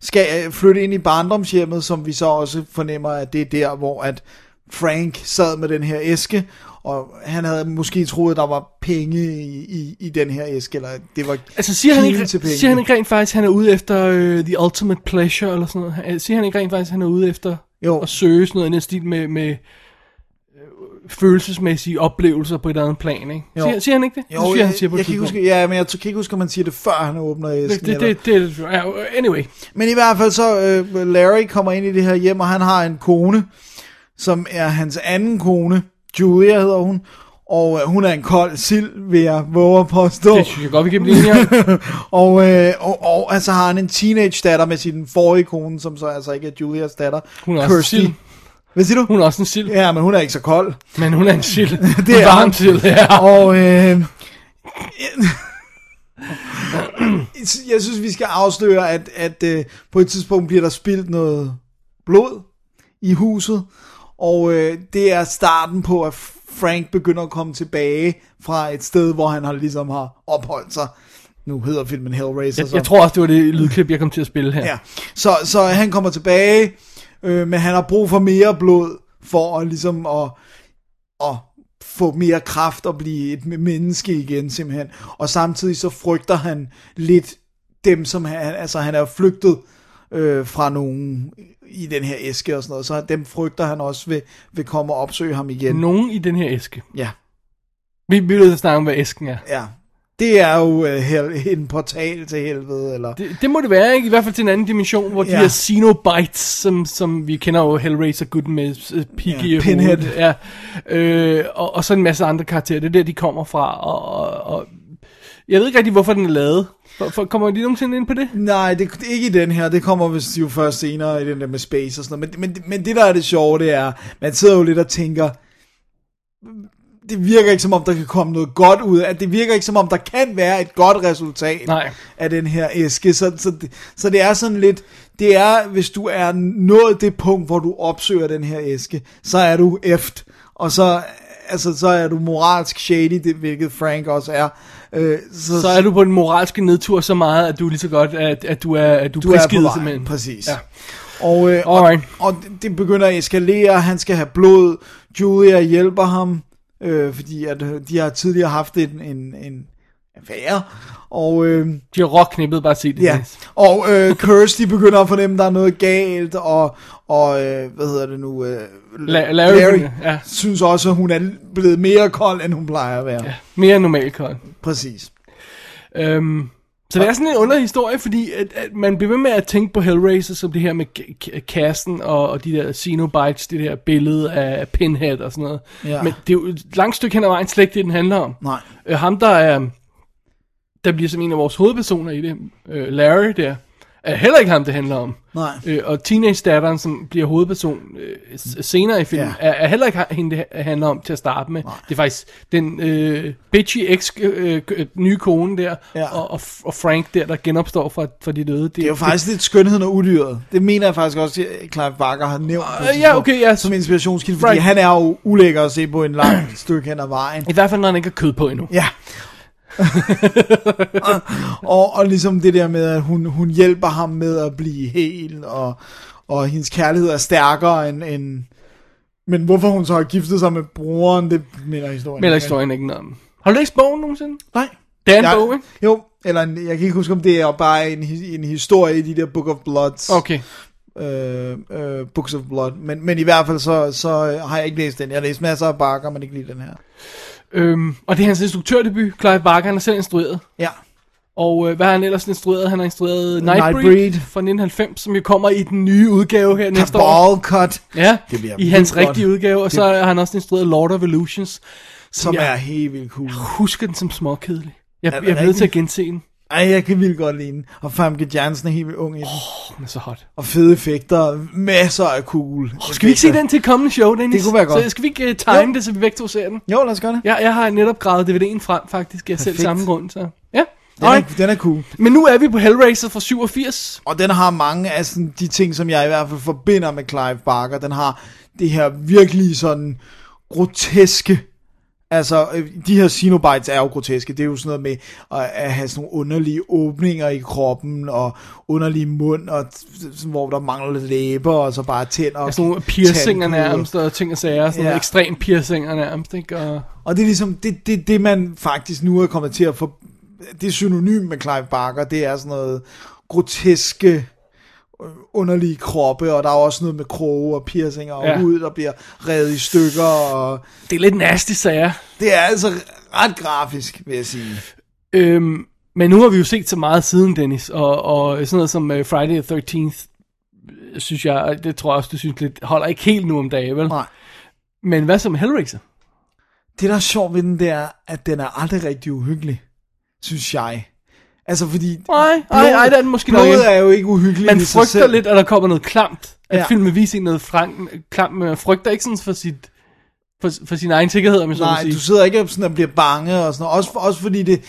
Speaker 5: skal øh, flytte ind i barndomshjemmet, som vi så også fornemmer, at det er der, hvor at Frank sad med den her æske, og han havde måske troet, at der var penge i, i, i den her æske, eller det var
Speaker 6: Altså siger han,
Speaker 5: kilden
Speaker 6: ikke,
Speaker 5: til penge.
Speaker 6: siger han ikke rent faktisk, at han er ude efter øh, The Ultimate Pleasure eller sådan noget? Øh, Siger han ikke rent faktisk, at han er ude efter
Speaker 5: Jo.
Speaker 6: at søge sådan noget i den stil med, med øh, følelsesmæssige oplevelser på et eller andet plan, ikke?
Speaker 5: Jo.
Speaker 6: Siger, siger han ikke det? det
Speaker 5: Jo,
Speaker 6: synes jeg,
Speaker 5: jeg,
Speaker 6: han siger på
Speaker 5: jeg
Speaker 6: et
Speaker 5: kan ikke
Speaker 6: tidspunkt.
Speaker 5: huske, ja, men jeg t- kan ikke huske, om man siger det, før han åbner æsken.
Speaker 6: det, det,
Speaker 5: eller-
Speaker 6: det, det, det, anyway.
Speaker 5: Men i hvert fald så, øh, Larry kommer ind i det her hjem, og han har en kone, som er hans anden kone, Julia hedder hun, og øh, hun er en kold sild, vil jeg våge at påstå.
Speaker 6: Det synes jeg godt, vi kan blive enige om.
Speaker 5: og, øh, og, og altså har han en teenage datter med sin forrige kone, som så altså ikke er Julias datter.
Speaker 6: Hun er også en sild.
Speaker 5: Hvad siger du?
Speaker 6: Hun er også en sild,
Speaker 5: Ja, men hun er ikke så kold.
Speaker 6: men hun er en sild.
Speaker 5: Det
Speaker 6: en
Speaker 5: er
Speaker 6: varm
Speaker 5: hun.
Speaker 6: sild, ja.
Speaker 5: Og øh, jeg synes, vi skal afsløre, at, at øh, på et tidspunkt bliver der spildt noget blod i huset, og øh, det er starten på, at Frank begynder at komme tilbage fra et sted, hvor han har ligesom har opholdt sig. Nu hedder filmen Hellraiser.
Speaker 6: Jeg,
Speaker 5: så-
Speaker 6: jeg tror også, det var det lydklip, jeg kom til at spille her.
Speaker 5: Ja. Så, så han kommer tilbage, øh, men han har brug for mere blod, for at, ligesom at, at få mere kraft og blive et menneske igen simpelthen. Og samtidig så frygter han lidt dem, som han, altså han er jo flygtet øh, fra nogen i den her æske og sådan noget, så dem frygter han også vil, vil komme og opsøge ham igen.
Speaker 6: Nogen i den her æske.
Speaker 5: Ja,
Speaker 6: Vi vi er nødt til at snakke om, hvad æsken er.
Speaker 5: ja. Det er jo øh, hel- en portal til helvede, eller...
Speaker 6: Det, det må det være, ikke? I hvert fald til en anden dimension, hvor ja. de
Speaker 5: Ja.
Speaker 6: her Xenobites, som, som vi kender jo Hellraiser Good med øh, Piggy
Speaker 5: Ja,
Speaker 6: i
Speaker 5: Pinhead.
Speaker 6: hovedet, Ja, øh, og, og så en masse andre karakterer. Det er der, de kommer fra. Og, og, og jeg ved ikke rigtig, hvorfor den er lavet. For, for, kommer de nogensinde ind på det?
Speaker 5: Nej, det, det er ikke i den her. Det kommer vist jo først senere i den der med space og sådan noget. Men, men, men det, der er det sjove, det er, man sidder jo lidt og tænker, det virker ikke som om, der kan komme noget godt ud af det. virker ikke som om, der kan være et godt resultat
Speaker 6: Nej.
Speaker 5: af den her æske. Så, så, det, så det er sådan lidt, det er, hvis du er nået det punkt, hvor du opsøger den her æske, så er du eft, og så, altså, så er du moralsk shady, det, hvilket Frank også er. Øh, så,
Speaker 6: Så er du på den moralske nedtur så meget, at du er lige så godt, at, at du er, at du,
Speaker 5: du er på
Speaker 6: prisgivet,
Speaker 5: vej,
Speaker 6: simpelthen.
Speaker 5: præcis.
Speaker 6: Ja.
Speaker 5: Ja. Og, øh, og,
Speaker 6: Alright.
Speaker 5: og det- det begynder at eskalere, han skal have blod, Julia hjælper ham, øh, fordi at øh, de har tidligere haft en, en, en affære, og, øh,
Speaker 6: De har rockknippet bare at se det.
Speaker 5: ja. og øh, Kirsty begynder at fornemme, at der er noget galt, og, og øh, hvad hedder det nu, øh,
Speaker 6: La- Larry,
Speaker 5: Larry
Speaker 6: ja.
Speaker 5: synes også, at hun er blevet mere kold, end hun plejer at være. Ja.
Speaker 6: Mere normalt, Kold.
Speaker 5: Præcis.
Speaker 6: Øhm, så det er sådan en underlig historie, fordi at, at man bliver ved med at tænke på Hellraiser som det her med k- k- kassen og, og de der Xenobites, det der billede af Pinhead og sådan noget.
Speaker 5: Ja.
Speaker 6: Men det er jo et langt stykke hen ad vejen slet ikke det, den handler om.
Speaker 5: Nej.
Speaker 6: Øh, ham, der er, der bliver som en af vores hovedpersoner i det, øh, Larry der, er heller ikke ham, det handler om.
Speaker 5: Nej.
Speaker 6: Øh, og teenage-datteren, som bliver hovedperson øh, s- senere i filmen,
Speaker 5: Ja.
Speaker 6: er, er heller ikke ha- hende, det ha- handler om til at starte med. Nej. Det er faktisk den øh, bitchy ex øh, øh, nye kone der,
Speaker 5: Ja.
Speaker 6: og, og, og Frank der, der genopstår fra, fra de døde.
Speaker 5: Det er jo faktisk lidt skønheden og udyret. Det mener jeg faktisk også, at Clive Barker har nævnt. på et
Speaker 6: Øh, ja,
Speaker 5: tidspunkt
Speaker 6: okay, ja.
Speaker 5: Som inspirationskilde, fordi
Speaker 6: Right.
Speaker 5: han er jo ulækker at se på en lang stykke hen ad vejen.
Speaker 6: I hvert fald, når han ikke har kød på endnu.
Speaker 5: Ja. og, og ligesom det der med, at hun, hun hjælper ham med at blive hel, og, og hendes kærlighed er stærkere end... end men hvorfor hun så har giftet sig med broren, det minder historien.
Speaker 6: Men
Speaker 5: ikke.
Speaker 6: ellers står han ikke noget om. Har du læst bogen nogensinde?
Speaker 5: Nej.
Speaker 6: Det er en
Speaker 5: Jeg-
Speaker 6: bog, ikke?
Speaker 5: Jo, eller en, jeg kan ikke huske, om det er bare en, hi- en historie i de der Book of Bloods.
Speaker 6: Okay.
Speaker 5: øh, øh, Books of Blood. Men, men i hvert fald så, så øh, har jeg ikke læst den. Jeg har læst masser af bakker, men ikke lige den her.
Speaker 6: Øhm, og det er hans instruktørdebut, Clive Barker, han har selv instrueret.
Speaker 5: Ja.
Speaker 6: Og øh, hvad har han ellers instrueret? Han har instrueret Nightbreed,
Speaker 5: Nightbreed.
Speaker 6: fra 1990 som jo kommer i den nye udgave her næste år.
Speaker 5: Ball cut,
Speaker 6: Ja,
Speaker 5: Det bliver
Speaker 6: i hans
Speaker 5: vildt godt.
Speaker 6: rigtige udgave, og så har han også instrueret Lord of Illusions,
Speaker 5: som
Speaker 6: som
Speaker 5: ja. er
Speaker 6: jeg
Speaker 5: helt vildt cool.
Speaker 6: husker den som småkedelig. Jeg,
Speaker 5: Er det
Speaker 6: jeg er nødt
Speaker 5: rigtigt?
Speaker 6: til at gense den.
Speaker 5: Ej, jeg kan vildt godt lide den. Og Famke Jansen er helt vildt ung i den.
Speaker 6: Åh, den er så hot.
Speaker 5: Og fede effekter. Masser af cool.
Speaker 6: Oh, skal vi ikke se den til kommende show, Dennis?
Speaker 5: Det kunne være godt.
Speaker 6: Så skal vi ikke uh, time
Speaker 5: Jo.
Speaker 6: det, så vi begge to ser den?
Speaker 5: Jo, lad os gøre det.
Speaker 6: Jeg, jeg har netop gravet DVD'en frem, faktisk. Jeg er selv
Speaker 5: Perfekt.
Speaker 6: samme grund, så... Ja,
Speaker 5: Den
Speaker 6: Alright.
Speaker 5: er, den er cool.
Speaker 6: Men nu er vi på Hellraiser fra 87.
Speaker 5: Og den har mange af sådan, de ting, som jeg i hvert fald forbinder med Clive Barker. Den har det her virkelig sådan groteske Altså, øh, de her Xenobites er jo groteske. Det er jo sådan noget med at, at have sådan nogle underlige åbninger i kroppen, og underlige mund, og t- sådan, hvor der mangler læber, og så bare tænder.
Speaker 6: Og
Speaker 5: og
Speaker 6: sådan Altså, nogle piercinger
Speaker 5: tandkød.
Speaker 6: nærmest, og ting og sager. Sådan
Speaker 5: Ja.
Speaker 6: nogle ekstrem piercinger nærmest, ikke? Og,
Speaker 5: Og det er ligesom, det, det, det man faktisk nu er kommet til at få, det er synonym med Clive Barker, det er sådan noget groteske, øh, underlige kroppe, og der er også noget med kroge og piercinger og
Speaker 6: Ja.
Speaker 5: ja. hud, der bliver revet i stykker. Og
Speaker 6: Det er lidt nasty sager.
Speaker 5: det er altså ret grafisk, vil jeg sige.
Speaker 6: Øhm, men nu har vi jo set så meget siden, Dennis, og, og sådan noget som øh, Friday the 13th, øh, synes jeg, og det tror jeg også, du synes lidt, holder ikke helt nu om dagen, vel?
Speaker 5: Nej.
Speaker 6: Men hvad som Hellraiser?
Speaker 5: Det, der er sjovt ved den, det er, at den er aldrig rigtig uhyggelig, synes jeg. Altså, fordi...
Speaker 6: Nej, nej, nej, det er den måske nok
Speaker 5: Blodet
Speaker 6: ikke.
Speaker 5: er jo ikke uhyggeligt
Speaker 6: Man
Speaker 5: i sig
Speaker 6: frygter
Speaker 5: selv.
Speaker 6: lidt, at der kommer noget klamt. At ja.
Speaker 5: Ja.
Speaker 6: filmen viser en noget frank, klamt, men man frygter ikke sådan for sit... For, for sin egen sikkerhed, om jeg så må
Speaker 5: Nej,
Speaker 6: sige.
Speaker 5: du sidder ikke og sådan og bliver bange og sådan noget. Også, for- også fordi det,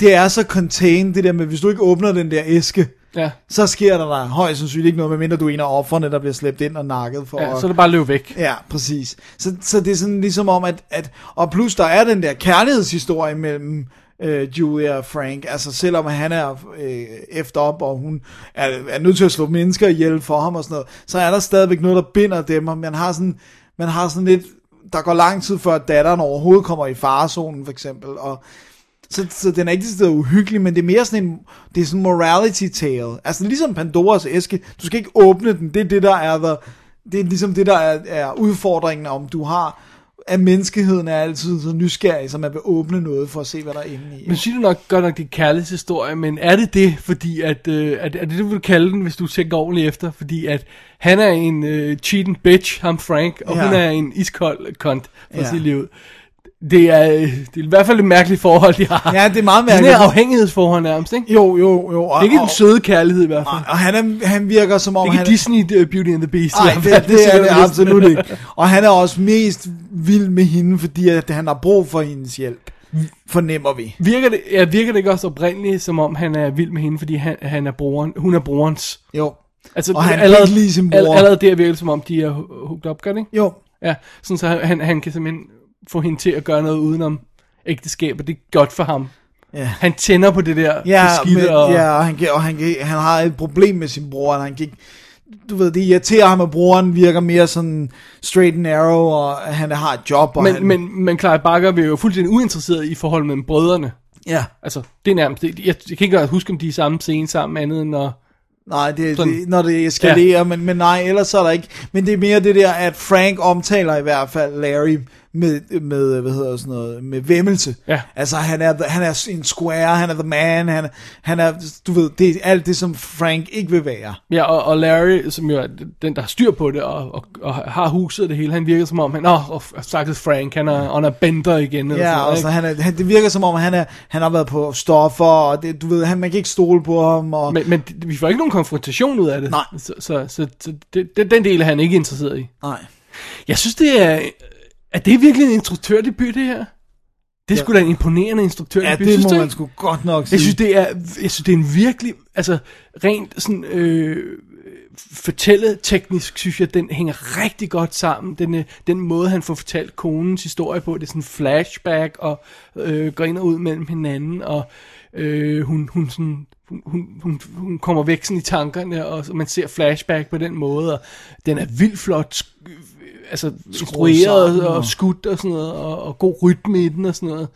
Speaker 5: det er så contained, det der med, hvis du ikke åbner den der æske,
Speaker 6: Ja,
Speaker 5: så sker der, der højst sandsynligt ikke noget, medmindre du er en af offerne, der bliver slæbt ind og nakket for.
Speaker 6: ja,
Speaker 5: at-
Speaker 6: så er det bare at løbe væk.
Speaker 5: Ja, præcis. Så, så det er sådan ligesom om, at, at... Og plus, der er den der kærlighedshistorie mellem øh, Julia og Frank. Altså, selvom han er øh, efter op, og hun er, er nødt til at slå mennesker ihjel for ham og sådan noget, så er der stadigvæk noget, der binder dem, og man har sådan, man har sådan lidt... Der går lang tid før datteren overhovedet kommer i farezonen, for eksempel, og... Så, så den er ikke sådan uhyggelig, men det er mere sådan en, det er sådan en morality tale. Altså ligesom Pandoras æske, du skal ikke åbne den, det er det, der er the, det er ligesom det, der er, er udfordringen, om du har, at menneskeheden er altid så nysgerrig, så man vil åbne noget for at se, hvad der er inde i.
Speaker 6: Men siger du nok godt nok, det er kærlighedshistorie, men er det det, fordi at, øh, at, er det det, du vil kalde den, hvis du tænker ordentligt efter? Fordi at han er en øh, cheating bitch, ham Frank, og
Speaker 5: Ja.
Speaker 6: hun er en iskold kont for ja.
Speaker 5: Ja.
Speaker 6: sit liv. Det er, øh, det er i hvert fald et mærkeligt forhold, de har.
Speaker 5: Ja, det er meget
Speaker 6: Sådan et
Speaker 5: mærkeligt.
Speaker 6: afhængighedsforhold nærmest, ikke?
Speaker 5: Jo, jo, jo. Og,
Speaker 6: Det er ikke
Speaker 5: og,
Speaker 6: en søde kærlighed i hvert
Speaker 5: og,
Speaker 6: fald.
Speaker 5: og han, er, han virker som om...
Speaker 6: Det er
Speaker 5: han,
Speaker 6: ikke Disney øh, Beauty and the Beast. i
Speaker 5: Nej,
Speaker 6: hvert
Speaker 5: det,
Speaker 6: fald.
Speaker 5: det, det er
Speaker 6: sikkert
Speaker 5: det
Speaker 6: næsten.
Speaker 5: absolut ikke. Og han er også mest vild med hende, fordi at han har brug for hendes hjælp. Fornemmer vi.
Speaker 6: Virker det, ja, virker det ikke også oprindeligt, som om han er vild med hende, fordi han, han er broren, hun er brorens?
Speaker 5: Jo.
Speaker 6: Altså,
Speaker 5: Og han kan
Speaker 6: allerede,
Speaker 5: ikke lide sin bror.
Speaker 6: all- Allerede der virker det, som om, de er hu- hooked up, gør det ikke?
Speaker 5: Jo.
Speaker 6: Ja, sådan så han, han kan simpelthen få hende til at gøre noget udenom ægteskab, og det er godt for ham.
Speaker 5: Ja.
Speaker 6: Han tænder på det der
Speaker 5: Ja,
Speaker 6: beskidte,
Speaker 5: men,
Speaker 6: og
Speaker 5: ja og, han, kan- og han, kan- han har et problem med sin bror, og han kan ikke, du ved, det irriterer ham, at broren virker mere sådan straight and narrow, og at han har et job. Og han,
Speaker 6: men, men, men Clive Barker vil jo fuldstændig uinteresseret i forholdet mellem brødrene.
Speaker 5: ja,
Speaker 6: Altså, det er nærmest, det, jeg, jeg kan ikke engang huske, om de er i samme scene sammen, andet end at,
Speaker 5: nej, det,
Speaker 6: Sådan.
Speaker 5: det, når det eskalerer, ja. men, men nej, ellers så er der ikke. Men det er mere det der, at Frank omtaler i hvert fald Larry med, med hvad hedder sådan noget, med vemmelse.
Speaker 6: Ja.
Speaker 5: Altså, han er, the- han er en square, han er the man, han, han er, du ved, det er alt det, som Frank ikke vil være.
Speaker 6: ja, og, og Larry, som jo er den, der har styr på det, og, og, og har huset og det hele, han virker som om, han, åh, oh, stakkels Frank, han er, han er bender igen. Eller
Speaker 5: Ja,
Speaker 6: sådan noget,
Speaker 5: og
Speaker 6: ikke?
Speaker 5: så han er, han, det virker som om, han, er, han har været på stoffer, og det, du ved, han, man kan ikke stole på ham. Og,
Speaker 6: Men, men det- vi får ikke nogen konfrontation ud af det.
Speaker 5: Nej.
Speaker 6: Så, så, så, så det, det, den del er han ikke interesseret i.
Speaker 5: nej.
Speaker 6: Jeg synes, det er... Er det virkelig en instruktørdebut, det her? Det skulle sgu da en imponerende instruktørdebut,
Speaker 5: Ja,
Speaker 6: synes
Speaker 5: det
Speaker 6: du
Speaker 5: må man
Speaker 6: ikke?
Speaker 5: sgu godt nok sige.
Speaker 6: Jeg synes, det er, jeg synes, det er en virkelig... Altså, rent sådan... Øh, fortælle teknisk, synes jeg, den hænger rigtig godt sammen. Den, øh, den måde, han får fortalt konens historie på, det er sådan en flashback, og øh, går ind og ud mellem hinanden, og øh, hun, hun, sådan, hun, hun, hun, hun kommer væk sådan i tankerne, og så man ser flashback på den måde, og den er vildt flot sk- øh, altså
Speaker 5: sammen,
Speaker 6: instrueret og
Speaker 5: og-
Speaker 6: skudt og sådan noget, og, og god rytme i den og sådan noget.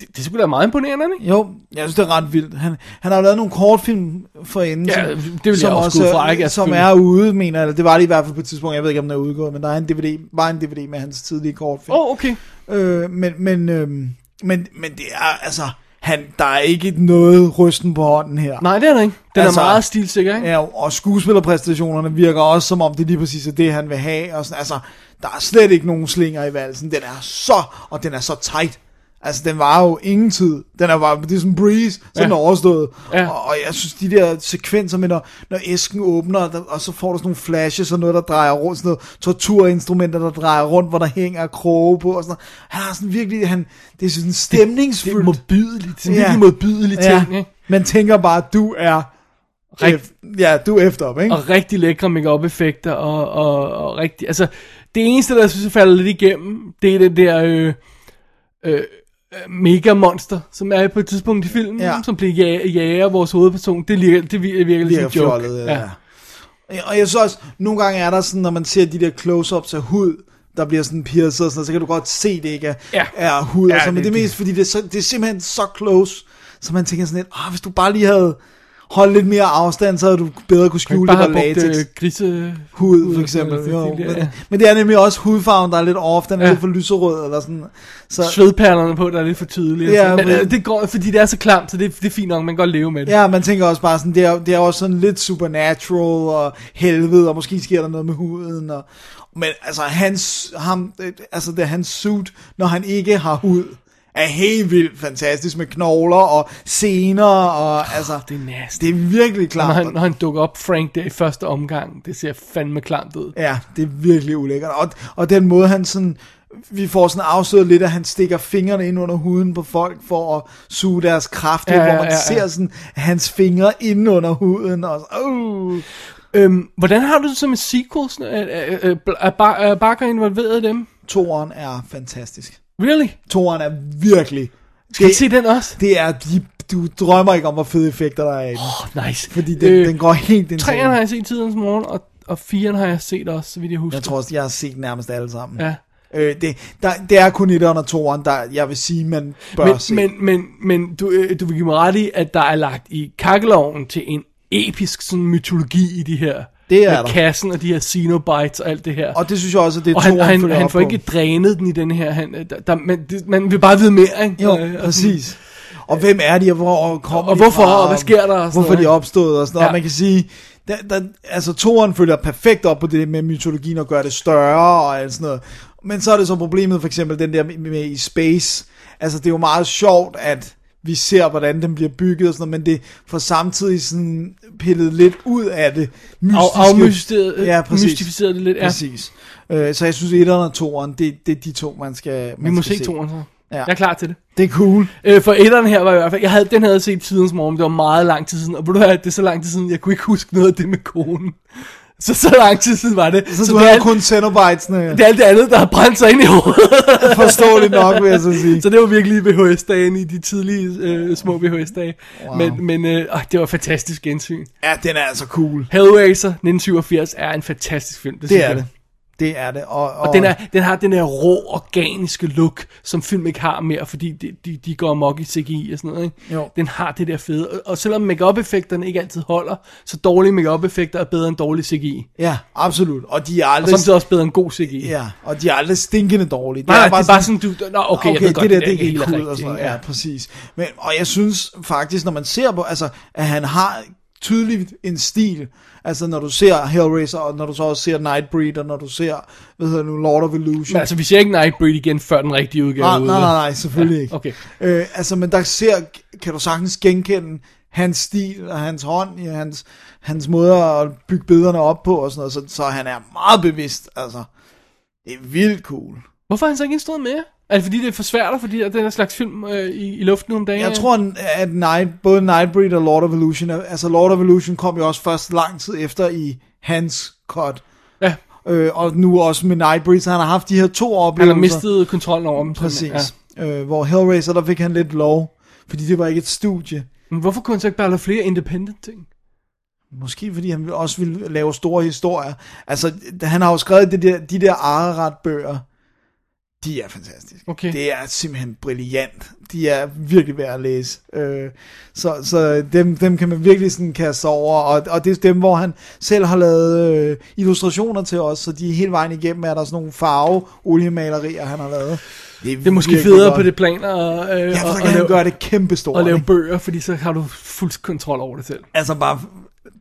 Speaker 6: Det, det er sgu da meget imponerende, ikke?
Speaker 5: Jo, jeg synes, det er ret vildt. Han, han har jo lavet nogle kortfilm for enden,
Speaker 6: Ja,
Speaker 5: som-
Speaker 6: det vil jeg også gå ud fra, ikke? Altså,
Speaker 5: som er ude, mener jeg. Det var det i hvert fald på et tidspunkt. Jeg ved ikke, om den er udgået, men der er en DVD, var en DVD med hans tidlige kortfilm.
Speaker 6: Åh, oh, okay.
Speaker 5: Øh, men, men, øh, men, men det er, altså, han, der er ikke noget rysten på hånden her.
Speaker 6: Nej, det er der ikke. Den altså,
Speaker 5: Altså-
Speaker 6: er meget stilsikker, ikke?
Speaker 5: Ja, og skuespillerpræstationerne virker også, som om det lige præcis er det, han vil have. Og sådan, altså, der er slet ikke nogen slinger i valsen. Den er så, og den er så tight. Altså, den var jo ingen tid. Den er bare, det er sådan en breeze, så ja. den er
Speaker 6: Ja.
Speaker 5: overstået.
Speaker 6: Ja.
Speaker 5: Og, og, jeg synes, de der sekvenser med, når, når æsken åbner, og, der, og så får du sådan nogle flashes og noget, der drejer rundt, sådan noget torturinstrumenter, der drejer rundt, hvor der hænger kroge på, og sådan noget. Han har sådan virkelig, han, det er sådan stemningsfyldt.
Speaker 6: Det er modbydeligt. Det er
Speaker 5: Ja.
Speaker 6: virkelig modbydeligt ting,
Speaker 5: ja.
Speaker 6: ikke?
Speaker 5: Man tænker bare, du er...
Speaker 6: Rigt-
Speaker 5: Rigt- ja, du er efter op, ikke?
Speaker 6: Og rigtig lækre make effekter og, og, og rigtig... Altså, det eneste, der jeg synes, jeg falder lidt igennem, det er det der øh, øh, mega-monster, som er på et tidspunkt i filmen, ja.
Speaker 5: Ja.
Speaker 6: som bliver jager, jager vores hovedperson. Det virker, det virker, virker lidt
Speaker 5: bliver
Speaker 6: som en joke.
Speaker 5: fjollet. Ja. ja. Og jeg synes også, nogle gange er der sådan, når man ser de der close-ups af hud, der bliver sådan pierced og sådan noget, så kan du godt se, det ikke er,
Speaker 6: Ja.
Speaker 5: ja. er hud. Ja, og
Speaker 6: Ja,
Speaker 5: så, men
Speaker 6: det-
Speaker 5: det, det er mest, fordi det er, så, det er simpelthen så close, så man tænker sådan lidt, ah, hvis du bare lige havde holde lidt mere afstand, så du bedre kunne
Speaker 6: Du
Speaker 5: skjule
Speaker 6: bare
Speaker 5: det var
Speaker 6: have brugt
Speaker 5: latex.
Speaker 6: øh, grise...
Speaker 5: hud,
Speaker 6: hud,
Speaker 5: for eksempel.
Speaker 6: øh,
Speaker 5: Jo,
Speaker 6: til det,
Speaker 5: men,
Speaker 6: ja.
Speaker 5: men det er nemlig også hudfarven, der er lidt off, den er
Speaker 6: Ja.
Speaker 5: ja. lidt for lyserød, eller sådan. Så,
Speaker 6: Svedperlerne på, der er lidt for tydelige.
Speaker 5: Ja,
Speaker 6: Ja, men,
Speaker 5: men-
Speaker 6: øh, det går, fordi det er så klamt, så det, det er fint nok, man kan godt leve med det.
Speaker 5: ja, man tænker også bare sådan, det er, det er også sådan lidt supernatural, og helvede, og måske sker der noget med huden, og, men altså, hans, ham, øh, altså det er hans suit, når han ikke har hud, er helt vildt fantastisk med knogler og sener, og altså,
Speaker 6: Det er nasty.
Speaker 5: det er virkelig
Speaker 6: Når
Speaker 5: klart.
Speaker 6: han, når han dukker op, Frank, der i første omgang, det ser fandme klamt ud.
Speaker 5: Ja, det er virkelig ulækkert. Og, og den måde, han sådan... Vi får sådan afsøget lidt, at han stikker fingrene ind under huden på folk for at suge deres kraft, ja, ja, hvor man ja, ja. ser sådan hans fingre ind under huden. Og så, uh.
Speaker 6: Øhm, hvordan har du det så med sequels? Er, er, er, er, Bar- er Barker involveret i dem?
Speaker 5: Toren er fantastisk.
Speaker 6: Really?
Speaker 5: Toren er virkelig...
Speaker 6: Skal vi se den også?
Speaker 5: det er, de, du drømmer ikke om, hvor fede effekter der er i den. Oh,
Speaker 6: Oh, nice.
Speaker 5: fordi den, øh, den går helt insane.
Speaker 6: Træerne har jeg set i tidens morgen, og, og firen har jeg set også, så vidt jeg husker.
Speaker 5: Jeg tror også, jeg har set nærmest alle sammen.
Speaker 6: Ja.
Speaker 5: Øh, det, der, det er kun et og toren, der jeg vil sige, man bør se.
Speaker 6: Men, men, men, men du, øh, du vil give mig ret i, at der er lagt i kakkeloven til en episk sådan, mytologi i de her.
Speaker 5: Det er
Speaker 6: med
Speaker 5: der.
Speaker 6: kassen og de her Xenobites og alt det her.
Speaker 5: og det synes jeg også, at det er
Speaker 6: og han,
Speaker 5: toren
Speaker 6: han,
Speaker 5: følger
Speaker 6: han
Speaker 5: op
Speaker 6: får
Speaker 5: på.
Speaker 6: ikke drænet den i den her. Han, øh, der, der, man, det, man vil bare vide mere, ikke?
Speaker 5: Jo,
Speaker 6: Øh, og sådan-
Speaker 5: præcis. Og hvem er de, og hvor kommer
Speaker 6: Og
Speaker 5: de
Speaker 6: hvorfor,
Speaker 5: fra,
Speaker 6: og hvad sker der, og sådan
Speaker 5: Hvorfor
Speaker 6: noget,
Speaker 5: de
Speaker 6: ikke?
Speaker 5: er opstået, og sådan noget.
Speaker 6: Ja.
Speaker 5: Ja. Man kan sige, der, der, altså toren følger perfekt op på det med mytologien og gør det større og alt sådan noget. Men så er det så problemet, for eksempel den der med, med i space. Altså det er jo meget sjovt, at vi ser, hvordan den bliver bygget og sådan noget, men det får samtidig sådan pillet lidt ud af det mystiske.
Speaker 6: Af- afmystifiseret-
Speaker 5: ja, præcis.
Speaker 6: mystificeret det lidt, ja.
Speaker 5: Præcis. Øh, så jeg synes, et og toren, det, det er de to, man skal
Speaker 6: Vi
Speaker 5: man
Speaker 6: må
Speaker 5: skal
Speaker 6: se toren så.
Speaker 5: Ja.
Speaker 6: Jeg er klar til det.
Speaker 5: Det er cool.
Speaker 6: Øh, for etteren her var i hvert fald, jeg havde, den havde jeg set tidens morgen, det var meget lang tid siden, og ved du hvad, det er så lang tid siden, jeg kunne ikke huske noget af det med konen. Så så lang tid siden var det.
Speaker 5: Så, så du
Speaker 6: det er
Speaker 5: har
Speaker 6: alt-
Speaker 5: kun øh. Cenobites'ene.
Speaker 6: Det er alt det andet, der har brændt sig ind i hovedet.
Speaker 5: Forståeligt nok, vil jeg så sige.
Speaker 6: Så det var virkelig VHS-dagen i de tidlige øh, små VHS-dage. Wow. Men, men øh, øh, det var fantastisk gensyn.
Speaker 5: Ja, den er altså cool.
Speaker 6: Hellraiser 1987 er en fantastisk film. Det, synes
Speaker 5: Det er
Speaker 6: jeg.
Speaker 5: det. Det er det. Og,
Speaker 6: Og den, er, den har den der rå, organiske look, som film ikke har mere, fordi de, de, de går amok i CGI og sådan noget. Ikke?
Speaker 5: Jo.
Speaker 6: Den har det der fede. Og, og selvom make effekterne ikke altid holder, så dårlige make effekter er bedre end dårlig CGI.
Speaker 5: Ja, absolut. Og de er
Speaker 6: Og
Speaker 5: aldrig...
Speaker 6: samtidig også bedre end god CGI.
Speaker 5: Ja, og de er aldrig stinkende dårlige.
Speaker 6: Nej, nej, det er bare sådan, du... Nå, okay, okay jeg ved
Speaker 5: det,
Speaker 6: godt,
Speaker 5: der, det er ikke
Speaker 6: helt
Speaker 5: helt altså. cool,
Speaker 6: rigtigt,
Speaker 5: og sådan noget.
Speaker 6: ikke?
Speaker 5: Ja, præcis. Men, og jeg synes faktisk, når man ser på, altså, at han har tydeligt en stil, altså når du ser Hellraiser, og når du så også ser Nightbreed, og når du ser, hvad hedder det nu, Lord of Illusion.
Speaker 6: Men altså, vi ser ikke Nightbreed igen, før den rigtige udgave er
Speaker 5: nej,
Speaker 6: ude.
Speaker 5: nej, nej, nej, selvfølgelig ja, ikke.
Speaker 6: okay.
Speaker 5: Øh, altså, men der ser, kan du sagtens genkende hans stil og hans hånd, ja, hans, hans måde at bygge billederne op på og sådan noget, så, så han er meget bevidst, altså. Det er vildt cool.
Speaker 6: Hvorfor har han så ikke instrueret mere? Er det fordi, det er for svært for de der, den her slags film øh, i, i luften nogle dage?
Speaker 5: Jeg tror, at Night, både Nightbreed og Lord of Illusion, er- altså Lord of Illusion kom jo også først lang tid efter i hans cut.
Speaker 6: Ja.
Speaker 5: Øh, og nu også med Nightbreed, så han har haft de her to
Speaker 6: han
Speaker 5: oplevelser.
Speaker 6: har mistet kontrollen over dem. simpelthen,
Speaker 5: Præcis. Ja. Øh, hvor Hellraiser, der fik han lidt lov, fordi det var ikke et studie.
Speaker 6: Men hvorfor kunne han så ikke bare lave flere independent ting?
Speaker 5: Måske fordi han ville- også ville lave store historier. Altså, han har jo skrevet det der, de der Ararat-bøger. De er fantastiske.
Speaker 6: Okay.
Speaker 5: Det er simpelthen brilliant. De er virkelig værd at læse. Øh, så så dem, dem kan man virkelig sådan kaste sig over. Og, og det er dem, hvor han selv har lavet øh, illustrationer til os, så de hele vejen igennem er der sådan nogle farve-oliemalerier, han har lavet. er,
Speaker 6: Det er måske
Speaker 5: virkelig
Speaker 6: federe
Speaker 5: godt.
Speaker 6: på det plan og, øh,
Speaker 5: Ja, for
Speaker 6: og,
Speaker 5: så
Speaker 6: og
Speaker 5: kan han
Speaker 6: lave,
Speaker 5: gøre det kæmpestort.
Speaker 6: og lave
Speaker 5: ikke?
Speaker 6: bøger, fordi så har du fuld kontrol over det selv.
Speaker 5: Altså bare,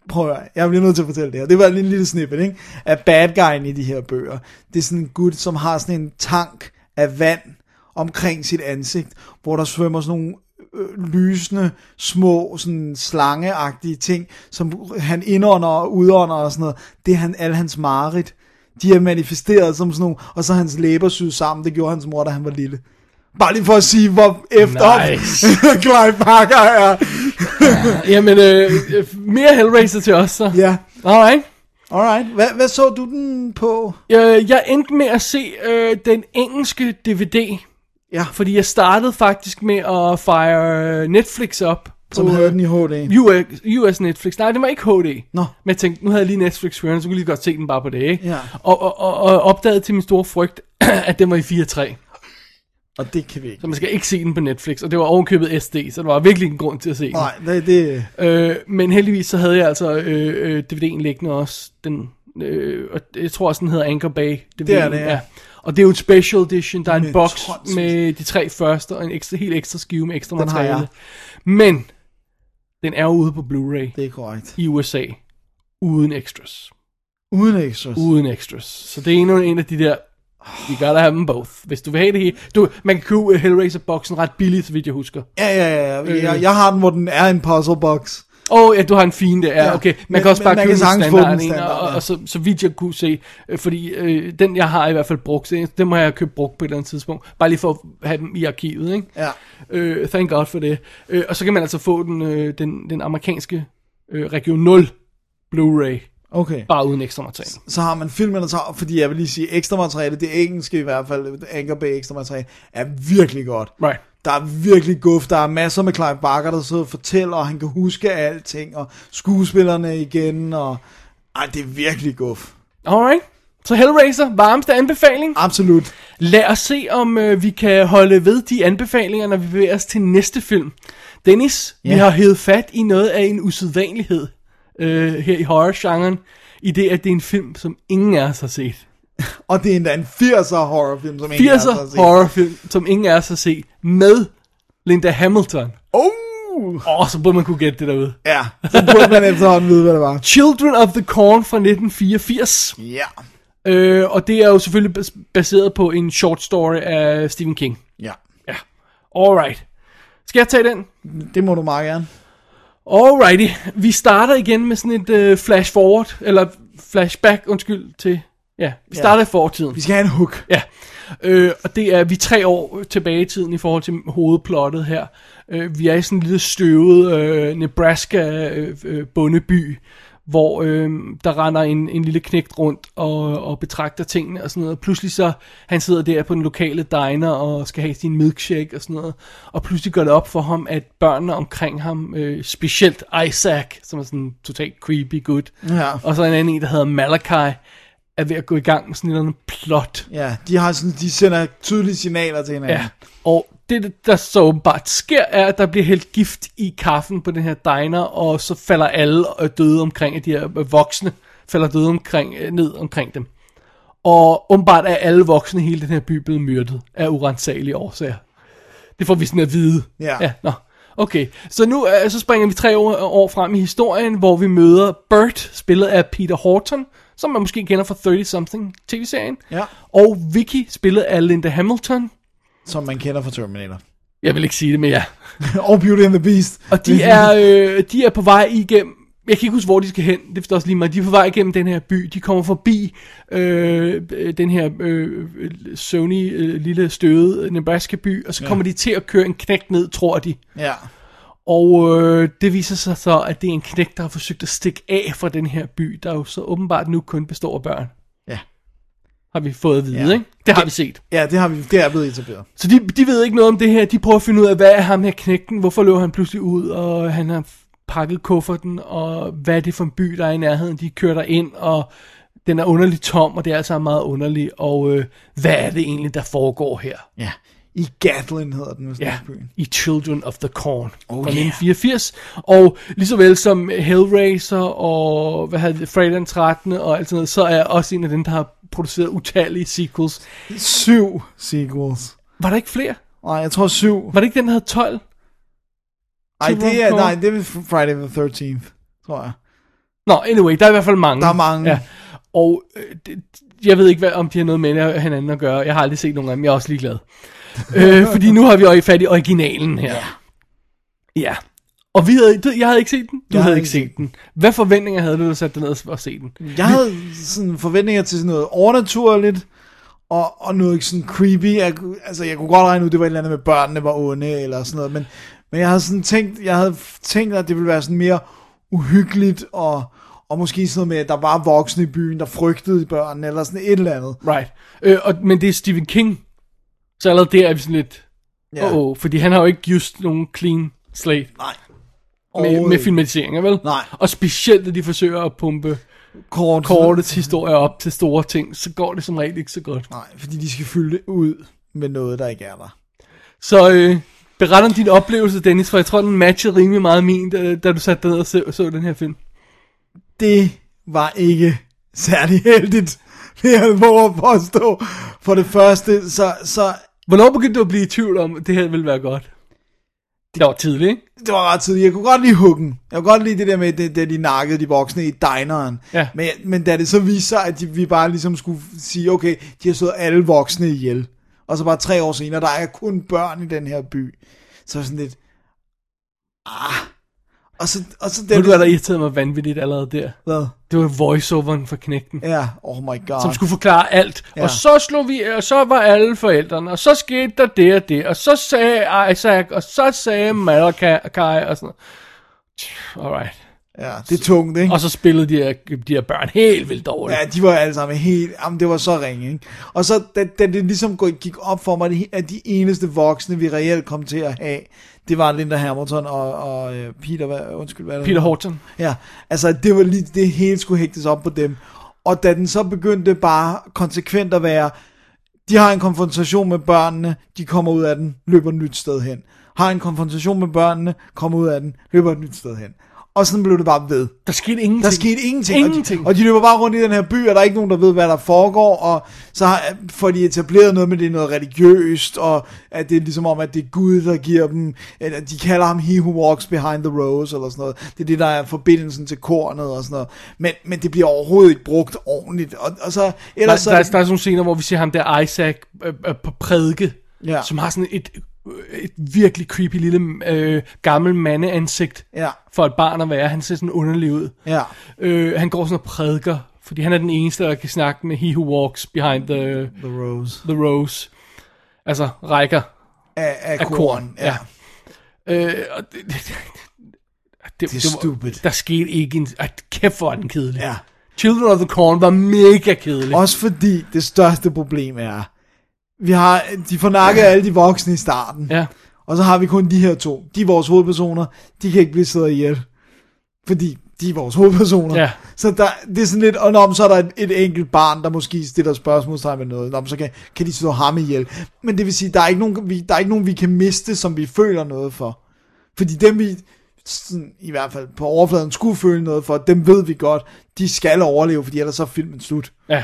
Speaker 5: prøv at høre, jeg bliver nødt til at fortælle det her. Det var lige en lille snippet, ikke? At bad guyen i de her bøger, det er sådan en gut, som har sådan en tank af vand omkring sit ansigt, hvor der svømmer sådan nogle øh, lysende, små, sådan slangeagtige ting, som han indånder og udånder og sådan noget. Det er han, alle hans mareridt. De er manifesteret som sådan nogle, og så er hans læber syet sammen. Det gjorde hans mor, da han var lille. Bare lige for at sige, hvor efter
Speaker 6: Nice.
Speaker 5: Clive Parker er.
Speaker 6: Jamen, øh, øh, mere Hellraiser til os så.
Speaker 5: Ja.
Speaker 6: Alright.
Speaker 5: Alright, hvad, hvad så du den på?
Speaker 6: Øh, jeg endte med at se øh, den engelske DVD,
Speaker 5: Ja,
Speaker 6: fordi jeg startede faktisk med at fire Netflix op. På, øh,
Speaker 5: som havde den i HD.
Speaker 6: US, US Netflix. Nej, det var ikke HD.
Speaker 5: Nå.
Speaker 6: Men jeg tænkte, nu havde jeg lige Netflix hørende, så kunne jeg lige godt se den bare på det, ikke?
Speaker 5: Ja.
Speaker 6: Og, og, og, og opdagede til min store frygt, at den var i 4.3.
Speaker 5: Og det kan vi ikke.
Speaker 6: Så man skal ikke se den på Netflix, og det var ovenkøbet SD, så der var virkelig en grund til at se den.
Speaker 5: Nej, det, det,
Speaker 6: Øh, men heldigvis så havde jeg altså øh, øh, DVD'en liggende også. Den, øh, og jeg tror også, den hedder Anchor Bay. DVD'en,
Speaker 5: Det er det, ja.
Speaker 6: Og det er jo en special edition. Der er en
Speaker 5: Med
Speaker 6: med box
Speaker 5: tonsvis.
Speaker 6: med de tre første, og en ekstra, helt ekstra skive med ekstra
Speaker 5: Den har
Speaker 6: materiale. Men den er jo ude på Blu-ray
Speaker 5: det er korrekt.
Speaker 6: i USA, uden extras.
Speaker 5: Uden extras.
Speaker 6: Uden extras. Så det er endnu en af de der, you gotta have them both. Hvis du vil have det hele. Du, man kan købe uh, Hellraiser-boksen ret billigt, så vidt jeg husker.
Speaker 5: Ja, ja, ja. ja. Jeg, jeg har den, hvor den er en puzzle box.
Speaker 6: Åh, oh, ja, du har en fin der. Ja,
Speaker 5: Ja,
Speaker 6: okay. Man
Speaker 5: men-
Speaker 6: kan også
Speaker 5: men
Speaker 6: bare
Speaker 5: man
Speaker 6: købe
Speaker 5: kan
Speaker 6: en
Speaker 5: sagtens få
Speaker 6: standard,
Speaker 5: den
Speaker 6: en, og,
Speaker 5: standard,
Speaker 6: og,
Speaker 5: ja.
Speaker 6: og så, så vidt jeg kunne se, øh, fordi øh, den jeg har i hvert fald brugt, så den må jeg have købt brugt på et eller andet tidspunkt, bare lige for at have dem i arkivet, ikke?
Speaker 5: Ja.
Speaker 6: Øh, thank God for det. Øh, og så kan man altså få den, øh, den, den amerikanske øh, Region 0 Blu-ray,
Speaker 5: Okay.
Speaker 6: bare uden ekstra materiale.
Speaker 5: Så har man filmen, der tager, fordi jeg vil lige sige, ekstra materiale, det engelske i hvert fald, Anchor Bay ekstra materiale, er virkelig godt.
Speaker 6: Right.
Speaker 5: Der er virkelig guf, der er masser med Clive Barker, der sidder og fortæller, og han kan huske alting, og skuespillerne igen, og... Ej, det er virkelig guf.
Speaker 6: Alright. Så Hellraiser, varmeste anbefaling.
Speaker 5: Absolut.
Speaker 6: Lad os se, om øh, vi kan holde ved de anbefalinger, når vi bevæger os til næste film. Dennis, ja.
Speaker 5: Ja.
Speaker 6: vi har hævet fat i noget af en usædvanlighed øh, her i horror-genren, i det, at det er en film, som ingen af os har set.
Speaker 5: Og det er endda en 80'er horrorfilm, som ingen af os har
Speaker 6: 80'er
Speaker 5: set.
Speaker 6: horrorfilm, som ingen af os har set, med Linda Hamilton.
Speaker 5: Oh!
Speaker 6: Åh, oh, så burde man kunne gætte det derude.
Speaker 5: Ja, så burde man efterhånden vide, hvad det var.
Speaker 6: Children of the Corn fra 1984.
Speaker 5: Ja,
Speaker 6: Øh, og det er jo selvfølgelig bas- baseret på en short story af Stephen King.
Speaker 5: ja.
Speaker 6: Alright. Skal jeg tage den?
Speaker 5: Det må du meget gerne.
Speaker 6: Alrighty, vi starter igen med sådan et øh, flash forward, eller flashback, undskyld, til, ja, vi starter i fortiden.
Speaker 5: Vi skal have en hook.
Speaker 6: Ja, øh, og det er, vi er tre år tilbage i tiden i forhold til hovedplottet her. Øh, vi er i sådan en lille støvet øh, Nebraska øh, øh, bondeby, hvor øh, der render en, en lille knægt rundt og, og betragter tingene og sådan noget. Pludselig så, han sidder der på den lokale diner og skal have sin milkshake og sådan noget. Og pludselig går det op for ham, at børnene omkring ham, øh, specielt Isaac, som er sådan en totalt creepy gut,
Speaker 5: Ja.
Speaker 6: og så en anden en, der hedder Malachi, er ved at gå i gang med sådan en eller anden plot.
Speaker 5: Ja, de, har sådan, de sender tydelige signaler til hinanden.
Speaker 6: Ja, og det, der så åbenbart sker, er, at der bliver hældt gift i kaffen på den her diner, og så falder alle øh, døde omkring, at de her øh, voksne falder døde omkring, øh, ned omkring dem. Og åbenbart er alle voksne i hele den her by blevet myrdet af urensagelige årsager. Det får vi sådan at vide.
Speaker 5: Ja.
Speaker 6: ja nå. Okay, så nu øh, så springer vi tre år, år frem i historien, hvor vi møder Bert, spillet af Peter Horton, som man måske kender fra 30-something tv-serien,
Speaker 5: Ja.
Speaker 6: og Vicky, spillet af Linda Hamilton,
Speaker 5: Som man kender fra Terminator.
Speaker 6: jeg vil ikke sige det, men ja.
Speaker 5: og Beauty and the Beast.
Speaker 6: Og de er, øh, de er på vej igennem... Jeg kan ikke huske, hvor de skal hen. Det forstår også lige mig. De er på vej igennem den her by. De kommer forbi øh, øh, den her øh, øh, Sony øh, lille støde Nebraska-by, og så kommer de til at køre en knægt ned, tror de.
Speaker 5: Ja.
Speaker 6: Og øh, det viser sig så, at det er en knægt, der har forsøgt at stikke af fra den her by, der jo så åbenbart nu kun består af børn.
Speaker 5: Ja.
Speaker 6: Har vi fået at vide,
Speaker 5: Ja.
Speaker 6: ja. ikke? Det har vi set.
Speaker 5: Ja, det har vi, det er blevet etableret.
Speaker 6: Så de, de ved ikke noget om det her. De prøver at finde ud af, hvad er ham her knægten? Hvorfor løber han pludselig ud? Og han har pakket kufferten, og hvad er det for en by, der er i nærheden? De kører der ind, og den er underligt tom, og det er altså meget underligt. Og øh, hvad er det egentlig, der foregår her?
Speaker 5: Ja. I Gatlin hedder den, hvis
Speaker 6: Ja,
Speaker 5: ja. byen.
Speaker 6: i Children of the Corn oh, fra
Speaker 5: yeah.
Speaker 6: 1984. Og lige så vel som Hellraiser og hvad havde det, Fredag den 13. og alt sådan noget, så er jeg også en af dem, der har produceret utallige sequels.
Speaker 5: Syv sequels.
Speaker 6: Var der ikke flere?
Speaker 5: Nej, jeg tror syv.
Speaker 6: Var det ikke den, der havde 12?
Speaker 5: Nej, det er,
Speaker 6: Supercore?
Speaker 5: nej, det er Friday the 13th, tror jeg.
Speaker 6: Nå, anyway, der er i hvert fald mange.
Speaker 5: Der er mange.
Speaker 6: Ja. Og øh, det, jeg ved ikke, hvad, om de har noget med hinanden at gøre. Jeg har aldrig set nogen af dem. Jeg er også ligeglad. øh, fordi nu har vi øje fat i originalen her. Ja. ja. Og vi havde, du- jeg havde ikke set den. Du
Speaker 5: Jeg
Speaker 6: havde
Speaker 5: havde
Speaker 6: ikke set den. Hvad forventninger havde du, da du satte dig ned og se den?
Speaker 5: Jeg havde sådan forventninger til sådan noget overnaturligt, og, og noget sådan creepy. Jeg, kunne- altså, jeg kunne godt regne ud, det var et eller andet med børnene var onde, eller sådan noget. Men, men jeg havde sådan tænkt, jeg havde f- tænkt, at det ville være sådan mere uhyggeligt, og, og måske sådan noget med, at der var voksne i byen, der frygtede børnene, eller sådan et eller andet.
Speaker 6: Right. Øh, og, men det er Stephen King. Så allerede der er vi sådan lidt...
Speaker 5: Ja.
Speaker 6: Yeah. Oh, fordi han har jo ikke just nogen clean slate
Speaker 5: Nej.
Speaker 6: med, med
Speaker 5: Overhovedet
Speaker 6: filmatiseringer, vel?
Speaker 5: Nej.
Speaker 6: Og specielt, at de forsøger at pumpe
Speaker 5: ikke. kort,
Speaker 6: kortets historier op til store ting, så går det som regel ikke så godt.
Speaker 5: Nej, fordi de skal fylde det ud med noget, der ikke er der.
Speaker 6: Så øh, beret om din oplevelse, Dennis, for jeg tror, den matchede rimelig meget min, da, da du satte dig ned og så, så den her film.
Speaker 5: det var ikke særlig heldigt, vil jeg våge at påstå. For det første, så, så
Speaker 6: Hvornår begyndte du at blive i tvivl om, at det her ville være godt? Det var tidligt, ikke?
Speaker 5: det var ret tidligt. Jeg kunne godt lide huggen. Jeg kunne godt lide det der med, det, da de nakkede de voksne i dineren.
Speaker 6: Ja.
Speaker 5: Men, men da det så viste sig, at de, vi bare ligesom skulle sige, okay, de har slået alle voksne ihjel. Og så bare tre år senere, der er kun børn i den her by. Så var jeg sådan lidt, ah. Og så, og så den,
Speaker 6: Ved du, hvad der irriterede mig vanvittigt allerede der?
Speaker 5: Hvad?
Speaker 6: Det var voiceoveren for knægten.
Speaker 5: Ja, oh my god.
Speaker 6: som skulle forklare alt. Ja.
Speaker 5: Ja.
Speaker 6: Og så slog vi, og så var alle forældrene, og så skete der det og det, og så sagde Isaac, og så sagde Malachi og Kai, og sådan noget. Tch, Alright.
Speaker 5: Ja, det er tungt, ikke?
Speaker 6: Og så spillede de her, de her børn helt vildt dårligt.
Speaker 5: Ja, de var alle sammen helt... Jamen, det var så ringe, ikke? Og så, da, da det ligesom gå- gik op for mig, at de- at de eneste voksne, vi reelt kom til at have, det var Linda Hamilton og, og øh, Peter... Hvad, undskyld, hvad er det?
Speaker 6: Peter Horton.
Speaker 5: Ja, altså, det var lige... Det hele skulle hægtes op på dem. Og da den så begyndte bare konsekvent at være... De har en konfrontation med børnene, de kommer ud af den, løber et nyt sted hen. Har en konfrontation med børnene, kommer ud af den, løber et nyt sted hen. Og sådan blev det bare ved.
Speaker 6: Der skete ingenting.
Speaker 5: Der skete ingenting.
Speaker 6: Ingenting.
Speaker 5: Og de, og de løber bare rundt i den her by, og der er ikke nogen, der ved, hvad der foregår, og så har, får de etableret noget med, det er noget religiøst, og at det er ligesom om, at det er Gud, der giver dem, eller de kalder ham He Who Walks Behind the Rose, eller sådan noget. Det er det, der er forbindelsen til kornet, og sådan noget. Men, men det bliver overhovedet ikke brugt ordentligt, og, og så...
Speaker 6: der,
Speaker 5: Ellers altså-
Speaker 6: der, er,
Speaker 5: så,
Speaker 6: der er sådan nogle scener, hvor vi ser ham der Isaac øh, øh, på prædike,
Speaker 5: Ja.
Speaker 6: som har sådan et, øh, et virkelig creepy lille øh, gammel mandeansigt
Speaker 5: Ja.
Speaker 6: for et barn at være. Han ser sådan underlig ud.
Speaker 5: Ja.
Speaker 6: Øh, han går sådan og prædiker, fordi han er den eneste, der kan snakke med He Who Walks Behind the,
Speaker 5: The Rose.
Speaker 6: the Rose. Altså, rækker.
Speaker 5: Af, af,
Speaker 6: Af
Speaker 5: af
Speaker 6: korn,
Speaker 5: korn. korn.
Speaker 6: ja. Øh, og det, det, det, det, var-
Speaker 5: stupid.
Speaker 6: Der skete ikke en... Ej, kæft, hvor er den kedelig.
Speaker 5: ja.
Speaker 6: Children of the Corn var mega kedelig.
Speaker 5: Også fordi det største problem er, vi har, de fornakker alle de voksne i starten.
Speaker 6: Ja.
Speaker 5: Og så har vi kun de her to. De er vores hovedpersoner. De kan ikke blive slået ihjel. Fordi de er vores hovedpersoner.
Speaker 6: Ja.
Speaker 5: Så der, det er sådan lidt, og om så er der et, et enkelt barn, der måske stiller spørgsmålstegn med noget. Nå, men så kan, kan de slå ham ihjel. Men det vil sige, der er ikke nogen, vi, der er ikke nogen, vi kan miste, som vi føler noget for. Fordi dem vi, sådan, i hvert fald på overfladen, skulle føle noget for, dem ved vi godt, de skal overleve, fordi ellers så er filmen slut.
Speaker 6: Ja.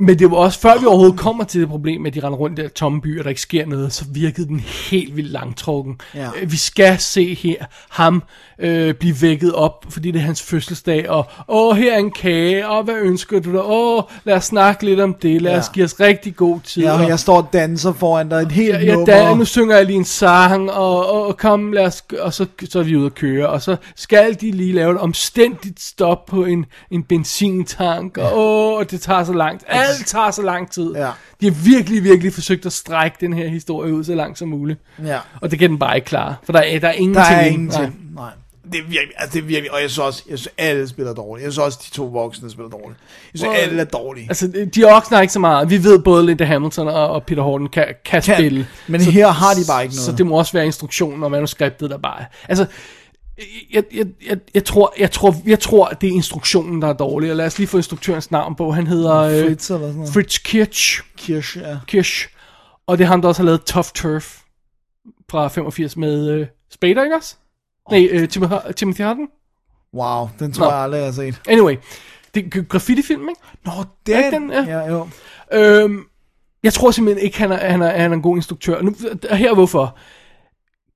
Speaker 6: Men det var også, før vi overhovedet kommer til det problem med, at de render rundt der i tomme byer, og der ikke sker noget, så virkede den helt vildt langtrukken.
Speaker 5: Ja.
Speaker 6: Øh, Vi skal se her ham øh, blive vækket op, fordi det er hans fødselsdag, og åh, her er en kage, og hvad ønsker du dig? Åh, lad os snakke lidt om det, lad
Speaker 5: Ja.
Speaker 6: os give os rigtig god tid.
Speaker 5: Ja, og
Speaker 6: og-
Speaker 5: jeg står og danser foran dig et helt
Speaker 6: Ja,
Speaker 5: nummer.
Speaker 6: da, nu synger jeg lige en sang, og, og, og kom, lad os, og så, så er vi ude at køre, og så skal de lige lave et omstændigt stop på en, en benzintank, og åh, det tager så langt, alt tager så lang tid.
Speaker 5: Altså. Ja.
Speaker 6: De har virkelig, virkelig forsøgt at strække den her historie ud så langt som muligt,
Speaker 5: Ja.
Speaker 6: og det kan den bare ikke klare, for der, er- der
Speaker 5: Der
Speaker 6: er ingenting.
Speaker 5: er
Speaker 6: i den. Nej.
Speaker 5: ingenting. Nej. Det er virkelig, altså det er virkelig, og jeg synes også, jeg synes alle spiller dårligt. Jeg synes også, de to voksne spiller dårligt. Jeg synes,
Speaker 6: Hvor-
Speaker 5: alle er dårlige.
Speaker 6: Altså, de oksner ikke så meget. Vi ved både Linda Hamilton og, og Peter Horton kan, kan,
Speaker 5: Kan.
Speaker 6: spille.
Speaker 5: Men her har de bare ikke noget.
Speaker 6: Så det må også være instruktionen og manuskriptet, der bare er. Altså, jeg, jeg, jeg, jeg, tror, jeg, tror, jeg tror, det er instruktionen, der er dårlig. Og lad os lige få instruktørens navn på. Han hedder øh,
Speaker 5: Fritz eller sådan noget.
Speaker 6: Fritz Kirch,
Speaker 5: Kirsch, ja.
Speaker 6: Kirsch. Og det er ham, der også har lavet Tough Turf fra 85 med øh, Spader, ikke også? Nej, øh, Tim- Timothy Harden.
Speaker 5: Wow, den tror
Speaker 6: Nå.
Speaker 5: jeg aldrig, jeg har set.
Speaker 6: Anyway, det er en graffiti-film, ikke?
Speaker 5: Nå,
Speaker 6: Er
Speaker 5: den,
Speaker 6: ikke den? Ja.
Speaker 5: ja jo.
Speaker 6: Øhm, jeg tror simpelthen ikke, han er, han er, han er en god instruktør. Nu, og her er hvorfor.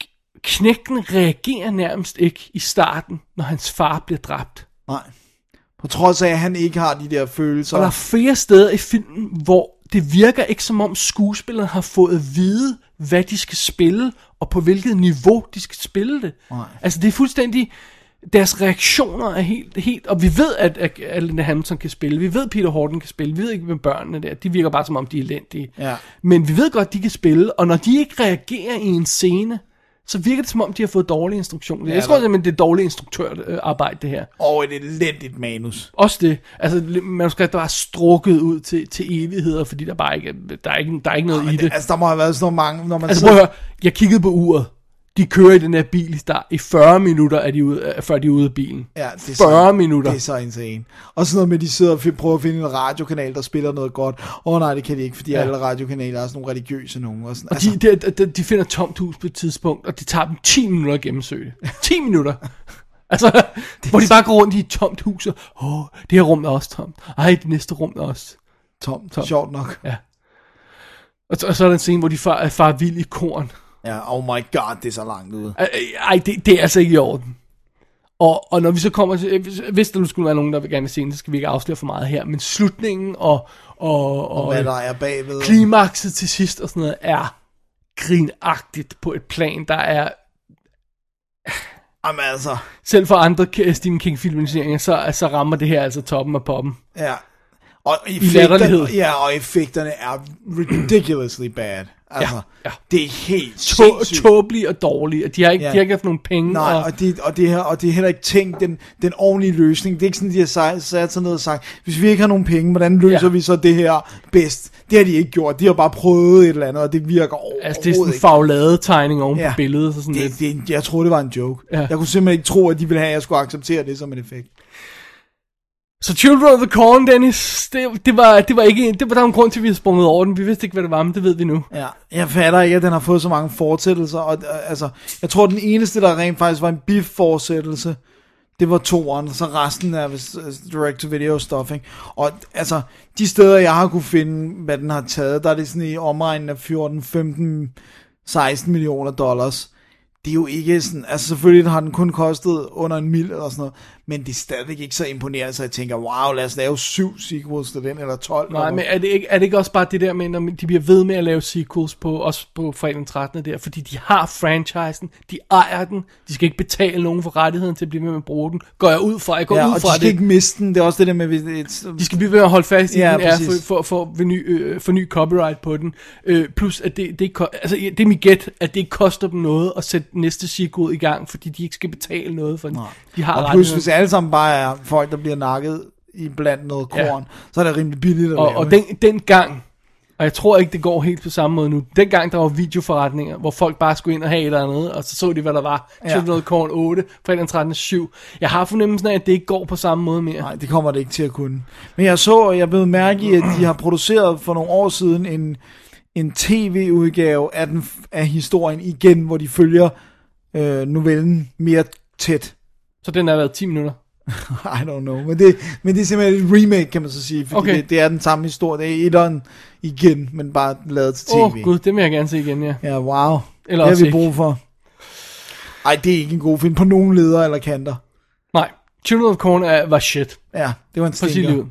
Speaker 6: K- Knægten reagerer nærmest ikke i starten, når hans far bliver dræbt.
Speaker 5: Nej. På trods af, at han ikke har de der følelser.
Speaker 6: Og der er flere steder i filmen, hvor det virker ikke som om skuespillerne har fået at vide, hvad de skal spille, og på hvilket niveau de skal spille det.
Speaker 5: Nej.
Speaker 6: Altså det er fuldstændig, deres reaktioner er helt, helt og vi ved, at, at, at Linda Hamilton kan spille, vi ved, at Peter Horton kan spille, vi ved ikke med børnene der, de virker bare som om, de er elendige.
Speaker 5: Ja.
Speaker 6: Men vi ved godt, at de kan spille, og når de ikke reagerer i en scene, så virker det som om, de har fået dårlige instruktioner. Ja, jeg tror
Speaker 5: der-
Speaker 6: simpelthen, det er dårligt instruktørarbejde, det her.
Speaker 5: Og et elendigt manus.
Speaker 6: Også det. Altså, manuskriptet var strukket ud til, til evigheder, fordi der bare ikke, er- der er ikke, der er ikke noget i det.
Speaker 5: Altså, der må have været sådan nogle mange, når man
Speaker 6: Altså,
Speaker 5: sidder-
Speaker 6: prøv at høre. Jeg kiggede på uret. De kører i den her bil i start. I 40 minutter er de ude, øh, før de er ude af bilen.
Speaker 5: Ja, det er
Speaker 6: 40
Speaker 5: så-
Speaker 6: minutter.
Speaker 5: Det er så insane. Og sådan noget med, at de sidder og fi- prøver at finde en radiokanal, der spiller noget godt. Åh oh, nej, det kan de ikke, fordi ja. alle radiokanaler er sådan nogle religiøse nogen. Og sådan. Altså,
Speaker 6: Og de, de, de, de finder et tomt hus på et tidspunkt, og det tager dem 10 minutter at gennemsøge det. 10 minutter! Altså, hvor de bare går rundt i et tomt hus, og åh, det her rum er også tomt. Ej, det næste rum er også.
Speaker 5: tomt,
Speaker 6: Tom.
Speaker 5: tom. sjovt nok.
Speaker 6: Og, så- og så er der en scene, hvor de far, far vild i korn.
Speaker 5: Ja, oh my god, det er så langt ude.
Speaker 6: Ej, Ej, det, det er altså ikke i orden. Og, og når vi så kommer til, hvis, hvis der nu skulle være nogen, der vil gerne se den, så skal vi ikke afsløre for meget her, men slutningen og, og, og,
Speaker 5: Hvad der er bagved.
Speaker 6: klimakset til sidst og sådan noget er grinagtigt på et plan, der er
Speaker 5: Jamen altså,
Speaker 6: selv for andre K- Stephen King filmatiseringer, så, så rammer det her altså toppen af poppen.
Speaker 5: ja. Og
Speaker 6: latterlighed.
Speaker 5: effekterne, ja, og effekterne er ridiculously bad. Altså,
Speaker 6: ja.
Speaker 5: det er helt
Speaker 6: Tå-
Speaker 5: sindssygt.
Speaker 6: Tåbelig og dårlig, og de har ikke,
Speaker 5: Ja.
Speaker 6: de har ikke haft nogen penge.
Speaker 5: Nej,
Speaker 6: og, altså,
Speaker 5: og det, og, det her, og det er heller ikke tænkt den, den ordentlige løsning. Det er ikke sådan, de har sat, sat sig ned og sagt, hvis vi ikke har nogen penge, hvordan løser
Speaker 6: Ja.
Speaker 5: ja. vi så det her bedst? Det har de ikke gjort. De har bare prøvet et eller andet, og det virker overhovedet
Speaker 6: altså, det er sådan en
Speaker 5: ikke.
Speaker 6: faglade tegning oven
Speaker 5: Ja.
Speaker 6: på billedet. Så sådan lidt.
Speaker 5: Det, det, er en- jeg troede, det var en joke.
Speaker 6: Ja.
Speaker 5: Ja. Jeg kunne simpelthen ikke tro, at de ville have, at jeg skulle acceptere det som en effekt.
Speaker 6: Så Children of the Corn, Dennis, det, det, var, det var ikke, det var der var en grund til, at vi havde sprunget over den. Vi vidste ikke, hvad det var, men det ved vi nu.
Speaker 5: Ja, jeg fatter ikke, at den har fået så mange fortsættelser. Og, øh, altså, jeg tror, den eneste, der rent faktisk var en bif-fortsættelse, det var toeren, og så resten er vist, øh, direct-to-video stuff, ikke? Og altså, de steder, jeg har kunne finde, hvad den har taget, der er det sådan i omregnen af 14, 15, 16 millioner dollars. Det er jo ikke sådan, altså selvfølgelig har den kun kostet under en mil eller sådan noget, men det er stadigvæk ikke så imponerende, så jeg tænker, wow, lad os lave syv sequels til den, eller 12.
Speaker 6: Nej,
Speaker 5: eller
Speaker 6: men er det, ikke, er det ikke også bare det der med, når de bliver ved med at lave sequels på, også på fredag den 13. der, fordi de har franchisen, de ejer den, de skal ikke betale nogen for rettigheden til at blive ved med at bruge den. Går jeg ud fra, jeg går
Speaker 5: ja,
Speaker 6: ud
Speaker 5: og de
Speaker 6: fra
Speaker 5: skal
Speaker 6: det.
Speaker 5: ikke miste den, det er også det der med, hvis et,
Speaker 6: De skal blive ved med at holde fast i
Speaker 5: Ja,
Speaker 6: den, ja, for,
Speaker 5: præcis.
Speaker 6: for, for, for, ny, øh, for ny copyright på den. Øh, plus, at det, det, ikke ko- altså, det er mit gæt, at det ikke koster dem noget at sætte næste sequel i gang, fordi de ikke skal betale noget for den. De har
Speaker 5: Og plus,
Speaker 6: rettigheden.
Speaker 5: hvis alle sammen bare er folk, der bliver nakket i blandt noget
Speaker 6: Ja.
Speaker 5: korn, ja. så er det rimelig billigt at
Speaker 6: Og,
Speaker 5: lave,
Speaker 6: og
Speaker 5: ikke?
Speaker 6: den, den gang, og jeg tror ikke, det går helt på samme måde nu, den gang der var videoforretninger, hvor folk bare skulle ind og have et eller andet, og så så de, hvad der var.
Speaker 5: Ja.
Speaker 6: Children of the Corn 8, fredag den 13. 7. Jeg har fornemmelsen af, at det ikke går på samme måde mere.
Speaker 5: Nej, det kommer det ikke til at kunne. Men jeg så, og jeg blev mærke i, at de har produceret for nogle år siden en, en tv-udgave af, den, af historien igen, hvor de følger øh, novellen mere tæt.
Speaker 6: Så den har været 10 minutter.
Speaker 5: I don't know, men det, men det er simpelthen et remake, kan man så sige, fordi
Speaker 6: Okay.
Speaker 5: okay. det, det er den samme historie, det er etteren igen, men bare lavet til tv.
Speaker 6: Åh oh, gud, det vil jeg gerne se igen, ja.
Speaker 5: Ja, wow.
Speaker 6: Eller
Speaker 5: det
Speaker 6: også
Speaker 5: har vi brug for. Ej, det er ikke en god film på nogen leder eller kanter.
Speaker 6: Nej, Children of the Corn er, var shit.
Speaker 5: Ja, det var en
Speaker 6: Præcis
Speaker 5: stinker.
Speaker 6: livet.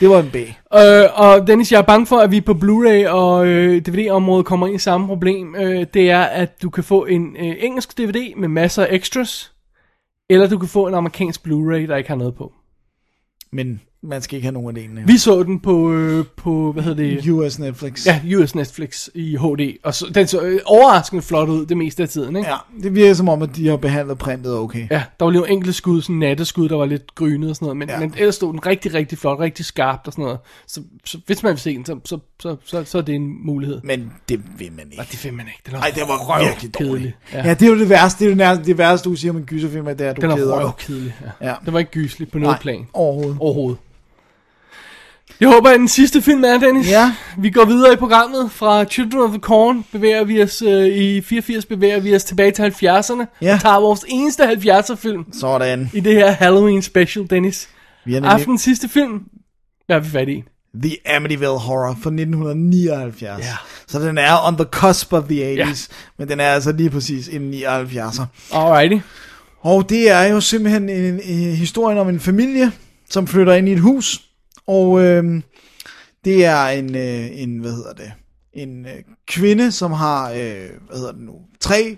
Speaker 5: Det var en B.
Speaker 6: Øh, og Dennis, jeg er bange for, at vi på Blu-ray og øh, DVD-området kommer ind i samme problem. Øh, det er, at du kan få en øh, engelsk DVD med masser af extras, eller du kan få en amerikansk Blu-ray, der ikke har noget på.
Speaker 5: Men man skal ikke have nogen af delene.
Speaker 6: Vi så den på, øh, på hvad hedder det?
Speaker 5: US Netflix.
Speaker 6: Ja, US Netflix i HD, og så, den så øh, overraskende flot ud det meste af tiden, ikke?
Speaker 5: ja. Det virker som om, at de har behandlet printet okay.
Speaker 6: Ja, der var lige nogle enkelte skud, sådan natteskud, der var lidt grynet og sådan noget, men, ja.
Speaker 5: Ja.
Speaker 6: men ellers stod den rigtig, rigtig flot, rigtig skarpt og sådan noget. Så, så hvis man vil se den, så, så, så, så, så er det en mulighed.
Speaker 5: Men det vil man ikke.
Speaker 6: Nej, det vil man ikke. Den er
Speaker 5: Nej, det var virkelig dårligt.
Speaker 6: kedelig.
Speaker 5: Ja. ja. det er jo det værste. Det er jo nærmest det værste, du siger om en gyserfilm, at det er, at du
Speaker 6: Den er
Speaker 5: keder dig.
Speaker 6: røvkedelig. Ja.
Speaker 5: Ja.
Speaker 6: Den var ikke gyselig på noget Nej. plan
Speaker 5: overhovedet.
Speaker 6: overhovedet. Jeg håber, at den sidste film er, Dennis.
Speaker 5: Ja.
Speaker 6: Vi går videre i programmet. Fra Children of the Corn bevæger vi os øh, i 84, bevæger vi os tilbage til 70'erne.
Speaker 5: Ja.
Speaker 6: Og tager vores eneste 70'er film
Speaker 5: Sådan.
Speaker 6: i det her Halloween special, Dennis.
Speaker 5: Vi har nemlig
Speaker 6: Aftens sidste film. Hvad er vi fat i?
Speaker 5: The Amityville Horror fra 1979. Ja. Så den er on the cusp of the 80s, men den er altså lige præcis en 79'er.
Speaker 6: Alrighty.
Speaker 5: Og det er jo simpelthen en, en, en historien om en familie, som flytter ind i et hus, og øh, det er en, øh, en, hvad hedder det, en øh, kvinde, som har, øh, hvad hedder det nu, tre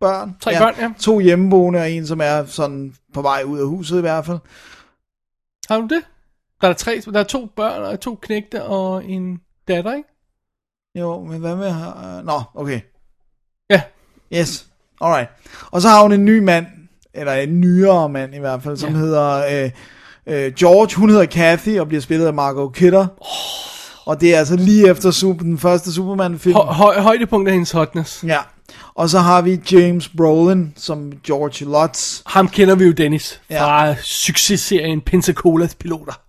Speaker 5: børn.
Speaker 6: Tre børn, ja.
Speaker 5: To hjemmeboende og en, som er sådan på vej ud af huset i hvert fald.
Speaker 6: Har du det? Der er, tre, der er to børn og to knægte og en datter, ikke?
Speaker 5: Jo, men hvad med, øh, nå, okay,
Speaker 6: Ja.
Speaker 5: Yes, alright. Og så har hun en ny mand, eller en nyere mand i hvert fald, som ja. hedder øh, øh, George. Hun hedder Kathy og bliver spillet af Margot Kidder. Oh. Og det er altså lige efter super, den første Superman-film.
Speaker 6: Hø- høj- højdepunkt af hendes hotness.
Speaker 5: Ja. Og så har vi James Brolin som George Lutz.
Speaker 6: Ham kender vi jo, Dennis,
Speaker 5: Ja.
Speaker 6: fra successerien Pensacolas piloter.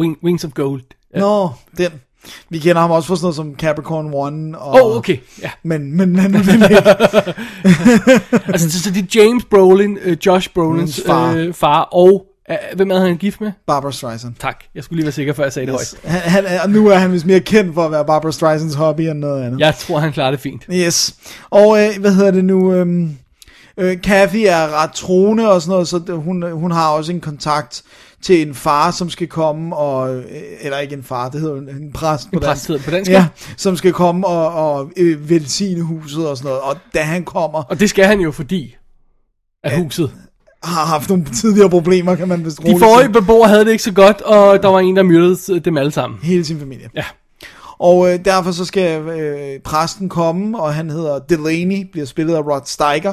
Speaker 6: Wing, Wings of Gold.
Speaker 5: Ja. Nå, den. Vi kender ham også for sådan noget som Capricorn One. Og,
Speaker 6: Åh, oh, okay. Ja.
Speaker 5: Men, men lad nu det ligge.
Speaker 6: Altså, så, så det er James Brolin, øh, Josh Brolins
Speaker 5: Hans far.
Speaker 6: øh, far, og øh, hvem havde han gift med?
Speaker 5: Barbara Streisand.
Speaker 6: Tak. Jeg skulle lige være sikker, før jeg sagde det højt.
Speaker 5: Han, han, er- og nu er han vist mere kendt for at være Barbara Streisands hobby end noget andet.
Speaker 6: Jeg tror, han klarer det fint.
Speaker 5: Yes. Og øh, hvad hedder det nu? Øhm, øh, Kathy er ret troende og sådan noget, så det- hun, hun har også en kontakt til en far, som skal komme, og, øh, eller ikke en far, det hedder jo en, en præst på
Speaker 6: En præst hedder det på dansk,
Speaker 5: Ja,
Speaker 6: ja.
Speaker 5: som skal komme og, og øh, velsigne huset og sådan noget. Og da han kommer,
Speaker 6: Og det skal han jo, fordi af huset.
Speaker 5: har haft nogle tidligere problemer, kan man vist
Speaker 6: De
Speaker 5: roligt
Speaker 6: forrige
Speaker 5: sige.
Speaker 6: beboere havde det ikke så godt, og der var en, der myrdede øh, dem alle sammen.
Speaker 5: Hele sin familie.
Speaker 6: Ja.
Speaker 5: Og øh, derfor så skal øh, præsten komme, og han hedder Delaney, bliver spillet af Rod Steiger.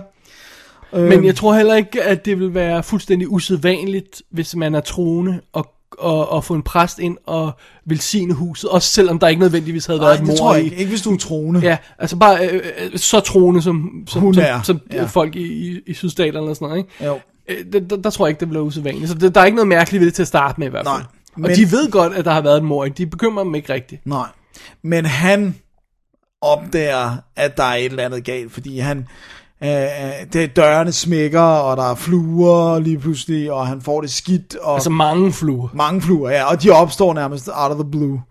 Speaker 5: Øhm.
Speaker 6: Men jeg tror heller ikke, at det vil være fuldstændig usædvanligt, hvis man er troende og og, og få en præst ind og velsigne huset, også selvom der ikke nødvendigvis havde været
Speaker 5: Nej,
Speaker 6: et
Speaker 5: det
Speaker 6: mor
Speaker 5: tror jeg
Speaker 6: i.
Speaker 5: ikke. Ikke hvis du er troende.
Speaker 6: Ja, altså bare øh, øh, så troende som, som,
Speaker 5: Hun
Speaker 6: som,
Speaker 5: er,
Speaker 6: som
Speaker 5: ja.
Speaker 6: øh, folk i, i, i sydstaterne og sådan noget, ikke?
Speaker 5: Jo.
Speaker 6: Øh, Der, der, der tror jeg ikke, det bliver usædvanligt. Så der, der er ikke noget mærkeligt ved det til at starte med i hvert fald.
Speaker 5: Nej,
Speaker 6: og
Speaker 5: men-
Speaker 6: de ved godt, at der har været et mor. ikke? De bekymrer dem ikke rigtigt.
Speaker 5: Nej. Men han opdager, at der er et eller andet galt, fordi han, øh, øh, det, dørene smækker, og der er fluer lige pludselig, og han får det skidt, og
Speaker 6: Altså mange fluer.
Speaker 5: mange fluer, ja, og de opstår nærmest out of the blue.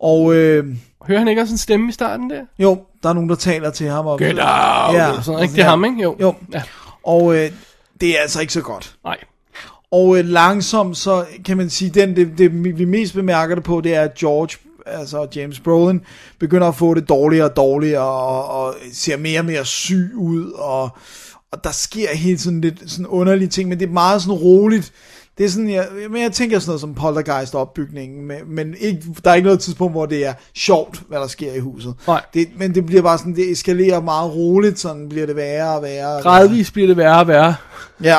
Speaker 5: Og øh,
Speaker 6: Hører han ikke også en stemme i starten der?
Speaker 5: jo, der er nogen, der taler til ham. Og,
Speaker 6: Get out! Ja. Eller sådan, noget, ikke? Det er
Speaker 5: Ja.
Speaker 6: ham, ikke? Jo.
Speaker 5: Jo.
Speaker 6: Ja.
Speaker 5: Og øh, det er altså ikke så godt.
Speaker 6: Nej.
Speaker 5: Og øh, langsomt, så kan man sige, den, det, det, vi mest bemærker det på, det er, at George, altså James Brolin, begynder at få det dårligere og dårligere, og, og ser mere og mere syg ud, og, og der sker helt sådan lidt sådan underlige ting, men det er meget sådan roligt. Det er sådan, jeg, men jeg tænker sådan noget som poltergeist-opbygningen, men, men ikke, der er ikke noget tidspunkt, hvor det er sjovt, hvad der sker i huset.
Speaker 6: Nej.
Speaker 5: Det, men det bliver bare sådan, det eskalerer meget roligt, sådan bliver det værre og værre. og værre.
Speaker 6: Gradvist bliver det værre og værre.
Speaker 5: Ja.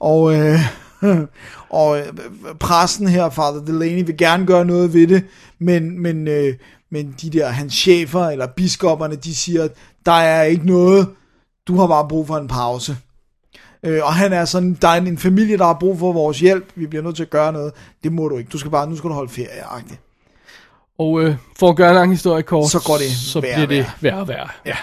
Speaker 5: og, øh, og øh, præsten her, Father Delaney, vil gerne gøre noget ved det, men, men, øh, men de der, hans chefer eller biskopperne, de siger, at der er ikke noget, du har bare brug for en pause. Øh, og han er sådan, der er en, en familie, der har brug for vores hjælp, vi bliver nødt til at gøre noget, det må du ikke, du skal bare, nu skal du holde ferie, -agtigt.
Speaker 6: Og øh, for at gøre en lang historie kort,
Speaker 5: Så går det
Speaker 6: så
Speaker 5: værre
Speaker 6: bliver
Speaker 5: og
Speaker 6: det
Speaker 5: værre.
Speaker 6: værre og værre.
Speaker 5: Ja.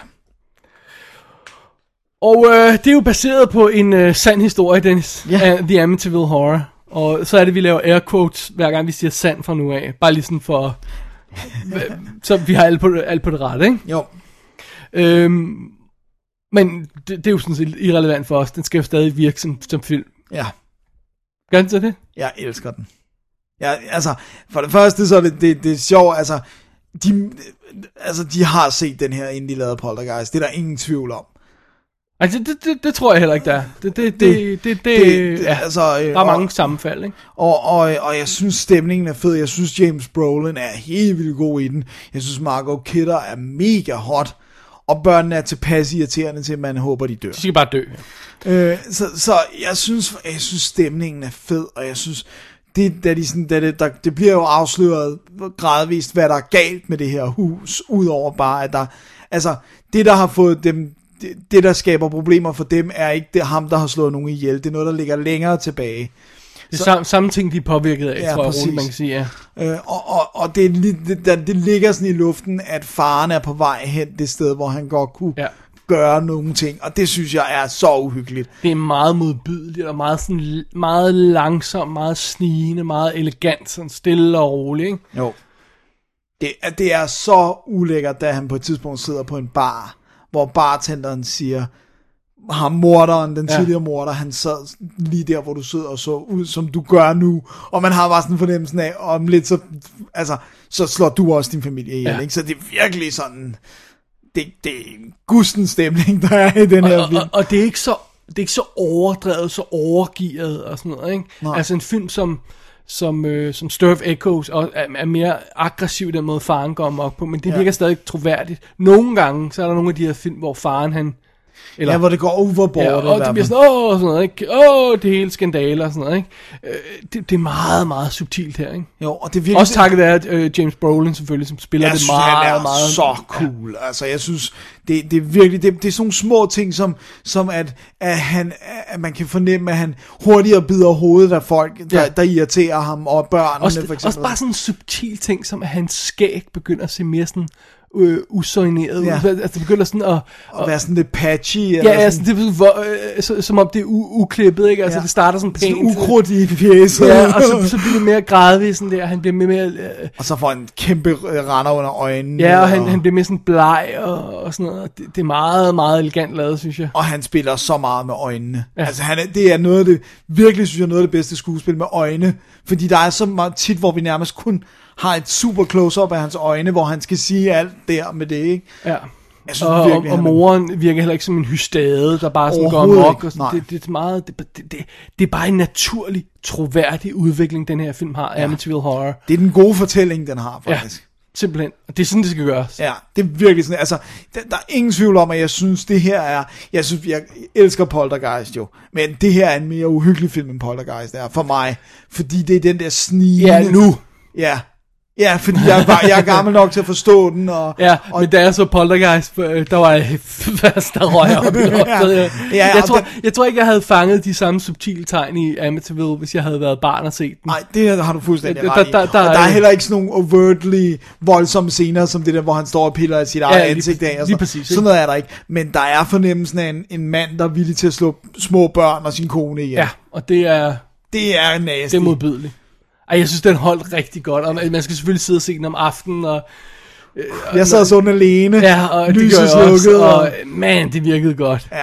Speaker 6: Og øh, det er jo baseret på en øh, sand historie, Dennis,
Speaker 5: Ja.
Speaker 6: af The Amityville Horror. Og så er det, vi laver air quotes, hver gang vi siger sand fra nu af. Bare lige sådan for... så vi har alt på, alt på det rette, ikke?
Speaker 5: Jo,
Speaker 6: Øhm, men det, det er jo sådan set irrelevant for os. Den skal jo stadig virke som, som film.
Speaker 5: ja.
Speaker 6: Gør den så det?
Speaker 5: Jeg elsker den. Ja, altså, for det første, så er det, det, det er sjovt, altså de, altså, de har set den her, inden de lavede Poltergeist. Det er der ingen tvivl om.
Speaker 6: Altså, det, det, det tror jeg heller ikke, der er. Det, det, det, det, det,
Speaker 5: det-
Speaker 6: ja.
Speaker 5: altså, øh,
Speaker 6: der er mange
Speaker 5: og-
Speaker 6: sammenfald, ikke?
Speaker 5: Og, og, og jeg synes, stemningen er fed. Jeg synes, James Brolin er helt vildt god i den. Jeg synes, Margot Kidder er mega hot. Og børnene er tilpas irriterende til, at man håber, de dør.
Speaker 6: De skal bare dø.
Speaker 5: Øh, så, så jeg synes, jeg synes stemningen er fed, og jeg synes, det, da de sådan, da det, der, det bliver jo afsløret gradvist, hvad der er galt med det her hus, udover bare, at der, altså, det der har fået dem, det, det der skaber problemer for dem, er ikke det, ham, der har slået nogen ihjel, det er noget, der ligger længere tilbage.
Speaker 6: Det er samme, samme ting, de er påvirket af,
Speaker 5: Ja,
Speaker 6: ja, tror jeg
Speaker 5: præcis.
Speaker 6: roligt, man kan sige. Ja.
Speaker 5: Øh, og, og, og det, er lidt- det, der, det ligger sådan i luften, at faren er på vej hen det sted, hvor han godt kunne
Speaker 6: Ja.
Speaker 5: gøre nogle ting, og det synes jeg er så uhyggeligt.
Speaker 6: Det er meget modbydeligt, og meget, sådan, meget langsomt, meget snigende, meget elegant, sådan stille og roligt. Ikke?
Speaker 5: Jo. Det, er- det er så ulækkert, da han på et tidspunkt sidder på en bar, hvor bartenderen siger, ham morderen, den
Speaker 6: Ja.
Speaker 5: tidligere morder, han sad lige der, hvor du sidder og så ud, som du gør nu, og man har bare sådan fornemmelsen af, om lidt, så, altså, så slår du også din familie ihjel, ja.
Speaker 6: Ja.
Speaker 5: ikke? Så det er virkelig sådan, det, det er en gusten stemning, der er i den her
Speaker 6: Og,
Speaker 5: film.
Speaker 6: og, og det er ikke så det er ikke så overdrevet, så overgivet og sådan noget, ikke?
Speaker 5: Nej.
Speaker 6: Altså en film som som, øh, som Sturf Echoes og er, er mere aggressiv i den måde faren går amok på, men det
Speaker 5: Ja.
Speaker 6: virker stadig troværdigt. Nogle gange, så er der nogle af de her film, hvor faren han
Speaker 5: Eller, ja, hvor det går overboard.
Speaker 6: Ja,
Speaker 5: Ja,
Speaker 6: og det bliver sådan, åh, sådan noget, ikke? Åh, det hele skandaler og sådan noget, ikke? Øh, det, det er meget, meget subtilt her, ikke?
Speaker 5: jo, og det er virkelig,
Speaker 6: Også takket være at, øh, James Brolin selvfølgelig, som spiller
Speaker 5: jeg
Speaker 6: det
Speaker 5: synes,
Speaker 6: meget,
Speaker 5: han er
Speaker 6: meget...
Speaker 5: så cool. Ja. Altså, jeg synes, det, det er virkelig, det, det er sådan nogle små ting, som, som at, at, han, at man kan fornemme, at han hurtigere bider hovedet af folk, der,
Speaker 6: Ja.
Speaker 5: ja. der irriterer ham, og børnene
Speaker 6: Også,
Speaker 5: for eksempel.
Speaker 6: også bare sådan en subtil ting, som at hans skæg begynder at se mere sådan øh, usøgneret
Speaker 5: Ja.
Speaker 6: ud. Altså, det begynder sådan at...
Speaker 5: at være sådan lidt patchy.
Speaker 6: Ja, ja altså, det er, sådan, hvor, øh, så, som om det er u- uklippet, ikke? Altså,
Speaker 5: Ja.
Speaker 6: det starter sådan pænt.
Speaker 5: sådan ukrudt i fjeset.
Speaker 6: Ja, og så, så bliver det mere gradvist sådan der. Han bliver mere... mere øh,
Speaker 5: og så får han en kæmpe øh, render under øjnene.
Speaker 6: ja, og han, han bliver mere sådan bleg og, og sådan noget. Og Det, det er meget, meget elegant lavet, synes jeg.
Speaker 5: og han spiller så meget med øjnene. Ja. Altså han er, det er noget af det, virkelig synes jeg, noget af det bedste skuespil med øjne. Fordi der er så meget tit, hvor vi nærmest kun har et super close-up af hans øjne, hvor han skal sige alt der med det, ikke?
Speaker 6: Ja.
Speaker 5: Jeg
Speaker 6: Og, og,
Speaker 5: virkelig,
Speaker 6: og
Speaker 5: han er-
Speaker 6: moren virker heller ikke som en hystade, der bare sådan går
Speaker 5: Overhovedet
Speaker 6: amok.
Speaker 5: ikke,
Speaker 6: Og sådan.
Speaker 5: nej.
Speaker 6: Det, det, er meget, det, det, det, det er bare en naturlig, troværdig udvikling, den her film har. Ja. Amityville Horror.
Speaker 5: Det er den gode fortælling, den har,
Speaker 6: Ja,
Speaker 5: faktisk.
Speaker 6: simpelthen. Og det er sådan, det skal gøres.
Speaker 5: Ja, det er virkelig sådan, altså, der, der er ingen tvivl om, at jeg synes, det her er, jeg synes, jeg elsker Poltergeist jo, men det her er en mere uhyggelig film, end Poltergeist er, for mig, fordi det er den der snigende...
Speaker 6: Ja, nu.
Speaker 5: Ja, ja fordi jeg, er bare, jeg er gammel nok til at forstå den, og...
Speaker 6: Ja, og men da jeg så Poltergeist, øh, der var jeg fast, der røg jeg op i loftet.
Speaker 5: Ja,
Speaker 6: ja.
Speaker 5: ja,
Speaker 6: jeg,
Speaker 5: og
Speaker 6: tror,
Speaker 5: den-
Speaker 6: jeg tror ikke, jeg havde fanget de samme subtile tegn i Amityville, hvis jeg havde været barn og set den.
Speaker 5: Nej, det har du fuldstændig
Speaker 6: Der-
Speaker 5: ret i.
Speaker 6: der- der-
Speaker 5: Der, der, der,
Speaker 6: er-
Speaker 5: der er heller ikke sådan nogle overtly voldsomme scener, som det der, hvor han står og piller af sit eget
Speaker 6: lige
Speaker 5: ansigt af.
Speaker 6: præcis,
Speaker 5: og
Speaker 6: lige
Speaker 5: sådan-
Speaker 6: præcis, ikke?
Speaker 5: Sådan noget er der ikke. Men der er fornemmelsen af en, en mand, der er villig til at slå små børn og sin kone ihjel.
Speaker 6: Ja, og det er,
Speaker 5: Det er nasty.
Speaker 6: det er modbydeligt. Ej, jeg synes, den holdt rigtig godt, og man man skal selvfølgelig sidde og se den om aftenen, og,
Speaker 5: jeg sad sådan alene.
Speaker 6: ja, og det
Speaker 5: lyset
Speaker 6: gør jeg også,
Speaker 5: slukket, og...
Speaker 6: og man, det virkede godt.
Speaker 5: Ja,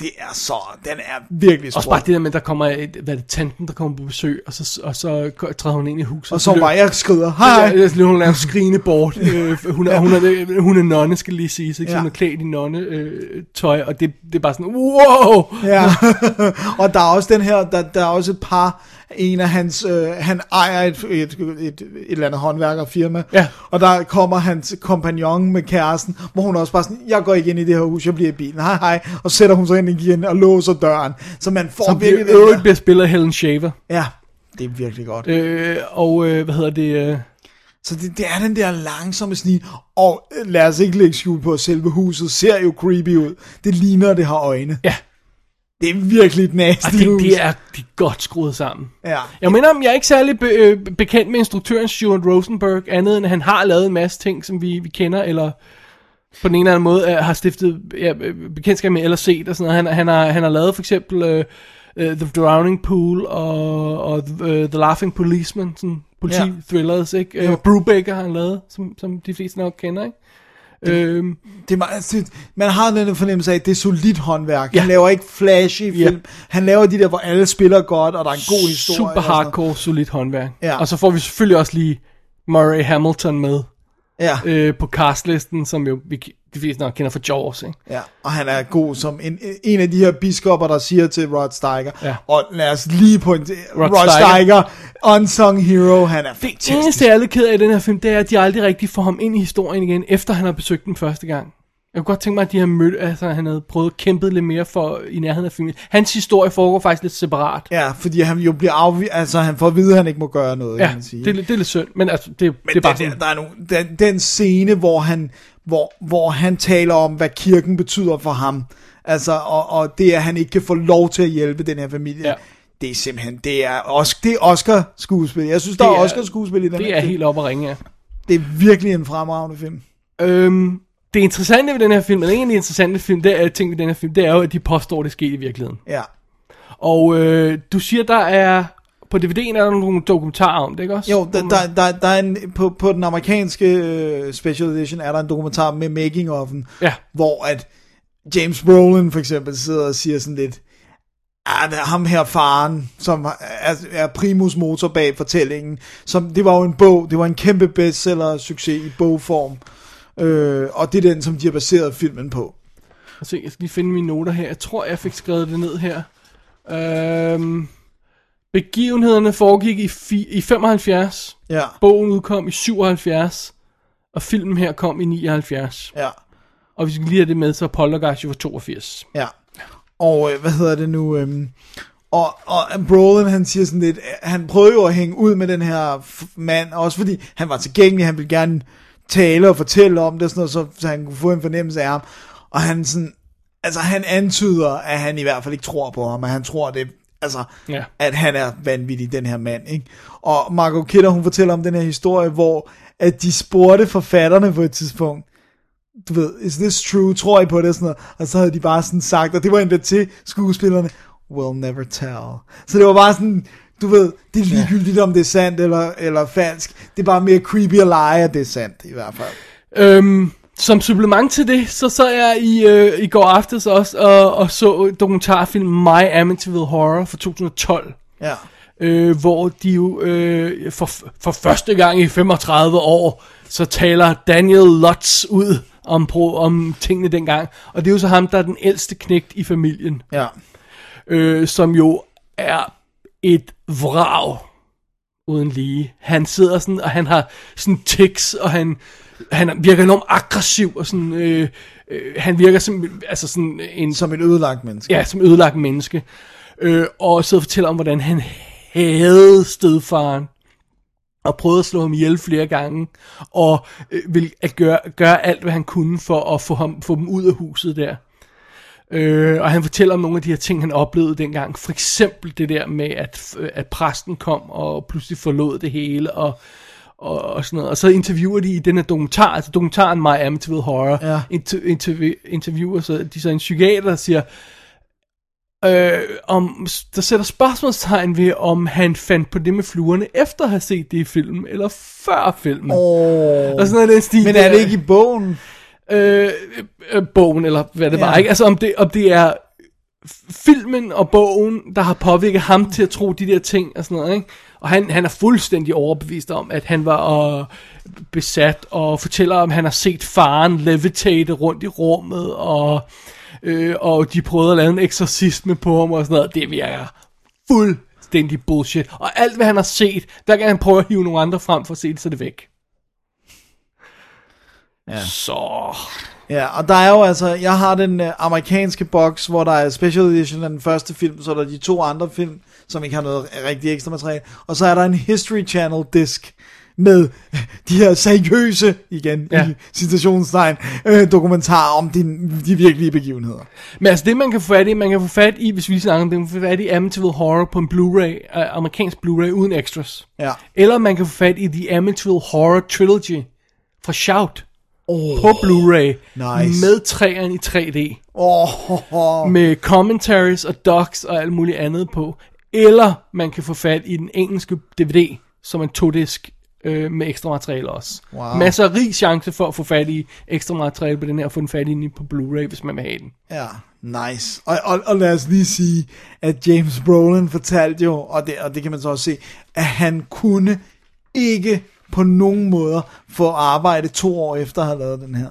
Speaker 5: det er så... Den er virkelig
Speaker 6: Også
Speaker 5: stor.
Speaker 6: bare det der med, at der kommer, et, hvad er det, tanten, der kommer på besøg, og så, og så træder hun ind i huset.
Speaker 5: Og så
Speaker 6: løber-
Speaker 5: var jeg skrider.
Speaker 6: Ja,
Speaker 5: Hej.
Speaker 6: ellers løber hun nærmest skrigende bort. Øh, for hun, er, hun, er, hun er nonne, skal lige sige, ikke? Så
Speaker 5: Ja.
Speaker 6: hun er klædt i nonne øh, tøj, og det, det er bare sådan, wow!
Speaker 5: Ja, og der er også den her, der, der er også et par, en af hans, øh, han ejer et, et, et, et, eller andet håndværkerfirma,
Speaker 6: Ja.
Speaker 5: og der kommer hans kompagnon med kæresten, hvor hun også bare sådan, jeg går ikke ind i det her hus, jeg bliver i bilen, hej hej, og sætter hun sig ind i gearen og låser døren, så man får
Speaker 6: Som
Speaker 5: virkelig
Speaker 6: bliver,
Speaker 5: den
Speaker 6: øvrigt
Speaker 5: der-
Speaker 6: bliver spillet af Helen Shaver.
Speaker 5: Ja, det er virkelig godt.
Speaker 6: Øh, og øh, hvad hedder det? Øh,
Speaker 5: Så det, det er den der langsomme snit, og øh, lad os ikke lægge skjul på, at selve huset ser jo creepy ud. Det ligner, det har øjne.
Speaker 6: Ja.
Speaker 5: Det er virkelig et nasty
Speaker 6: og det,
Speaker 5: hus.
Speaker 6: det, er, det er godt skruet sammen.
Speaker 5: Ja.
Speaker 6: Jeg mener om, jeg er ikke særlig be, øh, bekendt med instruktøren Stuart Rosenberg, andet end at han har lavet en masse ting, som vi, vi kender, eller på den ene eller anden måde øh, har stiftet ja, øh, bekendtskab med, eller set, og sådan noget. Han, han, har, han har lavet for eksempel øh, øh, The Drowning Pool, og, og øh, The Laughing Policeman, sådan politi-thrillers, ikke? Øh, Brubaker har han lavet, som, som de fleste nok kender, ikke? Øhm,
Speaker 5: Det er meget, altså, man har den der fornemmelse af, at det er solidt håndværk. Ja.
Speaker 6: Ja.
Speaker 5: Han laver ikke flashy film.
Speaker 6: Ja.
Speaker 5: Han laver de der, hvor alle spiller godt, og der er en god historie. og
Speaker 6: super
Speaker 5: sådan noget.
Speaker 6: hardcore, solidt håndværk.
Speaker 5: Ja.
Speaker 6: Og så får vi selvfølgelig også lige Murray Hamilton med.
Speaker 5: Ja,
Speaker 6: øh, på castlisten, som jo vi de fleste nok kender fra Jaws, ikke?
Speaker 5: ja, og han er god som en, en af de her biskopper, der siger til Rod Steiger,
Speaker 6: Ja.
Speaker 5: og lad os lige på en... Rod, Rod
Speaker 6: Steiger.
Speaker 5: Steiger, unsung hero, han er
Speaker 6: Det
Speaker 5: fantastisk.
Speaker 6: eneste, jeg er lidt ked af i den her film, det er, at de aldrig rigtig får ham ind i historien igen, efter han har besøgt den første gang. Jeg kunne godt tænke mig, at de har mødt, altså han havde prøvet at kæmpe lidt mere for i nærheden af filmen. Hans historie foregår faktisk lidt separat.
Speaker 5: Ja, fordi han jo bliver afvist, altså han får at vide, at han ikke må gøre noget, kan
Speaker 6: Ja,
Speaker 5: man sige.
Speaker 6: det, er, lidt- det er lidt synd, men altså, det, men det er
Speaker 5: Men
Speaker 6: bare
Speaker 5: den, der,
Speaker 6: sådan.
Speaker 5: der er nogle, den, den scene, hvor han, hvor, hvor han taler om, hvad kirken betyder for ham, altså, og, og det, at han ikke kan få lov til at hjælpe den her familie,
Speaker 6: Ja.
Speaker 5: ja. det er simpelthen, det er, Os- det er Oscar-skuespil. Jeg synes, der
Speaker 6: Det
Speaker 5: er,
Speaker 6: er-
Speaker 5: Oscar-skuespil i den
Speaker 6: Det
Speaker 5: her
Speaker 6: er
Speaker 5: film.
Speaker 6: helt op at ringe, ja.
Speaker 5: Det er virkelig en fremragende film.
Speaker 6: Øhm, det interessante ved den her film, eller en af de interessante film, det er, ting ved den her film, det er jo, at de påstår, at det skete i virkeligheden.
Speaker 5: Ja.
Speaker 6: Og øh, du siger, der er... På DVD'en er der nogle dokumentarer om det, ikke også?
Speaker 5: Jo,
Speaker 6: Hvor
Speaker 5: der,
Speaker 6: man-
Speaker 5: der, der, der er en, på, på den amerikanske øh, special edition er der en dokumentar med making of'en,
Speaker 6: Ja.
Speaker 5: hvor at James Brolin for eksempel sidder og siger sådan lidt, "Ah, der er ham her faren, som er, er primus motor bag fortællingen, som, det var jo en bog, det var en kæmpe bestseller succes i bogform, øh, og det er den, som de har baseret filmen på.
Speaker 6: Altså, jeg skal lige finde mine noter her. Jeg tror, jeg fik skrevet det ned her. Øhm, begivenhederne foregik i, fi- i 75.
Speaker 5: Ja,
Speaker 6: Bogen udkom i 77. Og filmen her kom i 79.
Speaker 5: ja.
Speaker 6: Og hvis vi lige har det med, så er Poltergeist jo fra 82.
Speaker 5: Ja. Og øh, hvad hedder det nu? Øhm, og, og Brolin, han siger sådan lidt, øh, han prøvede jo at hænge ud med den her f- mand, også fordi han var tilgængelig, han ville gerne tale og fortælle om det, og sådan noget, så, så han kunne få en fornemmelse af ham. Og han sådan, altså han antyder, at han i hvert fald ikke tror på ham, og han tror det, altså,
Speaker 6: Ja.
Speaker 5: at han er vanvittig, den her mand, ikke? Og Margot Kidder, hun fortæller om den her historie, hvor at de spurgte forfatterne på et tidspunkt, du ved, is this true, tror I på det, og sådan noget. Og så havde de bare sådan sagt, og det var endda til skuespillerne, we'll never tell. Så det var bare sådan, du ved, det er ligegyldigt, om det er sandt eller, eller falsk. Det er bare mere creepy at lege, at det er sandt, i hvert fald.
Speaker 6: Øhm, som supplement til det, så sad jeg i, øh, i går aftes også og, og så dokumentarfilm My Amityville Horror fra 2012.
Speaker 5: Ja.
Speaker 6: øh, hvor de jo øh, for, for første gang i 35 år, så taler Daniel Lutz ud om, pro, om tingene dengang. Og det er jo så ham, der er den ældste knægt i familien,
Speaker 5: Ja.
Speaker 6: øh, som jo er et vrag uden lige. Han sidder sådan, og han har sådan tics, og han, han virker enormt aggressiv, og sådan, øh, øh, han virker som, altså sådan en
Speaker 5: Som et ødelagt menneske.
Speaker 6: Ja, som ødelagt menneske. Øh, og så fortæller om, hvordan han havde stedfaren. Og prøvede at slå ham ihjel flere gange. Og øh, ville at gøre, gøre alt, hvad han kunne for at få, ham, få dem ud af huset der. Øh, og han fortæller om nogle af de her ting, han oplevede dengang. For eksempel det der med, at, øh, at præsten kom og pludselig forlod det hele. Og, og, og sådan noget. Og så interviewer de i den her dokumentar, altså dokumentaren My Amityville Horror,
Speaker 5: Ja.
Speaker 6: inter, interview, interviewer så, de så en psykiater, der siger, øh, om, der sætter spørgsmålstegn ved, om han fandt på det med fluerne, efter at have set det i filmen, eller før filmen.
Speaker 5: Åh.
Speaker 6: Og sådan noget i den stil.
Speaker 5: Men er
Speaker 6: der.
Speaker 5: det ikke i bogen?
Speaker 6: øh, øh, bogen, eller hvad det
Speaker 5: Ja.
Speaker 6: var, ikke? Altså, om det, om det er f- filmen og bogen, der har påvirket ham til at tro de der ting og sådan noget, ikke? Og han, han er fuldstændig overbevist om, at han var øh, besat, og fortæller om, at han har set faren levitate rundt i rummet, og, øh, og de prøvede at lave en eksorcisme på ham og sådan noget. Det virker fuldstændig bullshit. Og alt, hvad han har set, der kan han prøve at hive nogle andre frem for at se det, så er det væk. Ja. Så...
Speaker 5: Ja, og der er jo altså, jeg har den øh, amerikanske boks, hvor der er special edition af den første film, så er der de to andre film, som ikke har noget rigtig ekstra materiale, og så er der en History Channel disk med de her seriøse, igen ja.
Speaker 6: Ja.
Speaker 5: i citationstegn, øh, dokumentarer om de, de virkelige begivenheder.
Speaker 6: Men altså det man kan få fat i, man kan få fat i, hvis vi lige snakker om det, man kan få fat i Amityville Horror på en Blu-ray, øh, amerikansk Blu-ray uden extras.
Speaker 5: Ja.
Speaker 6: Eller man kan få fat i The Amityville Horror Trilogy fra Shout oh, på Blu-ray
Speaker 5: nice.
Speaker 6: med træerne i 3D.
Speaker 5: Åh, oh, oh,
Speaker 6: Med commentaries og docs og alt muligt andet på. Eller man kan få fat i den engelske DVD, som er todisk øh, med ekstra materiale også.
Speaker 5: Wow.
Speaker 6: Masser af rig chance for at få fat i ekstra materiale på den her, og få den fat i på Blu-ray, hvis man vil have den.
Speaker 5: ja, nice. Og, og, og lad os lige sige, at James Brolin fortalte jo, og det, og det kan man så også se, at han kunne ikke på nogen måder få arbejde to år efter at have lavet den her.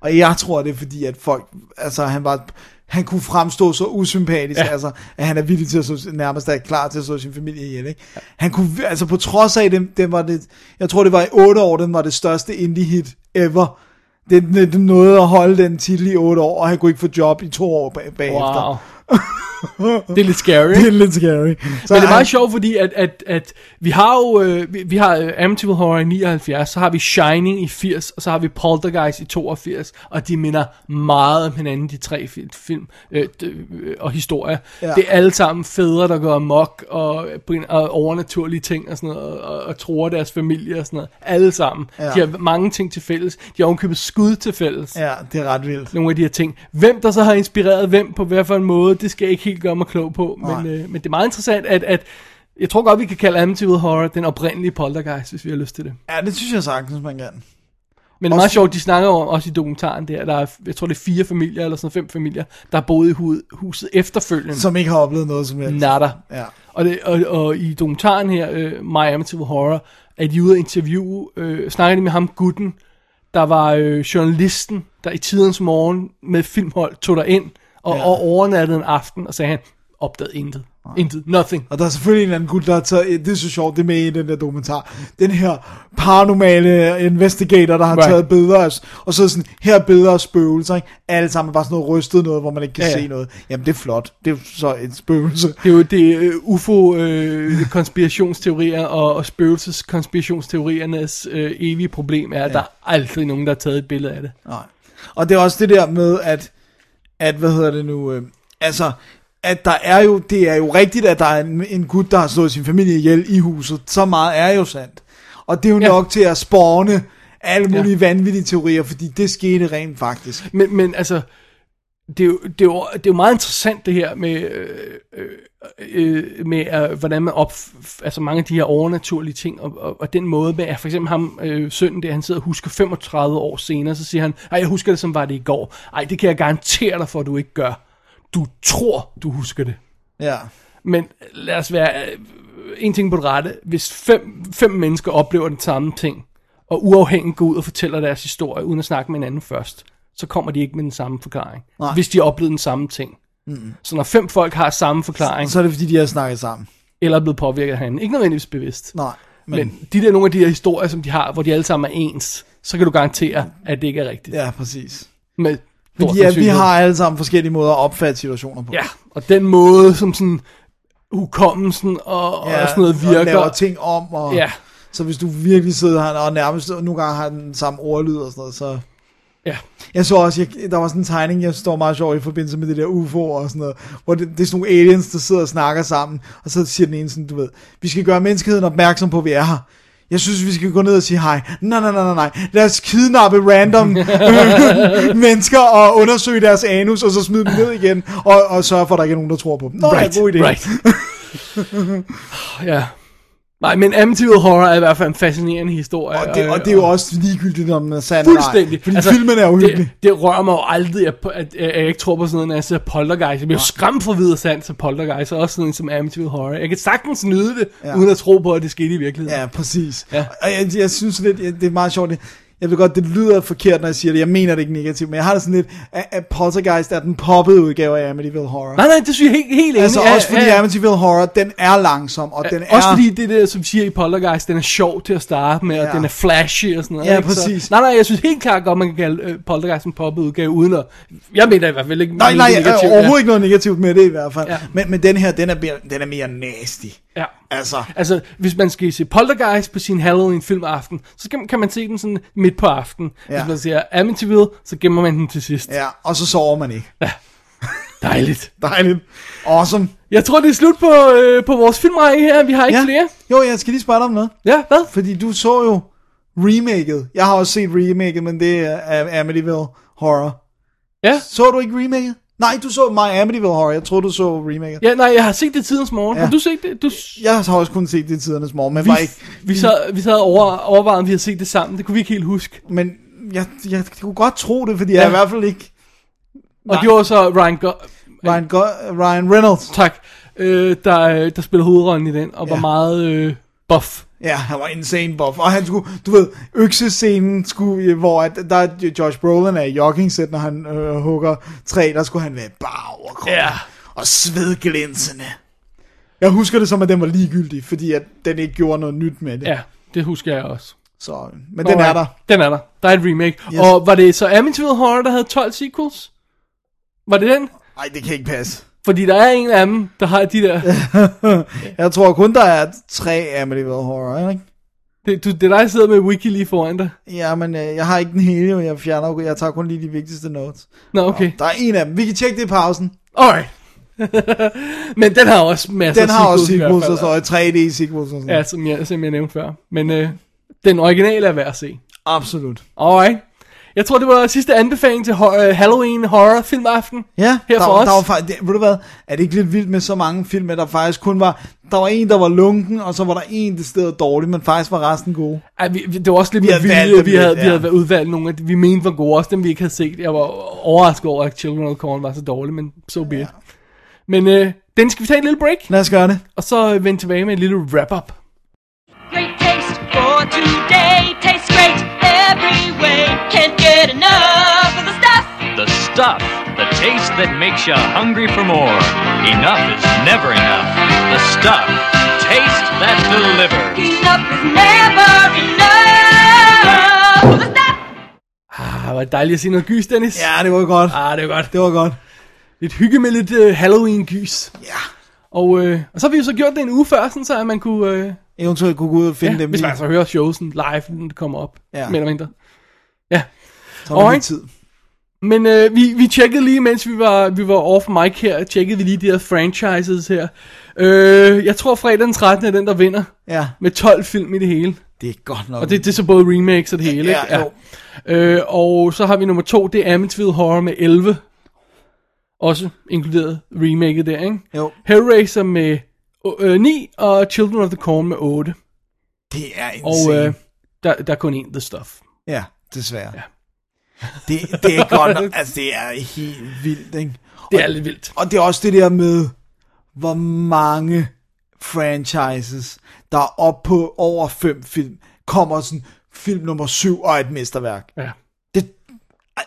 Speaker 5: Og jeg tror, det er fordi, at folk, altså han var, han kunne fremstå så usympatisk, ja. altså, at han er villig til at så, nærmest er klar til at slå sin familie ihjel, ikke? Han kunne, vi- altså på trods af, den, den var det, jeg tror det var i otte år, den var det største indie hit ever. Den, den, den nåede at holde den titel i otte år, og han kunne ikke få job i to år bag, bagefter.
Speaker 6: Wow. det er lidt scary.
Speaker 5: Det er lidt scary. Så
Speaker 6: Men det er
Speaker 5: han-
Speaker 6: meget sjovt, fordi at, at, at vi har jo øh, vi, vi har øh, Amityville Horror i 79, så har vi Shining i 80, og så har vi Poltergeist i 82, og de minder meget om hinanden, de tre film, film øh, d- øh, og historier.
Speaker 5: Ja.
Speaker 6: Ja. Det er alle sammen fædre, der går amok, og, på en- og overnaturlige ting og sådan noget, og, og tror deres familie og sådan noget. Alle sammen.
Speaker 5: Ja.
Speaker 6: Ja. De har mange ting til fælles. De har ovenkøbet skud til fælles
Speaker 5: Ja, det er ret vildt.
Speaker 6: nogle af de her ting. Hvem der så har inspireret hvem på hvad for en måde, det skal jeg ikke helt gøre mig klog på. Men,
Speaker 5: Nej.
Speaker 6: øh, men det er meget interessant, at, at jeg tror godt, vi kan kalde Amityville Horror den oprindelige poltergeist, hvis vi har lyst til det.
Speaker 5: Ja, det synes jeg sagtens, man kan.
Speaker 6: Men det er meget
Speaker 5: Også-
Speaker 6: sjovt, de snakker om, også i dokumentaren der, der er, jeg tror det er fire familier, eller sådan fem familier, der har boet i hu- huset efterfølgende. Så...
Speaker 5: Som ikke har oplevet noget som helst.
Speaker 6: Nada.
Speaker 5: Ja.
Speaker 6: Og, det, og, og i dokumentaren her, øh, My Amityville Horror, er de ude at interviewe, øh, snakker de med ham gutten, der var øh, journalisten, der i tidens morgen med filmhold tog dig ind og, ja. og overnattede en aften, og sagde han, opdaget intet. Intet. Nothing.
Speaker 5: Og der er selvfølgelig en eller anden gut, der har taget, det er så sjovt, det er med i den der dokumentar, den her paranormale investigator, der har
Speaker 6: Right.
Speaker 5: right. taget billeder af, og så er det sådan, her er billeder af spøgelser, ikke? alle sammen er bare sådan noget rystet noget, hvor man ikke kan
Speaker 6: Ja,
Speaker 5: ja,
Speaker 6: ja.
Speaker 5: ja. se noget. Jamen det er flot, det er så et spøgelse.
Speaker 6: Det er jo det uh, UFO-konspirationsteorier og, og spøgelses-konspirationsteoriernes uh, evige problem er, at ja. der er aldrig nogen, der har taget et billede af det.
Speaker 5: Nej. Og det er også det der med, at, at hvad hedder det nu, øh, altså, at der er jo, det er jo rigtigt, at der er en, en gut, der har slået sin familie ihjel i huset. Så meget er jo sandt. Og det er jo
Speaker 6: Ja.
Speaker 5: ja. nok til at spawne alle mulige ja. vanvittige teorier, fordi det skete rent faktisk.
Speaker 6: Men, men altså, det er, jo, det, er jo, det er jo meget interessant det her med, øh, øh, øh, med øh, hvordan man op, altså mange af de her overnaturlige ting, og, og, og den måde med, at for eksempel ham, øh, sønnen der, han sidder og husker 35 år senere, så siger han, ej, jeg husker det, som var det i går. Ej, det kan jeg garantere dig for, at du ikke gør. Du tror, du husker det.
Speaker 5: Ja.
Speaker 6: Men lad os være øh, en ting på det rette. Hvis fem, fem mennesker oplever den samme ting, og uafhængigt går ud og fortæller deres historie, uden at snakke med hinanden først, så kommer de ikke med den samme forklaring.
Speaker 5: Nej.
Speaker 6: Hvis de har oplevet den samme ting. Mm. Så når fem folk har samme forklaring,
Speaker 5: Så er det fordi, de har snakket sammen.
Speaker 6: eller er blevet påvirket af hinanden, ikke nødvendigvis bevidst,
Speaker 5: Nej. Men, men
Speaker 6: men, men de der nogle af de der historier, som de har, hvor de alle sammen er ens, så kan du garantere, at det ikke er rigtigt.
Speaker 5: ja, præcis.
Speaker 6: Med stor
Speaker 5: Fordi ja, vi
Speaker 6: sandsynlighed.
Speaker 5: har alle sammen forskellige måder at opfatte situationer på.
Speaker 6: Ja, og den måde, som sådan hukommelsen og, og sådan noget
Speaker 5: Og
Speaker 6: virker.
Speaker 5: laver ting om. Og,
Speaker 6: ja,
Speaker 5: Så hvis du virkelig sidder her og nærmest og nogle gange har den samme ordlyd og sådan noget, så...
Speaker 6: ja.
Speaker 5: Jeg så også, jeg, der var sådan en tegning, jeg står meget sjov i forbindelse med det der UFO og sådan noget, hvor det, det er sådan nogle aliens, der sidder og snakker sammen, og så siger den ene sådan, du ved, vi skal gøre menneskeheden opmærksom på, at vi er her. Jeg synes, vi skal gå ned og sige hej. Nej, nej, nej, nej, nej. Lad os kidnappe random øh, mennesker og undersøge deres anus, og så smide dem ned igen, og, og sørge for, at der ikke er nogen, der tror på dem. Nå,
Speaker 6: Right,
Speaker 5: ja, god idé.
Speaker 6: right. ja. Nej, men Amityville Horror er i hvert fald en fascinerende historie. øh,
Speaker 5: Og det, og det er jo også ligegyldigt, om man er sand eller ej.
Speaker 6: Fuldstændig.
Speaker 5: Fordi altså, filmen er jo hyggelig.
Speaker 6: Det, det rører mig jo aldrig, at, at, at, jeg ikke tror på sådan noget, når jeg ser Poltergeist. Jeg bliver jo skræmt for videre sand til Poltergeist, og også sådan en som Amityville Horror. Jeg kan sagtens nyde det, ja.
Speaker 5: Ja.
Speaker 6: uden at tro på, at det skete i virkeligheden.
Speaker 5: Ja, præcis.
Speaker 6: Ja.
Speaker 5: Ja. Og jeg, jeg synes lidt, jeg, det er meget sjovt. Det, jeg ved godt, det lyder forkert, når jeg siger det. Jeg mener det ikke negativt, men jeg har det sådan lidt, at, at Poltergeist er den poppede udgave af Amityville Horror.
Speaker 6: Nej, nej, det synes jeg helt, helt enig.
Speaker 5: altså
Speaker 6: Ja,
Speaker 5: også fordi
Speaker 6: ja.
Speaker 5: Amityville Horror, den er langsom, og den er...
Speaker 6: Også fordi det der, som vi siger i Poltergeist, den er sjov til at starte med, ja. og
Speaker 5: Ja.
Speaker 6: den er flashy og sådan noget.
Speaker 5: Ja,
Speaker 6: ikke? Så,
Speaker 5: præcis.
Speaker 6: nej, nej, jeg synes helt klart godt, man kan kalde øh, Poltergeist en poppet udgave, uden at... Jeg mener i hvert fald ikke...
Speaker 5: Nej, nej,
Speaker 6: ikke
Speaker 5: negativt,
Speaker 6: negativt,
Speaker 5: overhovedet ikke noget negativt med det i hvert fald.
Speaker 6: Ja.
Speaker 5: Ja. Men, men den her, den er, mere, den er mere nasty.
Speaker 6: Ja. ja.
Speaker 5: Altså,
Speaker 6: Altså, hvis man skal se Poltergeist på sin Halloween-filmaften, så kan, kan man se den sådan midt på aftenen. Ja.
Speaker 5: Ja.
Speaker 6: Hvis man ser Amityville, så gemmer man den til sidst. Ja.
Speaker 5: ja, og så sover man ikke.
Speaker 6: Dejligt.
Speaker 5: Dejligt. Awesome.
Speaker 6: Jeg tror, det er slut på, øh, på vores filmrække her. Vi har ikke
Speaker 5: Ja.
Speaker 6: ja. flere.
Speaker 5: Jo, jeg skal lige spørge dig om noget.
Speaker 6: Ja, hvad?
Speaker 5: Fordi du så jo remaket. Jeg har også set remaket, men det er af Amityville Horror.
Speaker 6: Ja.
Speaker 5: Så du ikke remaket? Nej, du så My Amityville Horror. Jeg tror du så remaket.
Speaker 6: Ja, nej, jeg har set det i tidens morgen. Ja.
Speaker 5: Ja.
Speaker 6: Har du set det? Du...
Speaker 5: Jeg har også kun set det i tidernes morgen, men,
Speaker 6: Vi,
Speaker 5: var ikke,
Speaker 6: vi, sad, vi sad over, overvejede, om vi havde set det sammen. Det kunne vi ikke helt huske.
Speaker 5: men jeg, jeg, kunne godt tro det, fordi ja. jeg
Speaker 6: Ja.
Speaker 5: i hvert fald ikke...
Speaker 6: Og det var så Ryan, Go-
Speaker 5: Ryan, Go- Ryan Reynolds.
Speaker 6: tak, øh, der, øh, der spillede hovedrollen i den, og ja. var
Speaker 5: Ja.
Speaker 6: meget øh, buff.
Speaker 5: Ja, han var insane buff. Og han skulle, du ved, øksescenen, skulle, øh, hvor at, der er Josh Brolin er i joggingsæt, når han øh, hugger træ, der skulle han være bare overkrop.
Speaker 6: Ja.
Speaker 5: Og svedglænsende. Jeg husker det som, at den var ligegyldig, fordi at den ikke gjorde noget nyt med det.
Speaker 6: Ja, det husker jeg også.
Speaker 5: Så, men den er
Speaker 6: Alright.
Speaker 5: der.
Speaker 6: Den er der. Der er et remake. Yes.
Speaker 5: Yes.
Speaker 6: Og var det så Amityville Horror, der havde 12 sequels? Var det den?
Speaker 5: Nej, det kan ikke passe.
Speaker 6: Fordi der er en af dem, der har de der...
Speaker 5: Jeg tror kun, der er tre Amityville Horror, er der ikke?
Speaker 6: Det, du, det er dig, der sidder med wiki lige foran dig.
Speaker 5: Ja, men øh, jeg har ikke den hele, jo. jeg fjerner jo- jeg tager kun lige de vigtigste notes.
Speaker 6: Nå, okay.
Speaker 5: Der er en af dem, vi kan tjekke det i pausen.
Speaker 6: Alright. Men den har også masser
Speaker 5: Den
Speaker 6: af
Speaker 5: har også
Speaker 6: i hvert
Speaker 5: sequels,
Speaker 6: fald.
Speaker 5: og så 3D sequels og sådan
Speaker 6: Ja, som jeg, som jeg nævnte før. Men øh, den originale er værd at se.
Speaker 5: Absolut.
Speaker 6: Alright. Jeg tror, det var sidste anbefaling til hor- øh, Halloween Horror Filmaften.
Speaker 5: Ja,
Speaker 6: her
Speaker 5: der,
Speaker 6: for
Speaker 5: var-
Speaker 6: os.
Speaker 5: der var faktisk, ved du hvad, er det ikke lidt vildt med så mange film, at der faktisk kun var, der var en, der var lunken, og så var der en, der stod dårlig, men faktisk var resten gode.
Speaker 6: Ej, vi, vi- det var også lidt
Speaker 5: Vi
Speaker 6: med
Speaker 5: havde valgt
Speaker 6: vilje,
Speaker 5: dem
Speaker 6: vi
Speaker 5: lidt,
Speaker 6: havde, vi
Speaker 5: ja.
Speaker 6: havde udvalgt nogle af de, vi mente var gode, også dem vi ikke havde set. Jeg var overrasket over, at Children of Corn var så dårlig, men so be it. Men øh, den skal vi tage en lille break,
Speaker 5: Lad os gøre det.
Speaker 6: og så øh, vende tilbage med en lille wrap-up.
Speaker 9: Great taste for today. Tastes great every way. Can't get enough of the stuff.
Speaker 10: The stuff that taste that makes you hungry for more. Enough is never enough. The stuff, taste that delivers.
Speaker 9: Enough is never enough. The stuff.
Speaker 6: Ah, var det dejligt at se noget gys, Dennis.
Speaker 5: Ja, det var godt.
Speaker 6: Ah, det er godt.
Speaker 5: Det var godt.
Speaker 6: Lidt hygge med lidt øh, Halloween-gys.
Speaker 5: Ja.
Speaker 6: Og, øh, og så har vi jo så gjort det en uge før, sådan så at man kunne... Øh,
Speaker 5: Eventuelt kunne gå ud og finde
Speaker 6: ja,
Speaker 5: dem
Speaker 6: hvis
Speaker 5: i
Speaker 6: man altså hører showsen live, når det kommer op.
Speaker 5: Ja.
Speaker 6: Ja. Mere eller mindre. Ja.
Speaker 5: tommelig
Speaker 6: Alright.
Speaker 5: tid.
Speaker 6: Men øh, vi, vi tjekkede lige, mens vi var, vi var off mic her, tjekkede vi lige de her franchises her. Øh, jeg tror fredag den 13. er den, der vinder.
Speaker 5: Ja,
Speaker 6: Med 12 film i det hele.
Speaker 5: det er godt nok.
Speaker 6: Og det, det er så både remakes og det hele,
Speaker 5: Ja,
Speaker 6: ikke?
Speaker 5: jo.
Speaker 6: Øh, og så har vi nummer to, det er Amityville Horror med 11. Også inkluderet remaket der, ikke?
Speaker 5: Jo.
Speaker 6: Hellraiser med øh, 9, og Children of the Corn med 8.
Speaker 5: det er en
Speaker 6: Og øh, der, der er kun én The Stuff.
Speaker 5: Ja, desværre. Ja. Det, det er godt nok, altså det er helt vildt, ikke?
Speaker 6: Det er lidt vildt.
Speaker 5: Og det er også det der med, hvor mange franchises, der er oppe på over fem film, kommer sådan film nummer syv og et mesterværk.
Speaker 6: Ja.
Speaker 5: Det, ej,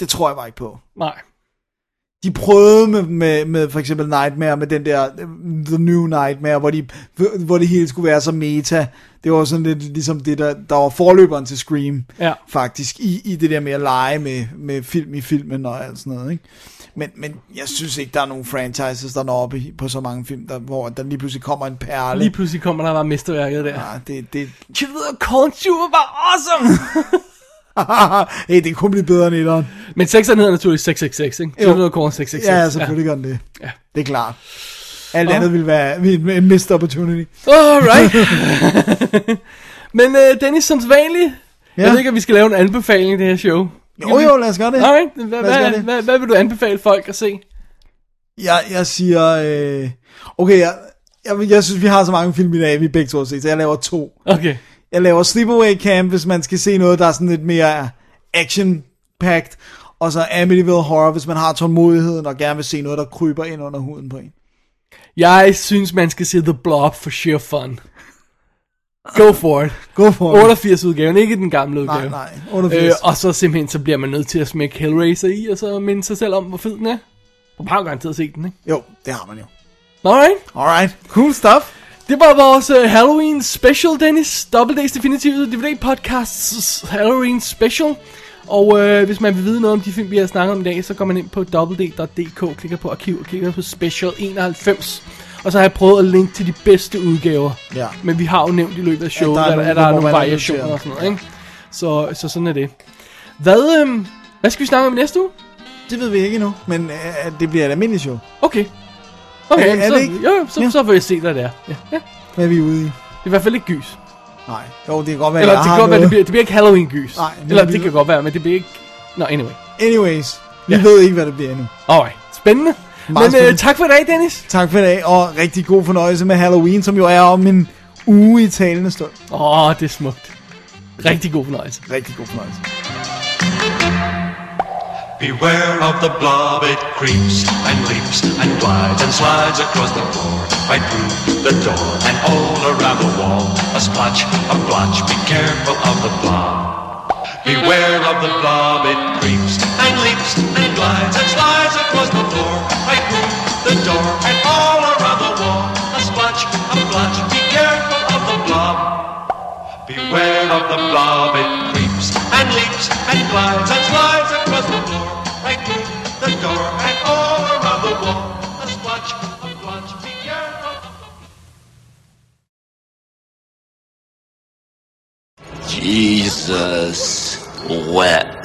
Speaker 5: det tror jeg bare ikke på.
Speaker 6: Nej.
Speaker 5: De prøvede med, med, med for eksempel Nightmare, med den der øh, The New Nightmare, hvor, de, hvor det hele skulle være så meta. Det var sådan lidt ligesom det, der, der var forløberen til Scream,
Speaker 6: Ja.
Speaker 5: faktisk, i, i det der med at lege med, med film i filmen og alt sådan noget. Ikke? Men, men jeg synes ikke, der er nogen franchises, der når op i, på så mange film, der, hvor der lige pludselig kommer en perle.
Speaker 6: Lige pludselig kommer der bare mesterværket der.
Speaker 5: ja, det, det,
Speaker 6: Children of the Corn 7 var bare awesome!
Speaker 5: hey, det kunne blive bedre end etteren.
Speaker 6: Men 6'eren hedder naturligvis 666, ikke? Children of the Corn 666.
Speaker 5: Ja, selvfølgelig ja. gør den det.
Speaker 6: Ja.
Speaker 5: Det er klart. Alt
Speaker 6: Og-
Speaker 5: andet ville være ville- en missed opportunity.
Speaker 6: Alright. Men øh, Dennis, som vanligt, ja.
Speaker 5: Ja.
Speaker 6: jeg ved ikke, om vi skal lave en anbefaling i det her show.
Speaker 5: Jo, jo, lad os gøre det.
Speaker 6: Alright, hvad,
Speaker 5: Lad os gøre
Speaker 6: hvad,
Speaker 5: det.
Speaker 6: hvad, hvad vil du anbefale folk at se?
Speaker 5: Jeg, jeg siger, øh, okay, jeg, jeg, jeg synes, vi har så mange film i dag, vi begge to har set, så jeg laver to.
Speaker 6: Okay,
Speaker 5: Jeg laver Sleepaway Camp, hvis man skal se noget, der er sådan lidt mere action-packed, og så Amityville Horror, hvis man har tålmodigheden og gerne vil se noget, der kryber ind under huden på en.
Speaker 6: jeg synes, man skal se The Blob for sheer fun. Go for it.
Speaker 5: Gå for det.
Speaker 6: 88 udgaven, ikke den gamle
Speaker 5: Nej,
Speaker 6: udgave.
Speaker 5: nej, 88. Øh,
Speaker 6: og så simpelthen, så bliver man nødt til at smække Hellraiser i, og så minde sig selv om, hvor fed den er. Du har jo garanteret set den, ikke?
Speaker 5: Jo, det har man jo.
Speaker 6: Alright.
Speaker 5: Alright, cool stuff.
Speaker 6: Det var vores uh, Halloween special, Dennis. Double Days Definitive DVD Podcasts Halloween special. Og uh, hvis man vil vide noget om de film, vi har snakket om i dag, så går man ind på www.dk, klikker på arkiv og klikker på special 91. Og så har jeg prøvet at linke til de bedste udgaver.
Speaker 5: Ja.
Speaker 6: Men vi har jo nævnt i løbet af showet,
Speaker 5: der er
Speaker 6: at der
Speaker 5: nogle,
Speaker 6: er, at der er
Speaker 5: hvor
Speaker 6: nogle
Speaker 5: man er nødt til
Speaker 6: variationer
Speaker 5: at-
Speaker 6: og sådan noget. Ikke? Så, så sådan er det. Hvad, øhm, hvad skal vi snakke om i næste uge?
Speaker 5: Det ved vi ikke endnu, men øh, det bliver et almindeligt show.
Speaker 6: Okay. Okay,
Speaker 5: Er- er
Speaker 6: så,
Speaker 5: det ikke?
Speaker 6: Jo, jo, så,
Speaker 5: Ja.
Speaker 6: ja. så får jeg se, hvad det er. Ja. ja. Det
Speaker 5: Hvad er vi ude i?
Speaker 6: er i hvert fald ikke gys.
Speaker 5: Nej, jo, det kan godt være,
Speaker 6: Eller
Speaker 5: jeg
Speaker 6: det
Speaker 5: har
Speaker 6: kan godt være, det
Speaker 5: noget.
Speaker 6: bliver, det bliver ikke Halloween-gys.
Speaker 5: Nej, men
Speaker 6: Eller
Speaker 5: det
Speaker 6: det kan godt være, men det bliver ikke... Nå, no, anyway.
Speaker 5: Anyways, vi
Speaker 6: Ja.
Speaker 5: ved ikke, hvad det bliver endnu.
Speaker 6: Alright. Spændende. men
Speaker 5: spændende.
Speaker 6: Øh, tak for i dag, Dennis.
Speaker 5: Tak for i dag, og rigtig god fornøjelse med Halloween, som jo er om en uge i talende stund.
Speaker 6: Åh, oh, det er smukt. Rigtig god fornøjelse.
Speaker 5: Rigtig god fornøjelse.
Speaker 1: Beware of the blob, it creeps and leaps and glides and slides across the floor, right through the door and all around the wall. A splotch, a blotch, be careful of the blob. Beware of the blob, it creeps and leaps and glides and slides across the floor, right through the door and all around the wall. A splotch, a blotch, be careful of the blob. Beware of the blob, it creeps and leaps and glides and slides across the floor, right through the door and all around the wall. A splotch, a blotch, be careful.
Speaker 4: Jesus wept.